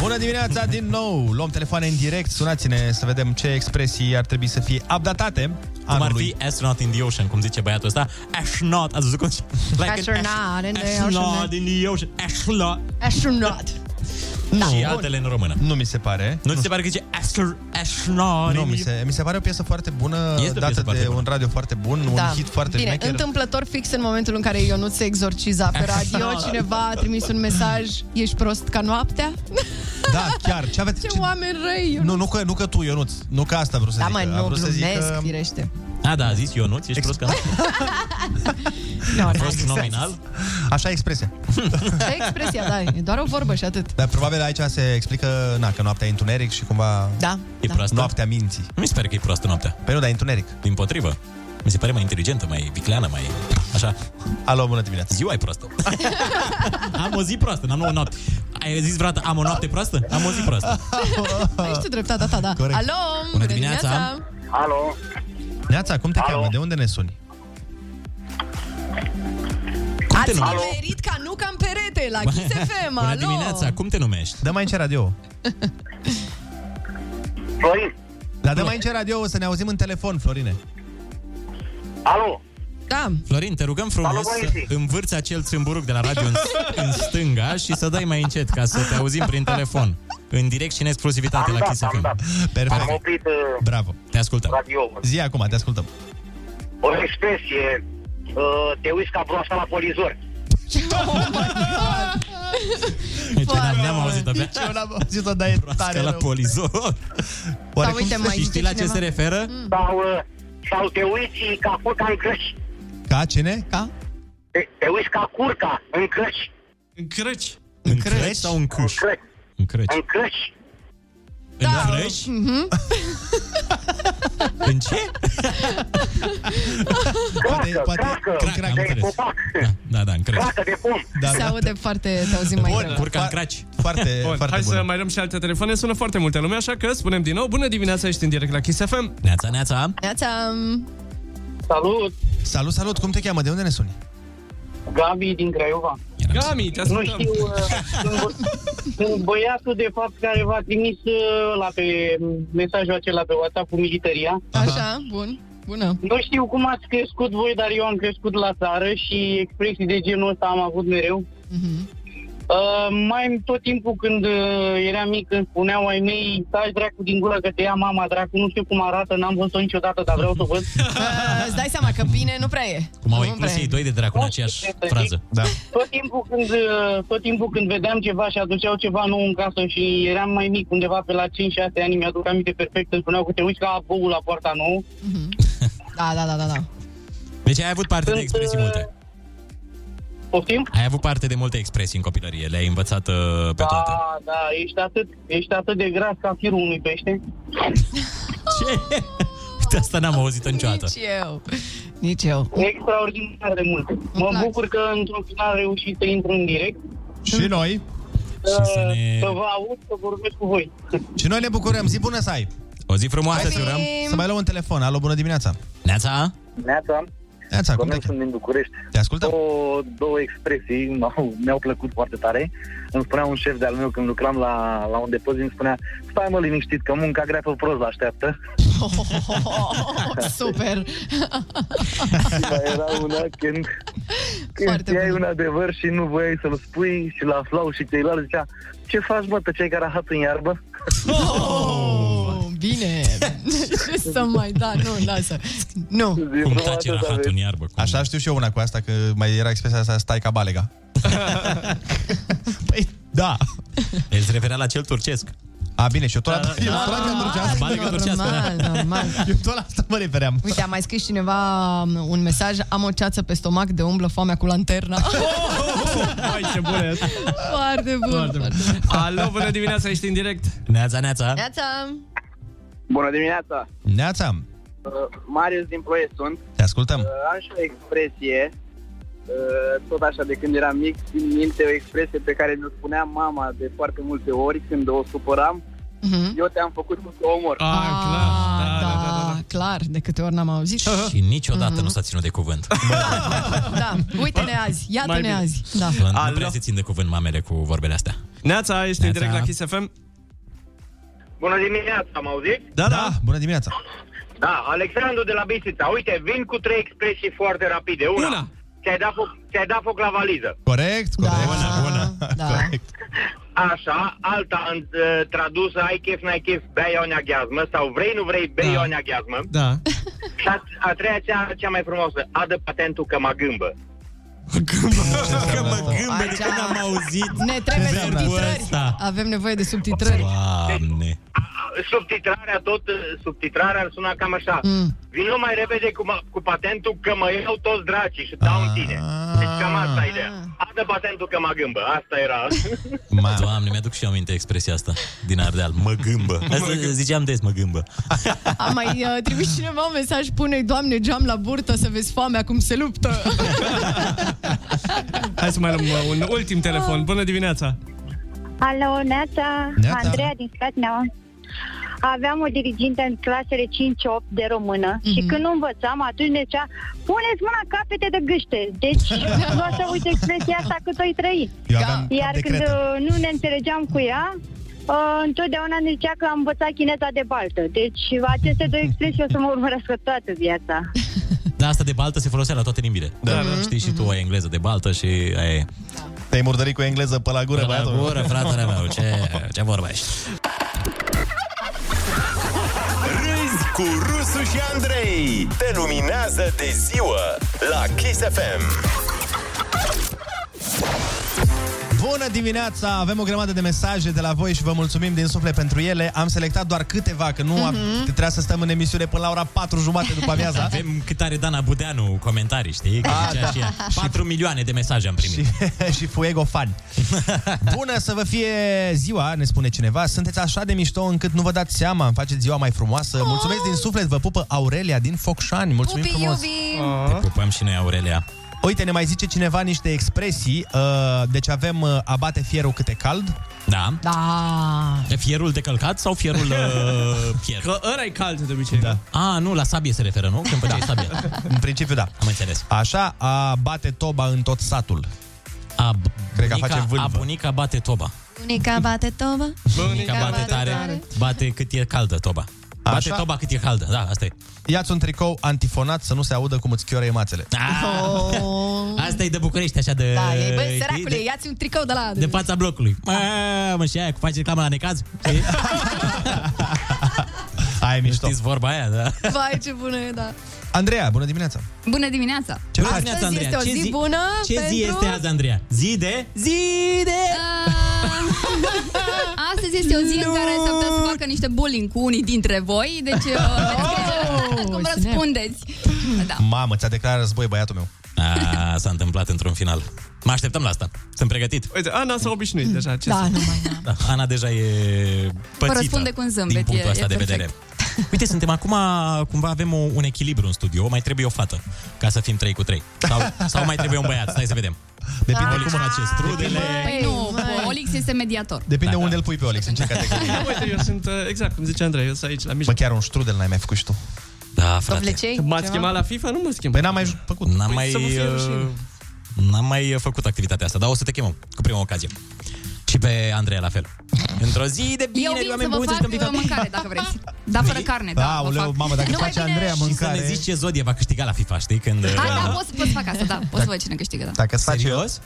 Speaker 5: Bună dimineața din nou! Luăm telefoane în direct, sunați-ne să vedem ce expresii ar trebui să fie updatate
Speaker 6: Cum ar
Speaker 5: anului.
Speaker 6: fi astronaut in the ocean, cum zice băiatul ăsta. Astronaut, ați văzut cum zice? an
Speaker 7: Astronaut in the
Speaker 6: ash-
Speaker 7: ocean. eh?
Speaker 6: Astronaut in the ocean. Astronaut.
Speaker 7: Astronaut.
Speaker 6: Da, și
Speaker 5: Bun.
Speaker 6: altele în română.
Speaker 5: Nu mi se pare.
Speaker 6: Nu ți se pare că zice astro, astronaut?
Speaker 5: Nu, mi se, mi se pare o piesă foarte bună,
Speaker 6: Este o piesă
Speaker 5: dată
Speaker 6: foarte
Speaker 5: de
Speaker 6: bună.
Speaker 5: un radio foarte bun, un hit foarte
Speaker 7: Da. Bine,
Speaker 5: șmecher.
Speaker 7: întâmplător fix în momentul în care eu nu se exorciza pe radio, cineva a trimis un mesaj, ești prost ca noaptea?
Speaker 5: Da, chiar. Ce aveți?
Speaker 7: Ce oameni răi!
Speaker 5: Nu, nu că, nu că tu, Ionuț. Nu că asta vreau să
Speaker 7: Da,
Speaker 5: zic.
Speaker 7: mă,
Speaker 5: Vreau
Speaker 7: nu,
Speaker 5: să zic
Speaker 7: glumesc,
Speaker 5: că-
Speaker 7: firește.
Speaker 6: A, da, a zis Ionuț, ești prost ca
Speaker 7: Nu,
Speaker 6: Prost nominal?
Speaker 5: Așa e expresia.
Speaker 7: Asta e expresia, da, e doar o vorbă și atât.
Speaker 5: Dar probabil aici se explică, na, că noaptea e întuneric și cumva...
Speaker 7: Da,
Speaker 6: E
Speaker 7: da.
Speaker 6: proastă?
Speaker 5: Noaptea minții.
Speaker 6: Nu mi se pare că e proastă noaptea.
Speaker 5: Păi nu, dar e întuneric.
Speaker 6: Din potrivă. Mi se pare mai inteligentă, mai vicleană, mai... Așa.
Speaker 5: Alo, bună dimineața.
Speaker 6: Ziua e proastă. am o zi proastă, n-am o noapte. Ai zis vreodată, am o noapte proastă? Am o zi proastă.
Speaker 7: Ești tu dreptatea ta, da.
Speaker 6: Corect.
Speaker 7: Alo,
Speaker 6: Bună dimineața.
Speaker 5: Alo. Neața, cum te Alo. cheamă? De unde ne suni?
Speaker 7: Cum Ați
Speaker 5: numești?
Speaker 7: nimerit ca nu ca în perete la Kiss FM, alo!
Speaker 6: cum te numești?
Speaker 5: Dă mai în ce radio.
Speaker 18: Florin.
Speaker 5: Dar Da, dă mai în ce radio, să ne auzim în telefon, Florine.
Speaker 18: Alo.
Speaker 7: Da.
Speaker 6: Florin, te rugăm frumos
Speaker 18: Salut,
Speaker 6: să
Speaker 18: băieții.
Speaker 6: învârți acel țâmburuc de la radio în, în stânga și să dai mai încet ca să te auzim prin telefon. În direct și în exclusivitate
Speaker 18: Am
Speaker 6: la
Speaker 18: dat,
Speaker 6: Kiss
Speaker 18: am
Speaker 6: FM.
Speaker 5: Perfect.
Speaker 18: Am oprit uh,
Speaker 5: Bravo.
Speaker 6: Te ascultăm.
Speaker 18: radio.
Speaker 5: Zi acum, te ascultăm.
Speaker 18: O expresie. Uh, te uiți ca proasta la polizor.
Speaker 7: Oh my God.
Speaker 6: Deci, n-am, n-am auzit abia.
Speaker 5: Nici Deci eu n-am auzit-o, dar e tare
Speaker 6: Ca la
Speaker 5: rău.
Speaker 6: polizor.
Speaker 5: Oare cum se-
Speaker 18: mai
Speaker 6: și știi la ce se referă?
Speaker 5: Mm.
Speaker 18: Sau, uh, sau te uiți ca furca în crăci.
Speaker 5: Ca cine? Ca?
Speaker 18: Te, te uiți ca curca în crăci.
Speaker 1: În crăci.
Speaker 6: În crăci sau în cuș? În crăci.
Speaker 18: În crăci.
Speaker 6: În
Speaker 5: Da.
Speaker 6: crăci?
Speaker 5: Mhm.
Speaker 6: În ce?
Speaker 5: Poate, poate,
Speaker 6: Crac, am înțeles. Da, da, în crăci.
Speaker 18: Cracă de pom.
Speaker 5: Da,
Speaker 7: Se
Speaker 5: da.
Speaker 7: aude foarte, te auzim mai rău.
Speaker 6: Curca în craci.
Speaker 5: Foarte,
Speaker 1: Bun,
Speaker 5: foarte
Speaker 1: hai
Speaker 5: bună.
Speaker 1: să mai luăm și alte telefoane, sună foarte multe lume, așa că spunem din nou, bună dimineața, ești în direct la Kiss FM.
Speaker 6: Neața, neața.
Speaker 7: Neața!
Speaker 5: Salut! Salut, salut! Cum te cheamă? De unde ne suni?
Speaker 14: Gabi din Craiova.
Speaker 1: Gami,
Speaker 14: Nu
Speaker 1: te ascultăm.
Speaker 14: știu, uh, sunt, bă- sunt băiatul de fapt care v-a trimis uh, la pe mesajul acela pe WhatsApp cu militaria.
Speaker 7: Așa, bun, bună.
Speaker 14: Nu știu cum ați crescut voi, dar eu am crescut la țară și expresii de genul ăsta am avut mereu.
Speaker 5: Mhm.
Speaker 14: Uh, mai tot timpul când uh, eram mic, când spuneau ai mei, taci dracu din gură că te ia mama dracu, nu știu cum arată, n-am văzut-o niciodată, dar vreau să o văd.
Speaker 7: Uh, îți dai seama că bine nu prea e.
Speaker 6: Cum au
Speaker 7: Nu
Speaker 6: inclus
Speaker 7: prea
Speaker 6: ei
Speaker 7: e.
Speaker 6: doi de dracu în aceeași frază.
Speaker 5: Da.
Speaker 14: Tot timpul, când, uh, tot timpul când vedeam ceva și aduceau ceva nou în casă și eram mai mic, undeva pe la 5-6 ani, mi-aduc aminte perfect, îmi spuneau că te uiți ca boul la poarta nouă.
Speaker 7: Da, da, da, da, da.
Speaker 6: Deci ai avut parte de
Speaker 18: uh,
Speaker 6: expresii multe.
Speaker 14: Poftim?
Speaker 6: Ai avut parte de multe expresii în copilărie, le-ai învățat uh, pe toate.
Speaker 14: Da, da, ești atât, ești atât de gras ca firul unui pește.
Speaker 6: Ce? Uite, asta n-am auzit niciodată.
Speaker 7: Nici eu. Nici eu.
Speaker 14: Extraordinar de mult. Mă bucur că într-un final am reușit să intru în direct.
Speaker 5: Și noi.
Speaker 14: Să, să, vă aud, să vorbesc cu voi.
Speaker 5: Și noi ne bucurăm. Zi bună să ai!
Speaker 6: O zi
Speaker 5: să
Speaker 6: frumoasă, ți urăm.
Speaker 5: Să mai luăm un telefon. Alo, bună dimineața!
Speaker 6: Neața?
Speaker 15: Neața.
Speaker 5: Neața, cum te
Speaker 15: Cornel, sunt din București.
Speaker 5: Te ascultăm.
Speaker 15: Două, două expresii m-au, mi-au plăcut foarte tare. Îmi spunea un șef de-al meu când lucram la, la un depozit, îmi spunea stai mă liniștit că munca grea pe prost așteaptă.
Speaker 7: Oh, super.
Speaker 15: Și mai era una când, când știai un adevăr și nu voiai să-l spui și l-aflau și ceilalți zicea ce faci mă, pe cei care rahat în iarbă?
Speaker 7: Oh, bine. Ce să mai da, nu, lasă. Nu.
Speaker 15: Cum tace
Speaker 6: rahatul în iarbă?
Speaker 5: Așa știu și eu una cu asta, că mai era expresia asta, stai ca balega.
Speaker 6: Da. El se referea la cel turcesc.
Speaker 5: A, bine, și eu tot la
Speaker 6: Da, da, da.
Speaker 5: tot la-
Speaker 6: Ba că torcească,
Speaker 7: normal,
Speaker 6: da.
Speaker 7: normal.
Speaker 5: Eu tot la asta mă refeream.
Speaker 7: Uite, a mai scris cineva un mesaj Am o ceață pe stomac de umblă foamea cu lanterna Oh!
Speaker 1: Mai ce bun e asta.
Speaker 7: Foarte bun
Speaker 1: Foarte bun. Alo, bună dimineața, ești în direct.
Speaker 6: Neața,
Speaker 5: Da.
Speaker 6: neața.
Speaker 7: Neața
Speaker 18: Bună dimineața!
Speaker 5: Neața,
Speaker 18: Uh, Marius din Ploiești sunt.
Speaker 5: te ascultăm.
Speaker 18: Uh, am și o expresie, uh, tot așa de când eram mic, țin minte o expresie pe care mi-o spunea mama de foarte multe ori când o supăram.
Speaker 7: Mhm.
Speaker 5: Hm?
Speaker 18: Eu te-am făcut cu să omor.
Speaker 1: Ah,
Speaker 18: clar.
Speaker 7: da, da, clar, de câte ori n-am auzit
Speaker 6: Și niciodată nu s-a ținut de cuvânt.
Speaker 7: Da, uite-ne azi, iată-ne
Speaker 6: bine.
Speaker 7: azi da.
Speaker 6: Nu prea se țin de cuvânt mamele cu vorbele astea.
Speaker 1: Neața, ești în direct la Kiss FM?
Speaker 18: Bună dimineața, am auzit?
Speaker 1: Da, da.
Speaker 5: Bună dimineața.
Speaker 18: Da, Alexandru de la Bisița. Uite, vin cu trei expresii foarte rapide. Una, Da. Una. ți-ai dat foc, ți-ai dat foc la valiză.
Speaker 5: Corect, corect. Bună, bună.
Speaker 18: Da. Așa, alta în, uh, tradusă, ai chef, n-ai chef, bei o neaghiazmă, sau vrei, nu vrei, bei da. o neaghiazmă.
Speaker 1: Da.
Speaker 18: Și a, a treia, cea, cea mai frumoasă, adă patentul că mă gâmbă.
Speaker 6: Că mă gâmbă de când am auzit
Speaker 7: Ne trebuie
Speaker 6: verbul
Speaker 7: subtitrări
Speaker 6: ăsta.
Speaker 7: Avem nevoie de subtitrări
Speaker 6: Doamne.
Speaker 18: Subtitrarea, tot uh, subtitrarea ar suna cam așa. Mm. Vino mai repede cu, ma- cu patentul că mă iau toți dracii și dau în tine. Deci cam asta e ideea. Adă patentul că mă gâmbă. Asta era.
Speaker 6: Doamne, mi-aduc și eu aminte expresia asta din Ardeal. Mă gâmbă. Asta ziceam des, mă gâmbă.
Speaker 7: A mai uh, trimis cineva un mesaj Pune-i, Doamne, geam la burtă să vezi foamea cum se luptă
Speaker 1: Hai să mai luăm uh, un ultim
Speaker 7: Ah.
Speaker 1: telefon. Bună dimineața.
Speaker 22: Alo, Neața,
Speaker 1: Neața.
Speaker 22: Andreea din Scatneaua. Aveam o dirigintă în clasele 5-8 de română mm-hmm.
Speaker 28: Mhm.
Speaker 22: și când nu învățam, atunci ne zicea puneți mâna în capete de gâște. Deci nu o să uite expresia asta cât o-i trăi.
Speaker 28: Eu aveam cap
Speaker 22: Iar
Speaker 28: de
Speaker 22: când
Speaker 28: cretă.
Speaker 22: uh, nu ne înțelegeam cu ea, uh, întotdeauna ne zicea că am învățat chineta de baltă. Deci aceste două expresii o să mă urmărească toată viața.
Speaker 6: Da, asta de baltă se folosea la toate limbile. Da, da. Știi și tu, ai engleză de baltă și aia e.
Speaker 5: Mhm. Te-ai murdărit cu engleză pe la gură,
Speaker 6: băiatul. gură, fratele meu, ce, ce vorbești?
Speaker 9: Râzi cu Rusu și Andrei. Te luminează de ziua la Kiss FM.
Speaker 5: Bună dimineața! Avem o grămadă de mesaje de la voi și vă mulțumim din suflet pentru ele. Am selectat doar câteva, că nu mm-hmm.
Speaker 7: Mhm.
Speaker 5: trebuia să stăm în emisiune până la ora 4 jumate după amiaza.
Speaker 6: Avem cât are Dana Budeanu comentarii, știi? Că
Speaker 5: Ah,
Speaker 6: zicea
Speaker 5: da.
Speaker 6: și ea. 4 milioane de mesaje am primit.
Speaker 5: și Fuego fan. Bună să vă fie ziua, ne spune cineva. Sunteți așa de mișto încât nu vă dați seama, îmi faceți ziua mai frumoasă. Mulțumesc din suflet, vă pupă Aurelia din Focșani. Mulțumim
Speaker 6: Pupi,
Speaker 5: frumos.
Speaker 6: iubi! Te pupăm și noi, Aurelia.
Speaker 5: Uite, ne mai zice cineva niște expresii. Uh, Deci avem uh, abate fierul câte cald.
Speaker 6: Da.
Speaker 7: Da.
Speaker 6: Fierul de călcat sau fierul uh, fier?
Speaker 1: Că ăla e cald de obicei.
Speaker 5: Da.
Speaker 6: A, nu, la sabie se referă, nu? Când făceai sabie.
Speaker 5: În principiu, da. Am
Speaker 6: înțeles.
Speaker 5: Așa, a bate toba în tot satul.
Speaker 6: A,
Speaker 5: Cred că
Speaker 6: bunica-
Speaker 5: face vâlvă.
Speaker 6: A bunica bate toba.
Speaker 16: Bunica bate toba.
Speaker 6: Bunica bate tare, bate cât e caldă toba. Bate
Speaker 5: Așa?
Speaker 6: toba cât e caldă, da, asta e.
Speaker 5: Ia-ți un tricou antifonat să nu se audă cum îți chioră mațele.
Speaker 7: Oh.
Speaker 6: Ah. Asta e de București, așa de...
Speaker 7: Da, ei, băi,
Speaker 6: știi,
Speaker 7: săracule,
Speaker 6: de,
Speaker 7: ia-ți un tricou de la...
Speaker 6: de fața blocului. Mamă, și aia cu face reclamă la necaz. știi?
Speaker 5: Aia e mișto.
Speaker 6: Știți vorba aia, da?
Speaker 16: Vai, ce bună e, da.
Speaker 5: Andreea, bună dimineața!
Speaker 16: Bună dimineața!
Speaker 5: Ce faci?
Speaker 16: Astăzi este o zi, bună
Speaker 6: Ce
Speaker 16: pentru...
Speaker 6: zi este azi, Andreea? Zi de... Zi de...
Speaker 16: Ah, Astăzi este o zi în care s-ar putea să facă niște bullying cu unii dintre voi, deci uh, vedeți cum răspundeți. Da.
Speaker 5: Mamă, ți-a declarat război băiatul meu.
Speaker 6: A, s-a întâmplat într-un final. Mă așteptăm la asta. Sunt pregătit.
Speaker 1: Uite, Ana s-a obișnuit deja. Ce
Speaker 16: Da, nu mai
Speaker 6: Da, Ana deja e
Speaker 16: Vă
Speaker 6: pățită.
Speaker 16: răspunde cu un zâmbet,
Speaker 6: din punctul
Speaker 16: e-
Speaker 6: ăsta
Speaker 16: e
Speaker 6: de
Speaker 16: perfect.
Speaker 6: vedere. Uite, suntem acum, cumva avem o, un echilibru în studio, mai trebuie o fată ca să fim 3 cu 3. Sau, sau mai trebuie un băiat, stai să vedem.
Speaker 16: Depinde
Speaker 6: Olix
Speaker 16: cum-
Speaker 6: face strudele.
Speaker 16: Păi nu, Olix este mediator.
Speaker 5: Depinde da, unde da. îl pui pe Olex, în ce categorie.
Speaker 1: Uite, eu sunt, uh, exact cum zice Andrei, eu sunt aici, la
Speaker 5: Bă,
Speaker 1: mijloc.
Speaker 5: chiar un strudel n-ai mai făcut și tu.
Speaker 6: Da,
Speaker 7: Dovlecei?
Speaker 1: M-ați
Speaker 7: Ceva?
Speaker 1: chemat la FIFA? Nu mă schimb.
Speaker 5: Păi n-am mai făcut.
Speaker 6: N-am
Speaker 1: Păi
Speaker 6: mai,
Speaker 1: să vă fie
Speaker 6: uh,
Speaker 1: rușine.
Speaker 6: n-am mai uh, făcut activitatea asta, dar o să te chemăm cu prima ocazie. Și pe Andreea la fel. Într-o zi de bine,
Speaker 16: Eu vin să
Speaker 6: oameni
Speaker 16: vă
Speaker 6: buni, să
Speaker 16: fac
Speaker 6: jucăm
Speaker 16: uh,
Speaker 6: FIFA.
Speaker 16: mâncare, dacă vreți. Dar fără carne, da, vă fac. Nu mai bine-
Speaker 6: Și să ne zici ce zodie va câștiga la FIFA, știi? Când,
Speaker 16: Ah, da, poți, poți să fac asta, da. Poți să văd cine câștigă, da.
Speaker 5: Dacă
Speaker 6: faci Serios?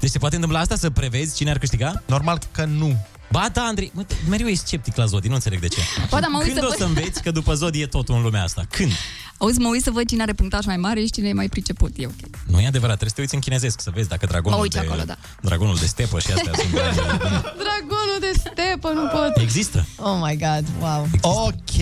Speaker 6: Deci se poate întâmpla asta să prevezi cine ar câștiga?
Speaker 5: Normal că nu.
Speaker 6: Ba da, Andrei, mă, mereu e sceptic la zodii, nu înțeleg de ce.
Speaker 16: Ba da, mă uit
Speaker 6: Când
Speaker 16: să
Speaker 6: o
Speaker 16: văd-
Speaker 6: să înveți că după zodii e totul în lumea asta? Când?
Speaker 16: Auzi, mă uit să văd cine are punctaj mai mare și cine e mai priceput. E ok.
Speaker 6: Nu e adevărat, trebuie să te uiți în chinezesc să vezi dacă dragonul,
Speaker 16: Mă uit
Speaker 6: de,
Speaker 16: acolo, da.
Speaker 6: dragonul de stepă și astea sunt.
Speaker 7: Dragonul de stepă, nu pot.
Speaker 6: Există.
Speaker 7: Oh my god, wow.
Speaker 5: Ok,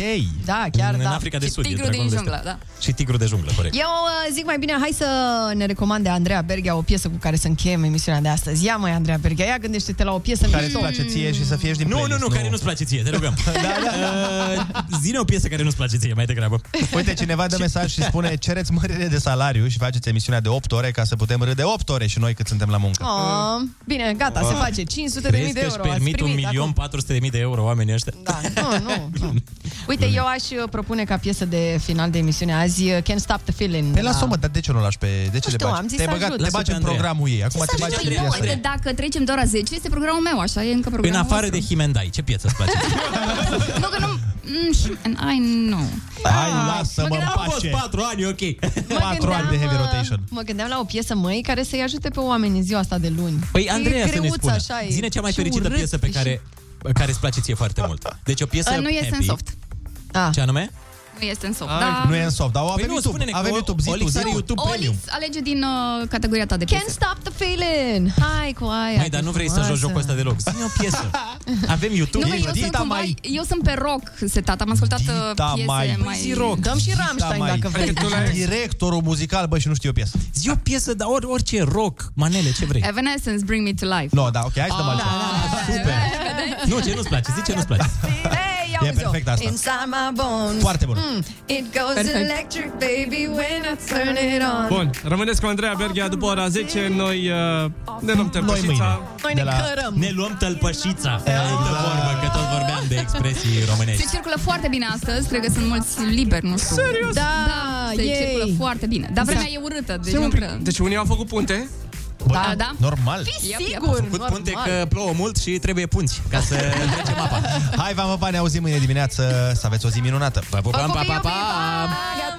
Speaker 7: Da, chiar
Speaker 6: în,
Speaker 7: da.
Speaker 6: În Africa de
Speaker 7: Și
Speaker 6: Sud. e
Speaker 7: tigrul
Speaker 6: dragonul
Speaker 7: din
Speaker 6: de
Speaker 7: junglă,
Speaker 6: stea.
Speaker 16: da.
Speaker 6: Și tigru de junglă, corect.
Speaker 7: Eu uh, zic mai bine, hai să ne recomande Andreea Berghea o piesă cu care să încheiem emisiunea de astăzi. Ia mai Andreea Berghea, ia gândește-te la o piesă
Speaker 5: Care îți place ție și să fie din
Speaker 6: Nu, nu, nu, care nu-ți place ție, te rugăm. da, da. Zine o piesă care nu-ți place ție, mai degrabă.
Speaker 5: Uite, cineva dă mesaj și spune Cereți mărire de salariu și faceți emisiunea de 8 ore Ca să putem râde 8 ore și noi cât suntem la muncă
Speaker 7: Oh, bine, gata,
Speaker 6: Ah.
Speaker 7: se face. 500 de mii
Speaker 6: Crezi
Speaker 7: de
Speaker 6: că își
Speaker 7: euro. ați
Speaker 6: permit un
Speaker 7: primit
Speaker 6: milion 400 de mii de euro oamenii ăștia?
Speaker 7: Da. acum. Nu, nu, nu. Uite, eu aș uh, propune ca piesă de final de emisiune azi uh, Can't Stop the Feeling.
Speaker 6: Păi
Speaker 5: Pe lasă-mă, dar de ce nu o lași pe... De ce
Speaker 7: da. știu,
Speaker 5: te bagi?
Speaker 7: am zis
Speaker 5: te
Speaker 7: să
Speaker 5: băgat,
Speaker 7: ajut.
Speaker 5: te
Speaker 7: Lasă
Speaker 5: bagi în
Speaker 7: pe Andreea.
Speaker 5: programul ei Acum te bagi în
Speaker 16: Păi nu,
Speaker 5: piața
Speaker 16: uite, dacă trecem de ora 10, este programul meu, așa, e încă
Speaker 6: În
Speaker 16: programul
Speaker 6: afară
Speaker 16: vostru.
Speaker 6: de Himendai, ce piață îți place?
Speaker 16: Nu, că nu... Mm, și- I know.
Speaker 6: Hai,
Speaker 5: lasă-mă
Speaker 6: Am
Speaker 5: în
Speaker 6: fost
Speaker 5: pace.
Speaker 6: patru ani, ok.
Speaker 5: Patru ani de
Speaker 7: uh,
Speaker 5: heavy rotation
Speaker 7: Mă gândeam la o piesă, măi, care să-i ajute pe oameni în ziua asta de luni.
Speaker 6: Păi,
Speaker 7: E
Speaker 6: Andreea, să ne
Speaker 7: greuță,
Speaker 6: spună.
Speaker 7: așa, e
Speaker 6: Zine cea mai
Speaker 7: și
Speaker 6: fericită
Speaker 7: urât
Speaker 6: piesă pe
Speaker 7: și-
Speaker 6: care care îți place ție foarte mult. Deci o piesă
Speaker 16: Uh, nu este
Speaker 6: happy.
Speaker 16: în soft.
Speaker 6: Da.
Speaker 7: Da.
Speaker 6: Ce anume?
Speaker 16: Nu este în soft, da.
Speaker 5: Nu e în soft, dar o avem
Speaker 6: Păi nu,
Speaker 5: YouTube
Speaker 6: spune-ne că
Speaker 5: Avem
Speaker 6: o-
Speaker 5: YouTube, zi
Speaker 6: Olix
Speaker 5: tu, zi
Speaker 6: are
Speaker 5: tu.
Speaker 6: YouTube Premium.
Speaker 16: Olix alege din uh, categoria ta de piese.
Speaker 7: Can't Stop the Feeling! Hai cu aia!
Speaker 6: Mai, dar nu vrei să joci jocul ăsta deloc. Zine o piesă. Avem
Speaker 16: Nu,
Speaker 6: YouTube.
Speaker 16: mă, eu, sunt cumva, eu sunt pe rock setată, am ascultat uh, piese mai...
Speaker 6: Păi
Speaker 7: Dăm și Rammstein dacă vrei.
Speaker 5: Directorul muzical, bă, și nu știu o piesă
Speaker 6: Zi o piesă, dar or, orice, rock, manele, ce vrei.
Speaker 16: Evanescence, Bring Me to Life.
Speaker 5: No, da, ok, hai să dăm
Speaker 16: Ah,
Speaker 5: altceva.
Speaker 6: Nu, ce nu-ți place, zice nu-ți place.
Speaker 7: Hey,
Speaker 6: E perfect asta.
Speaker 7: Inside my bones.
Speaker 6: Foarte bună.
Speaker 7: Mm, it goes
Speaker 1: Perfect.
Speaker 7: electric, baby, when I turn it on.
Speaker 1: Bun, rămâneți cu Andreea Berghia după ora 10, noi uh, ne luăm tăpășița.
Speaker 7: Noi ne cărăm.
Speaker 6: Ne luăm tălpășița.
Speaker 5: Da.
Speaker 6: Pe altă vorbă, că tot vorbeam de expresii
Speaker 16: Se
Speaker 6: românești.
Speaker 16: circulă foarte bine astăzi, cred că sunt mulți liberi, nu știu.
Speaker 7: Serios?
Speaker 16: Da,
Speaker 7: Da,
Speaker 16: se
Speaker 7: ei.
Speaker 16: circulă foarte bine. Dar vremea
Speaker 7: Da.
Speaker 16: e urâtă, deci
Speaker 1: Stai
Speaker 16: nu
Speaker 1: un pic.
Speaker 16: prea...
Speaker 1: Deci unii au făcut punte.
Speaker 16: Da, da.
Speaker 5: Normal.
Speaker 16: Fii Yep, yep.
Speaker 7: sigur,
Speaker 6: Am făcut punte că plouă mult și trebuie punți ca să
Speaker 1: uh,
Speaker 6: trecem apa.
Speaker 5: Hai, v-am pa, ne auzim mâine dimineață Să aveți o zi minunată
Speaker 6: Pa,
Speaker 5: pa,
Speaker 16: Ah,
Speaker 6: pa, pa, pa, pa.